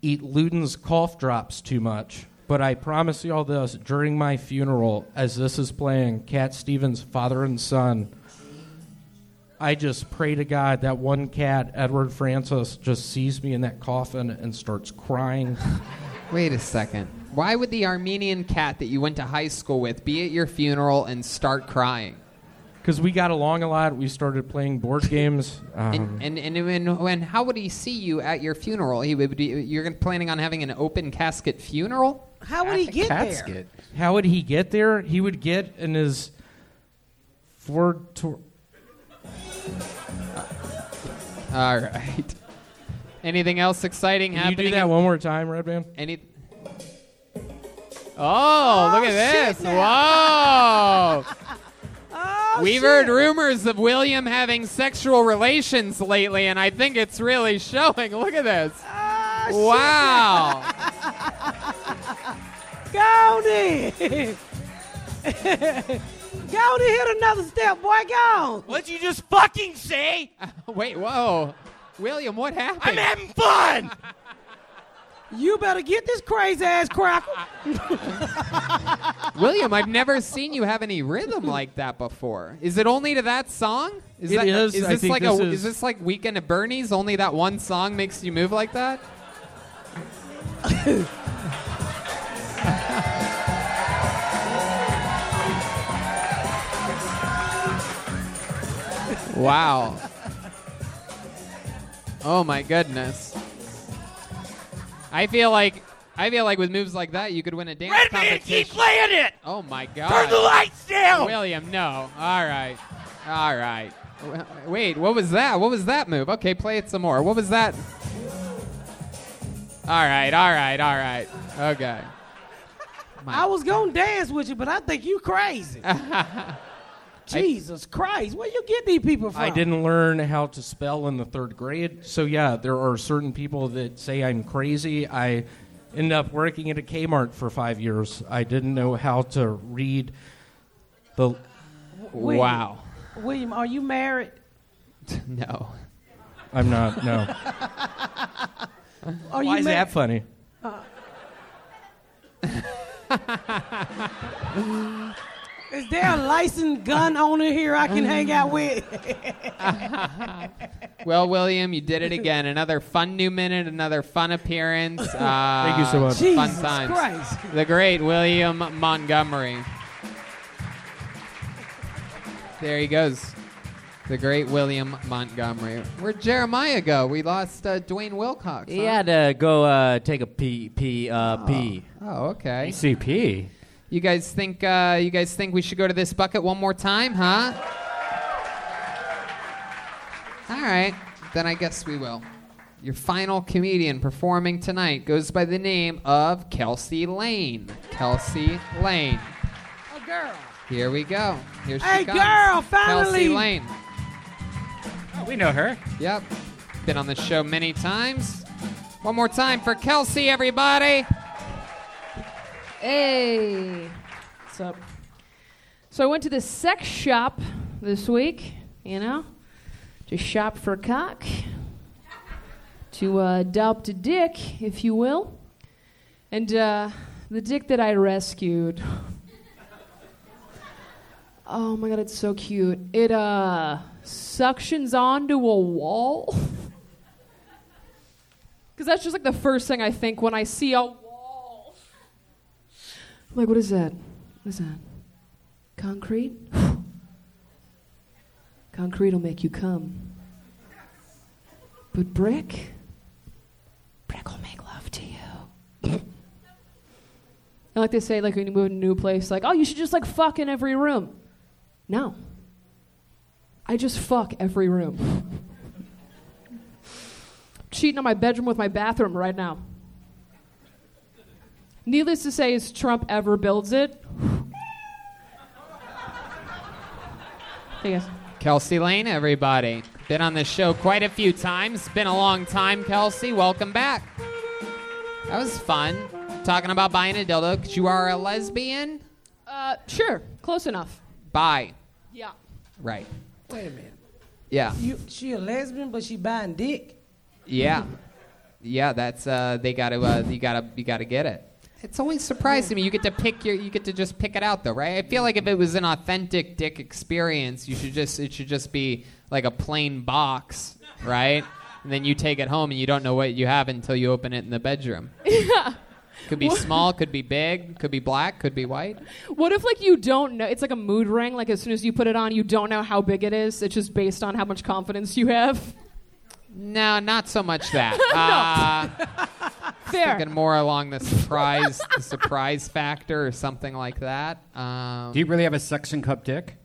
Speaker 7: eat Luden's cough drops too much. But I promise y'all this during my funeral, as this is playing, Cat Stevens, father and son. I just pray to God that one cat, Edward Francis, just sees me in that coffin and starts crying.
Speaker 3: Wait a second. Why would the Armenian cat that you went to high school with be at your funeral and start crying?
Speaker 7: Because we got along a lot. We started playing board games. Um,
Speaker 3: And and and when how would he see you at your funeral? He would be, you're planning on having an open casket funeral?
Speaker 4: How would he get there?
Speaker 7: How would he get there? He would get in his Ford. Tor-
Speaker 3: All right. Anything else exciting
Speaker 7: Can you
Speaker 3: happening?
Speaker 7: do that one more time, Red Band?
Speaker 3: Any. Oh, look at this! Wow.
Speaker 4: Oh,
Speaker 3: We've heard rumors of William having sexual relations lately, and I think it's really showing. Look at this.
Speaker 4: Oh,
Speaker 3: wow.
Speaker 4: Go then. Go then, hit another step, boy. Go.
Speaker 15: What'd you just fucking say?
Speaker 3: Wait, whoa. William, what happened?
Speaker 15: I'm having fun!
Speaker 4: You better get this crazy ass cracker.
Speaker 3: William, I've never seen you have any rhythm like that before. Is it only to that song? Is
Speaker 7: It
Speaker 3: that
Speaker 7: is. I
Speaker 3: this
Speaker 7: think
Speaker 3: like
Speaker 7: this
Speaker 3: a
Speaker 7: is-
Speaker 3: is this like Weekend at Bernie's? Only that one song makes you move like that? wow. Oh my goodness. I feel like I feel like with moves like that you could win a dance
Speaker 15: Red Man,
Speaker 3: competition.
Speaker 15: keep playing it!
Speaker 3: Oh my god.
Speaker 15: Turn the lights down!
Speaker 3: William, no. All right. All right. W- Wait, what was that? What was that move? Okay, play it some more. What was that? All right, all right, all right. Okay.
Speaker 4: I was gonna dance with you, but I think you crazy. Jesus Christ, where you get these people from?
Speaker 7: I didn't learn how to spell in the third grade. So, yeah, there are certain people that say I'm crazy. I ended up working at a Kmart for five years. I didn't know how to read the.
Speaker 4: William- William, are you married?
Speaker 3: No.
Speaker 7: I'm not, no. Why
Speaker 4: Are you
Speaker 7: is
Speaker 4: mar-
Speaker 7: that funny?
Speaker 4: Uh, is there a licensed gun owner here I can hang out with?
Speaker 3: Well, William, you did it again. Another fun new minute, another fun appearance. Uh,
Speaker 7: Thank you so much.
Speaker 3: Fun
Speaker 7: Jesus
Speaker 3: times.
Speaker 7: Christ.
Speaker 3: The great William Montgomery. There he goes. The great William Montgomery. Where'd Jeremiah go? We lost uh, Dwayne Wilcox. huh?
Speaker 16: He had to go uh, take a pee, pee, uh, pee.
Speaker 3: Oh, okay.
Speaker 16: ECP.
Speaker 3: You guys think uh, you guys think we should go to this bucket one more time, huh? All right, then I guess we will. Your final comedian performing tonight goes by the name of Kelsey Lane. Kelsey Lane.
Speaker 4: A girl.
Speaker 3: Here we go. Here she
Speaker 4: Hey,
Speaker 3: comes.
Speaker 4: girl,
Speaker 3: Kelsey
Speaker 4: finally.
Speaker 3: Lane.
Speaker 16: we Oh, know her.
Speaker 3: Yep. been on this show many times. One more time for Kelsey, everybody.
Speaker 17: Hey, what's up? So I went to this sex shop this week, you know, to shop for cock, to uh, adopt a dick, if you will. And uh, the dick that I rescued. oh my god, it's so cute. It uh, suctions onto a wall. Because that's just like the first thing I think when I see a I'm like, what is that? What is that? Concrete? Concrete will make you come. But brick? Brick will make love to you. and like they say, like when you move to a new place, like, oh, you should just like fuck in every room. No. I just fuck every room. Cheating on my bedroom with my bathroom right now. Needless to say, if Trump ever builds it, I guess.
Speaker 3: Kelsey Lane, everybody. Been on this show quite a few times. Been a long time, Kelsey. Welcome back. That was fun. Talking about buying a dildo 'cause you are a lesbian.
Speaker 17: Uh, sure, close enough.
Speaker 3: Bi.
Speaker 17: Yeah.
Speaker 3: Right.
Speaker 4: Wait a minute.
Speaker 3: Yeah.
Speaker 4: You, she a lesbian, but she buying dick.
Speaker 3: Yeah. Yeah, that's uh they got to uh, you got to you got to get it. It's always surprising me. You get to pick your you get to just pick it out though, right? I feel like if it was an authentic dick experience, you should just it should just be like a plain box, right? And then you take it home and you don't know what you have until you open it in the bedroom.
Speaker 17: Yeah.
Speaker 3: Could be
Speaker 17: What?
Speaker 3: small, could be big, could be black, could be white.
Speaker 17: What if like you don't know? It's like a mood ring. Like as soon as you put it on, you don't know how big it is. It's just based on how much confidence you have.
Speaker 3: No, not so much that. Uh,
Speaker 17: Fair.
Speaker 3: Thinking more along the surprise the surprise factor or something like that. Um,
Speaker 2: Do you really have a suction cup dick?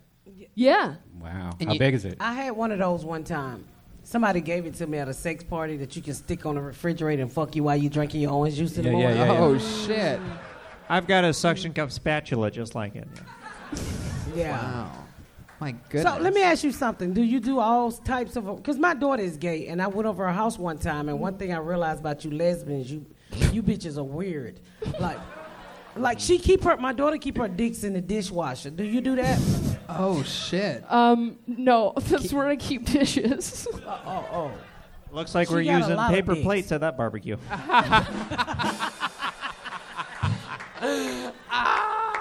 Speaker 17: Yeah.
Speaker 2: Wow.
Speaker 3: And
Speaker 2: How
Speaker 3: you-
Speaker 2: big is it?
Speaker 4: I had one of those one time. Somebody gave it to me at a sex party that you can stick on the refrigerator and fuck you while you drinking your orange juice in the
Speaker 5: Yeah, yeah,
Speaker 4: morning.
Speaker 5: yeah, yeah.
Speaker 3: Oh, shit.
Speaker 5: I've got a suction cup spatula just like it.
Speaker 4: Yeah.
Speaker 3: My goodness.
Speaker 4: So let me ask you something. Do you do all types of? Because my daughter is gay, and I went over her house one time, and one thing I realized about you lesbians, you, you bitches are weird. Like, like she keep her, my daughter keep her dicks in the dishwasher. Do you do that?
Speaker 3: Oh shit.
Speaker 17: Um, no, that's where I keep dishes.
Speaker 4: oh, oh.
Speaker 5: Looks like
Speaker 17: She
Speaker 5: we're
Speaker 17: got a
Speaker 5: using
Speaker 17: lot of
Speaker 5: paper
Speaker 17: dicks.
Speaker 5: plates at that barbecue.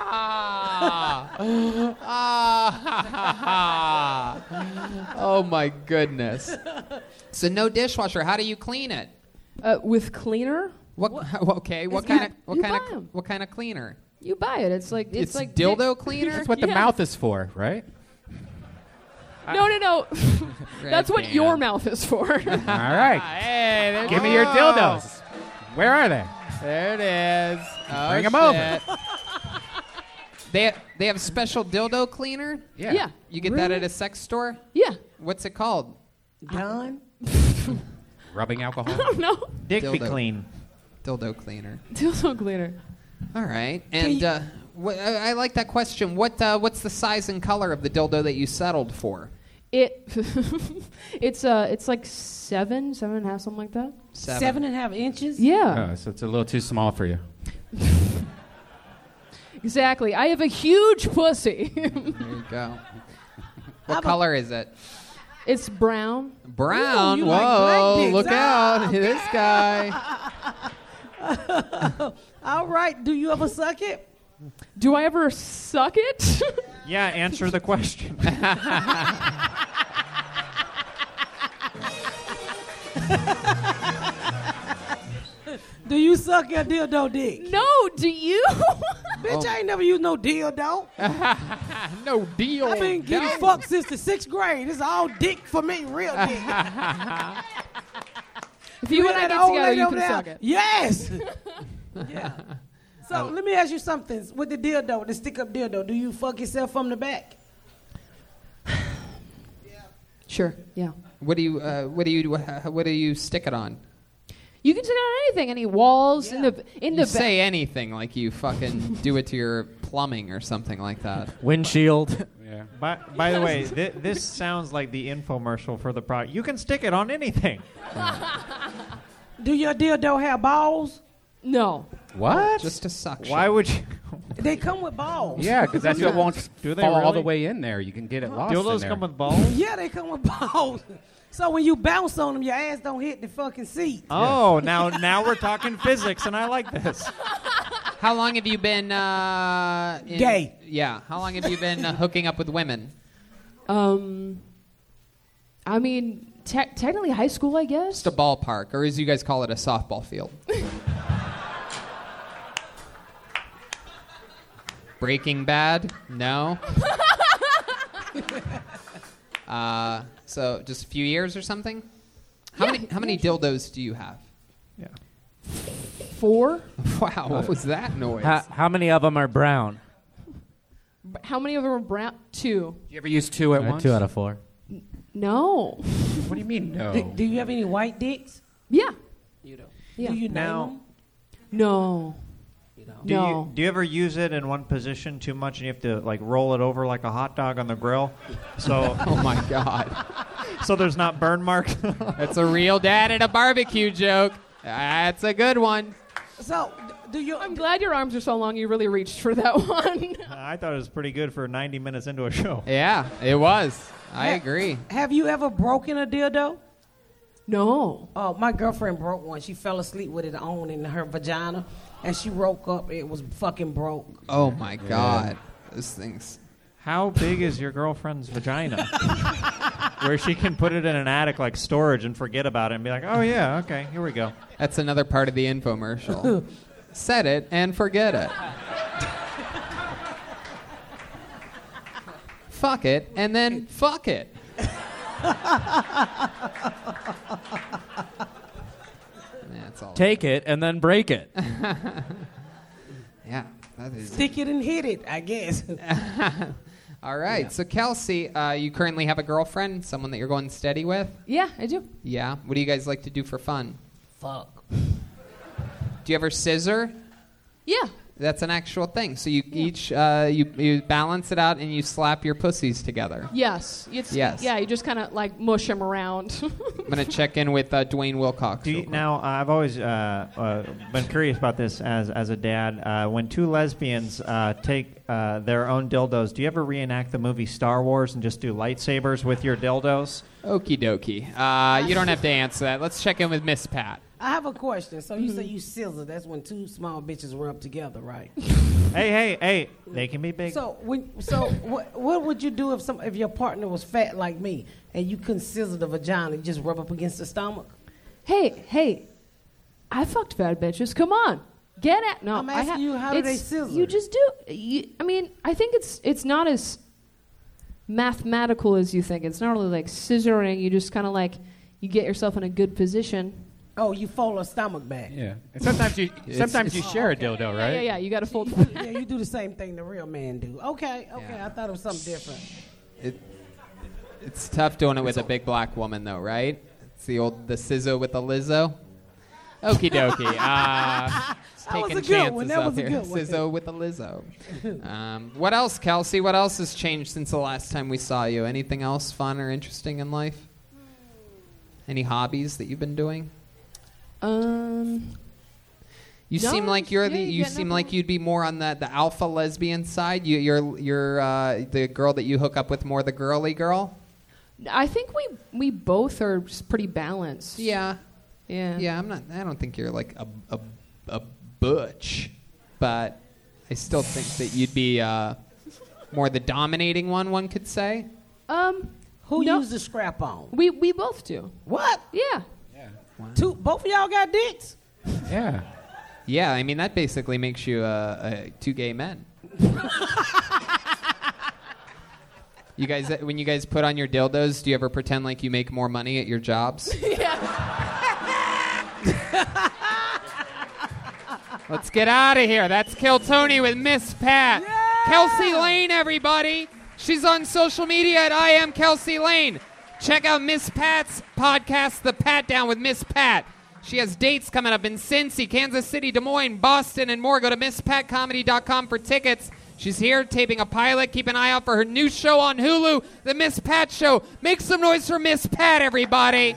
Speaker 3: Ah. Ah. oh my goodness. So no dishwasher. How do you clean it?
Speaker 17: Uh, with cleaner?
Speaker 3: What? Okay. What
Speaker 17: It's
Speaker 3: kind
Speaker 17: got-
Speaker 3: of? What
Speaker 17: you
Speaker 3: kind
Speaker 17: buy
Speaker 3: of?
Speaker 17: 'em.
Speaker 3: What kind of cleaner?
Speaker 17: You buy it. It's like it's,
Speaker 3: It's
Speaker 17: like
Speaker 3: dildo cleaner?
Speaker 2: That's what the
Speaker 17: Yeah.
Speaker 2: mouth is for, right?
Speaker 17: No, no, no. that's what
Speaker 2: Goddamn.
Speaker 17: your mouth is for.
Speaker 2: All right.
Speaker 3: Hey, there's-
Speaker 2: Give me your
Speaker 3: Oh.
Speaker 2: dildos. Where are they?
Speaker 3: There it is. Oh,
Speaker 2: Bring 'em
Speaker 3: shit. they they have special dildo cleaner.
Speaker 17: Yeah. Yeah.
Speaker 3: You get that at a sex store.
Speaker 17: Yeah.
Speaker 3: What's it called?
Speaker 4: Done.
Speaker 2: Rubbing alcohol.
Speaker 17: I don't know.
Speaker 5: Dick be
Speaker 3: Dildo.
Speaker 5: clean.
Speaker 3: Dildo cleaner.
Speaker 17: Dildo cleaner.
Speaker 3: All right. And uh, wh- I I like that question. What uh, what's the size and color of the dildo that you settled for?
Speaker 17: It. it's uh. It's like seven, seven and a half, something like that.
Speaker 4: Seven. and a half inches.
Speaker 17: Yeah.
Speaker 2: Oh, so it's a little too small for you.
Speaker 17: Exactly. I have a huge pussy.
Speaker 3: There you go. What color is it?
Speaker 17: it's brown.
Speaker 3: Brown.
Speaker 17: Ooh, you
Speaker 3: Whoa!
Speaker 17: like black dicks.
Speaker 3: look
Speaker 17: Ah,
Speaker 3: out!
Speaker 17: okay.
Speaker 3: This guy.
Speaker 4: All right. Do you ever suck it?
Speaker 17: Do I ever suck it?
Speaker 5: Yeah, answer the question.
Speaker 4: Do you suck your dildo dick?
Speaker 17: No. Do you?
Speaker 3: Oh.
Speaker 4: Bitch, I ain't never used no dildo.
Speaker 3: no deal.
Speaker 4: I've been getting fucked since the sixth grade. It's all dick for me, real dick.
Speaker 17: If you and
Speaker 4: hear
Speaker 17: I
Speaker 4: that
Speaker 17: get
Speaker 4: old
Speaker 17: together,
Speaker 4: lady
Speaker 17: you
Speaker 4: over
Speaker 17: can
Speaker 4: there?
Speaker 17: suck it.
Speaker 4: Yes. yeah. So let me ask you something. With the dildo, the stick up dildo, do you fuck yourself from the back?
Speaker 17: Sure. Yeah.
Speaker 3: What do you? Uh, what do you? What do you stick it on?
Speaker 17: You can stick it on anything, any walls in the in
Speaker 3: You
Speaker 17: the ba-
Speaker 3: say anything like you fucking do it to your plumbing or something like that.
Speaker 5: Windshield.
Speaker 2: Yeah.
Speaker 5: By, by the way, thi- this sounds like the infomercial for the product. You can stick it on anything.
Speaker 4: Do your dildo have balls?
Speaker 17: No.
Speaker 2: What?
Speaker 3: Just a suction.
Speaker 5: Why would you?
Speaker 4: They come with balls.
Speaker 2: Yeah, because that's what won't
Speaker 5: Do they
Speaker 2: fall all
Speaker 5: really?
Speaker 2: the way in there. You can get it lost. in
Speaker 5: Dildos
Speaker 2: there.
Speaker 5: come with balls.
Speaker 4: Yeah, they come with balls. So when you bounce on them, your ass don't hit the fucking seat.
Speaker 5: Oh, now now we're talking physics, and I like this.
Speaker 3: How long have you been uh, in-
Speaker 5: Gay.
Speaker 3: Yeah. How long have you been uh, hooking up with women?
Speaker 17: Um, I mean, te- technically high school, I guess.
Speaker 3: Just a ballpark, or as you guys call it, a softball field. Breaking Bad? No. Uh, so just a few years or something. How many how many dildos do you have?
Speaker 17: Four.
Speaker 3: Wow, Oh, what was that noise?
Speaker 16: How, how many of them are brown?
Speaker 17: B- How many of them are brown? Two.
Speaker 2: You ever use two at
Speaker 16: Uh,
Speaker 2: once?
Speaker 16: Two out of four.
Speaker 17: No.
Speaker 2: What do you mean no?
Speaker 4: Do, do you have any white dicks?
Speaker 17: Yeah.
Speaker 4: You don't.
Speaker 17: Yeah.
Speaker 4: Do you
Speaker 5: Now-
Speaker 4: know?
Speaker 17: No.
Speaker 5: Do
Speaker 17: No.
Speaker 5: you do you ever use it in one position too much, and you have to like roll it over like a hot dog on the grill? So.
Speaker 3: oh my god.
Speaker 5: So there's not burn marks.
Speaker 3: That's a real dad at a barbecue joke. That's a good one.
Speaker 4: So, do you?
Speaker 17: I'm glad your arms are so long. You really reached for that one.
Speaker 5: I thought it was pretty good for 90 minutes into a show.
Speaker 3: Yeah, it was. I
Speaker 4: Ha-
Speaker 3: agree.
Speaker 4: Have you ever broken a dildo?
Speaker 17: No.
Speaker 4: Oh, my girlfriend broke one. She fell asleep with it on in her vagina, and she woke up. It was fucking broke.
Speaker 3: Oh my god. Those things.
Speaker 5: How big is your girlfriend's vagina? Where she can put it in an attic like storage and forget about it and be like, oh yeah, okay, here we go.
Speaker 3: That's another part of the infomercial. Set it and forget it. fuck it and then fuck it. That's all.
Speaker 16: Take it and then break it.
Speaker 3: Yeah, that is.
Speaker 4: Stick it and hit it, I guess.
Speaker 3: All right. So Kelsey, uh, you currently have a girlfriend, someone that you're going steady with.
Speaker 17: Yeah, I do.
Speaker 3: Yeah. What do you guys like to do for fun?
Speaker 4: Fuck.
Speaker 3: Do you ever scissor?
Speaker 17: Yeah.
Speaker 3: That's an actual thing. So you each uh, you you balance it out and you slap your pussies together.
Speaker 17: Yes. It's,
Speaker 3: Yes.
Speaker 17: Yeah, you just kind of like mush them around.
Speaker 3: I'm gonna check in with uh, Dwayne Wilcox.
Speaker 5: Do you, now, I've always uh, uh, been curious about this as, as a dad. Uh, when two lesbians uh, take uh, their own dildos, do you ever reenact the movie Star Wars and just do lightsabers with your dildos?
Speaker 3: Okie dokie. Uh, you don't have to answer that. Let's check in with Miss Pat.
Speaker 4: I have a question. So
Speaker 17: Mm-hmm.
Speaker 4: you say you scissor? That's when two small bitches rub together, right?
Speaker 5: Hey, hey, hey, they can be big.
Speaker 4: so when so what what would you do if some if your partner was fat like me and you couldn't scissor the vagina, just rub up against the stomach?
Speaker 17: hey, hey, I fucked fat bitches. Come on. Get at no.
Speaker 4: I'm
Speaker 17: I
Speaker 4: asking you, how do they
Speaker 17: it's-
Speaker 4: scissor?
Speaker 17: You just do. You, I mean, I think it's it's not as mathematical as you think. It's not really like scissoring. You just kind of like you get yourself in a good position.
Speaker 4: Oh, you fold her stomach back.
Speaker 2: Yeah. And sometimes you
Speaker 4: It's-
Speaker 2: sometimes you
Speaker 4: it's-
Speaker 2: share a dildo,
Speaker 17: Yeah,
Speaker 2: right?
Speaker 17: yeah, yeah. You got to fold.
Speaker 4: yeah, you do the same thing the real man do. Okay, okay. I thought it was something different.
Speaker 3: It, it's tough doing it with a big black woman, though, right? It's the old the Sizzo with the Lizzo. Okie dokie. Uh,
Speaker 15: That was
Speaker 3: just taking
Speaker 15: a good one.
Speaker 3: chances
Speaker 15: That
Speaker 3: up
Speaker 15: was a
Speaker 3: here.
Speaker 15: good one.
Speaker 3: Sizzo with the Lizzo. Um, what else, Kelsey? What else has changed since the last time we saw you? Anything else fun or interesting in life? Any hobbies that you've been doing?
Speaker 17: Um.
Speaker 3: You
Speaker 17: No,
Speaker 3: seem like you're the,
Speaker 17: yeah, you
Speaker 3: you,
Speaker 17: got
Speaker 3: seem
Speaker 17: nothing.
Speaker 3: like you'd be more on the, the alpha lesbian side. You, you're you're uh, the girl that you hook up with more the girly girl.
Speaker 17: I think we we both are just pretty balanced.
Speaker 3: Yeah.
Speaker 17: Yeah.
Speaker 3: Yeah, I'm not. I don't think you're like a a, a butch, but I still think that you'd be uh, more the dominating one. One could say.
Speaker 17: Um.
Speaker 4: Who
Speaker 17: no,
Speaker 4: used the strap on?
Speaker 17: We we both do.
Speaker 4: What?
Speaker 17: Yeah.
Speaker 4: Two, both of y'all got dicks.
Speaker 2: Yeah.
Speaker 3: Yeah, I mean that basically makes you uh, uh, two gay men. you guys, uh, when you guys put on your dildos, do you ever pretend like you make more money at your jobs? Let's get out of here. That's Kill Tony with Miss Pat. Kelsey Lane, everybody. She's on social media at I am Kelsey Lane. Check out Miss Pat's podcast, The Pat Down with Miss Pat. She has dates coming up in Cincy, Kansas City, Des Moines, Boston, and more. Go to MissPatComedy.com for tickets. She's here taping a pilot. Keep an eye out for her new show on Hulu, The Miss Pat Show. Make some noise for Miss Pat, everybody.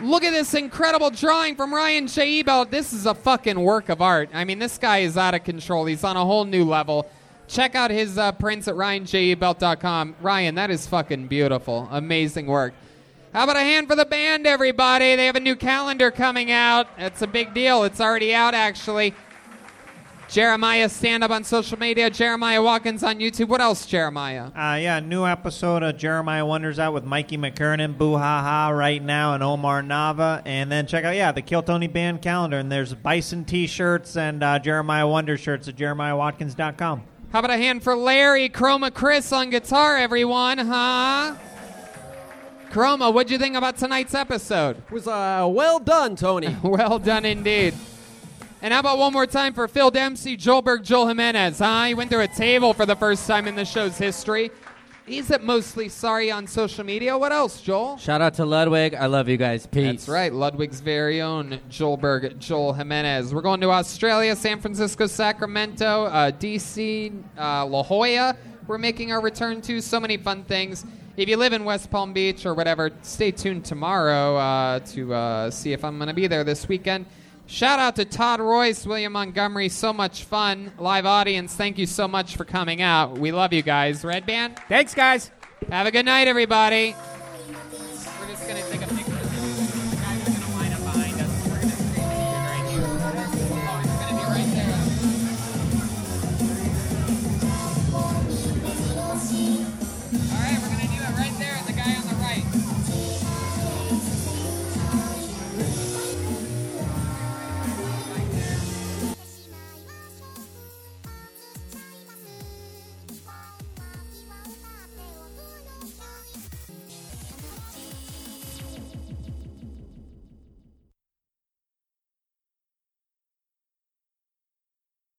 Speaker 3: Look at this incredible drawing from Ryan Shaibel. This is a fucking work of art. I mean, this guy is out of control. He's on a whole new level. Check out his uh, prints at ryanjebelt.com. Ryan, that is fucking beautiful. Amazing work. How about a hand for the band, everybody? They have a new calendar coming out. It's a big deal. It's already out, actually. Jeremiah, stand up on social media. Jeremiah Watkins on YouTube. What else, Jeremiah?
Speaker 5: Uh, yeah, new episode of Jeremiah Wonders Out with Mikey McKernan, Boo Ha Ha right now, and Omar Nava. And then check out, yeah, the Kill Tony Band calendar. And there's Bison t shirts and uh, Jeremiah Wonder shirts at jeremiahwatkins.com.
Speaker 3: How about a hand for Larry Chroma Chris on guitar, everyone, huh? Chroma, what'd you think about tonight's episode?
Speaker 6: was uh, well done, Tony.
Speaker 3: well done indeed. And how about one more time for Phil Dempsey, Joel Berg, Joel Jimenez, huh? He went through a table for the first time in the show's history. He's at mostly sorry on social media. What else, Joel?
Speaker 16: Shout out to Ludwig. I love you guys. Peace.
Speaker 3: That's right, Ludwig's very own Joel Berg, Joel Jimenez. We're going to Australia, San Francisco, Sacramento, uh, DC, uh, La Jolla. We're making our return to so many fun things. If you live in West Palm Beach or whatever, stay tuned tomorrow uh, to uh, see if I'm going to be there this weekend. Shout out to Todd Royce, William Montgomery. So much fun. Live audience, thank you so much for coming out. We love you guys. Red Band?
Speaker 13: Thanks, guys.
Speaker 3: Have a good night, everybody.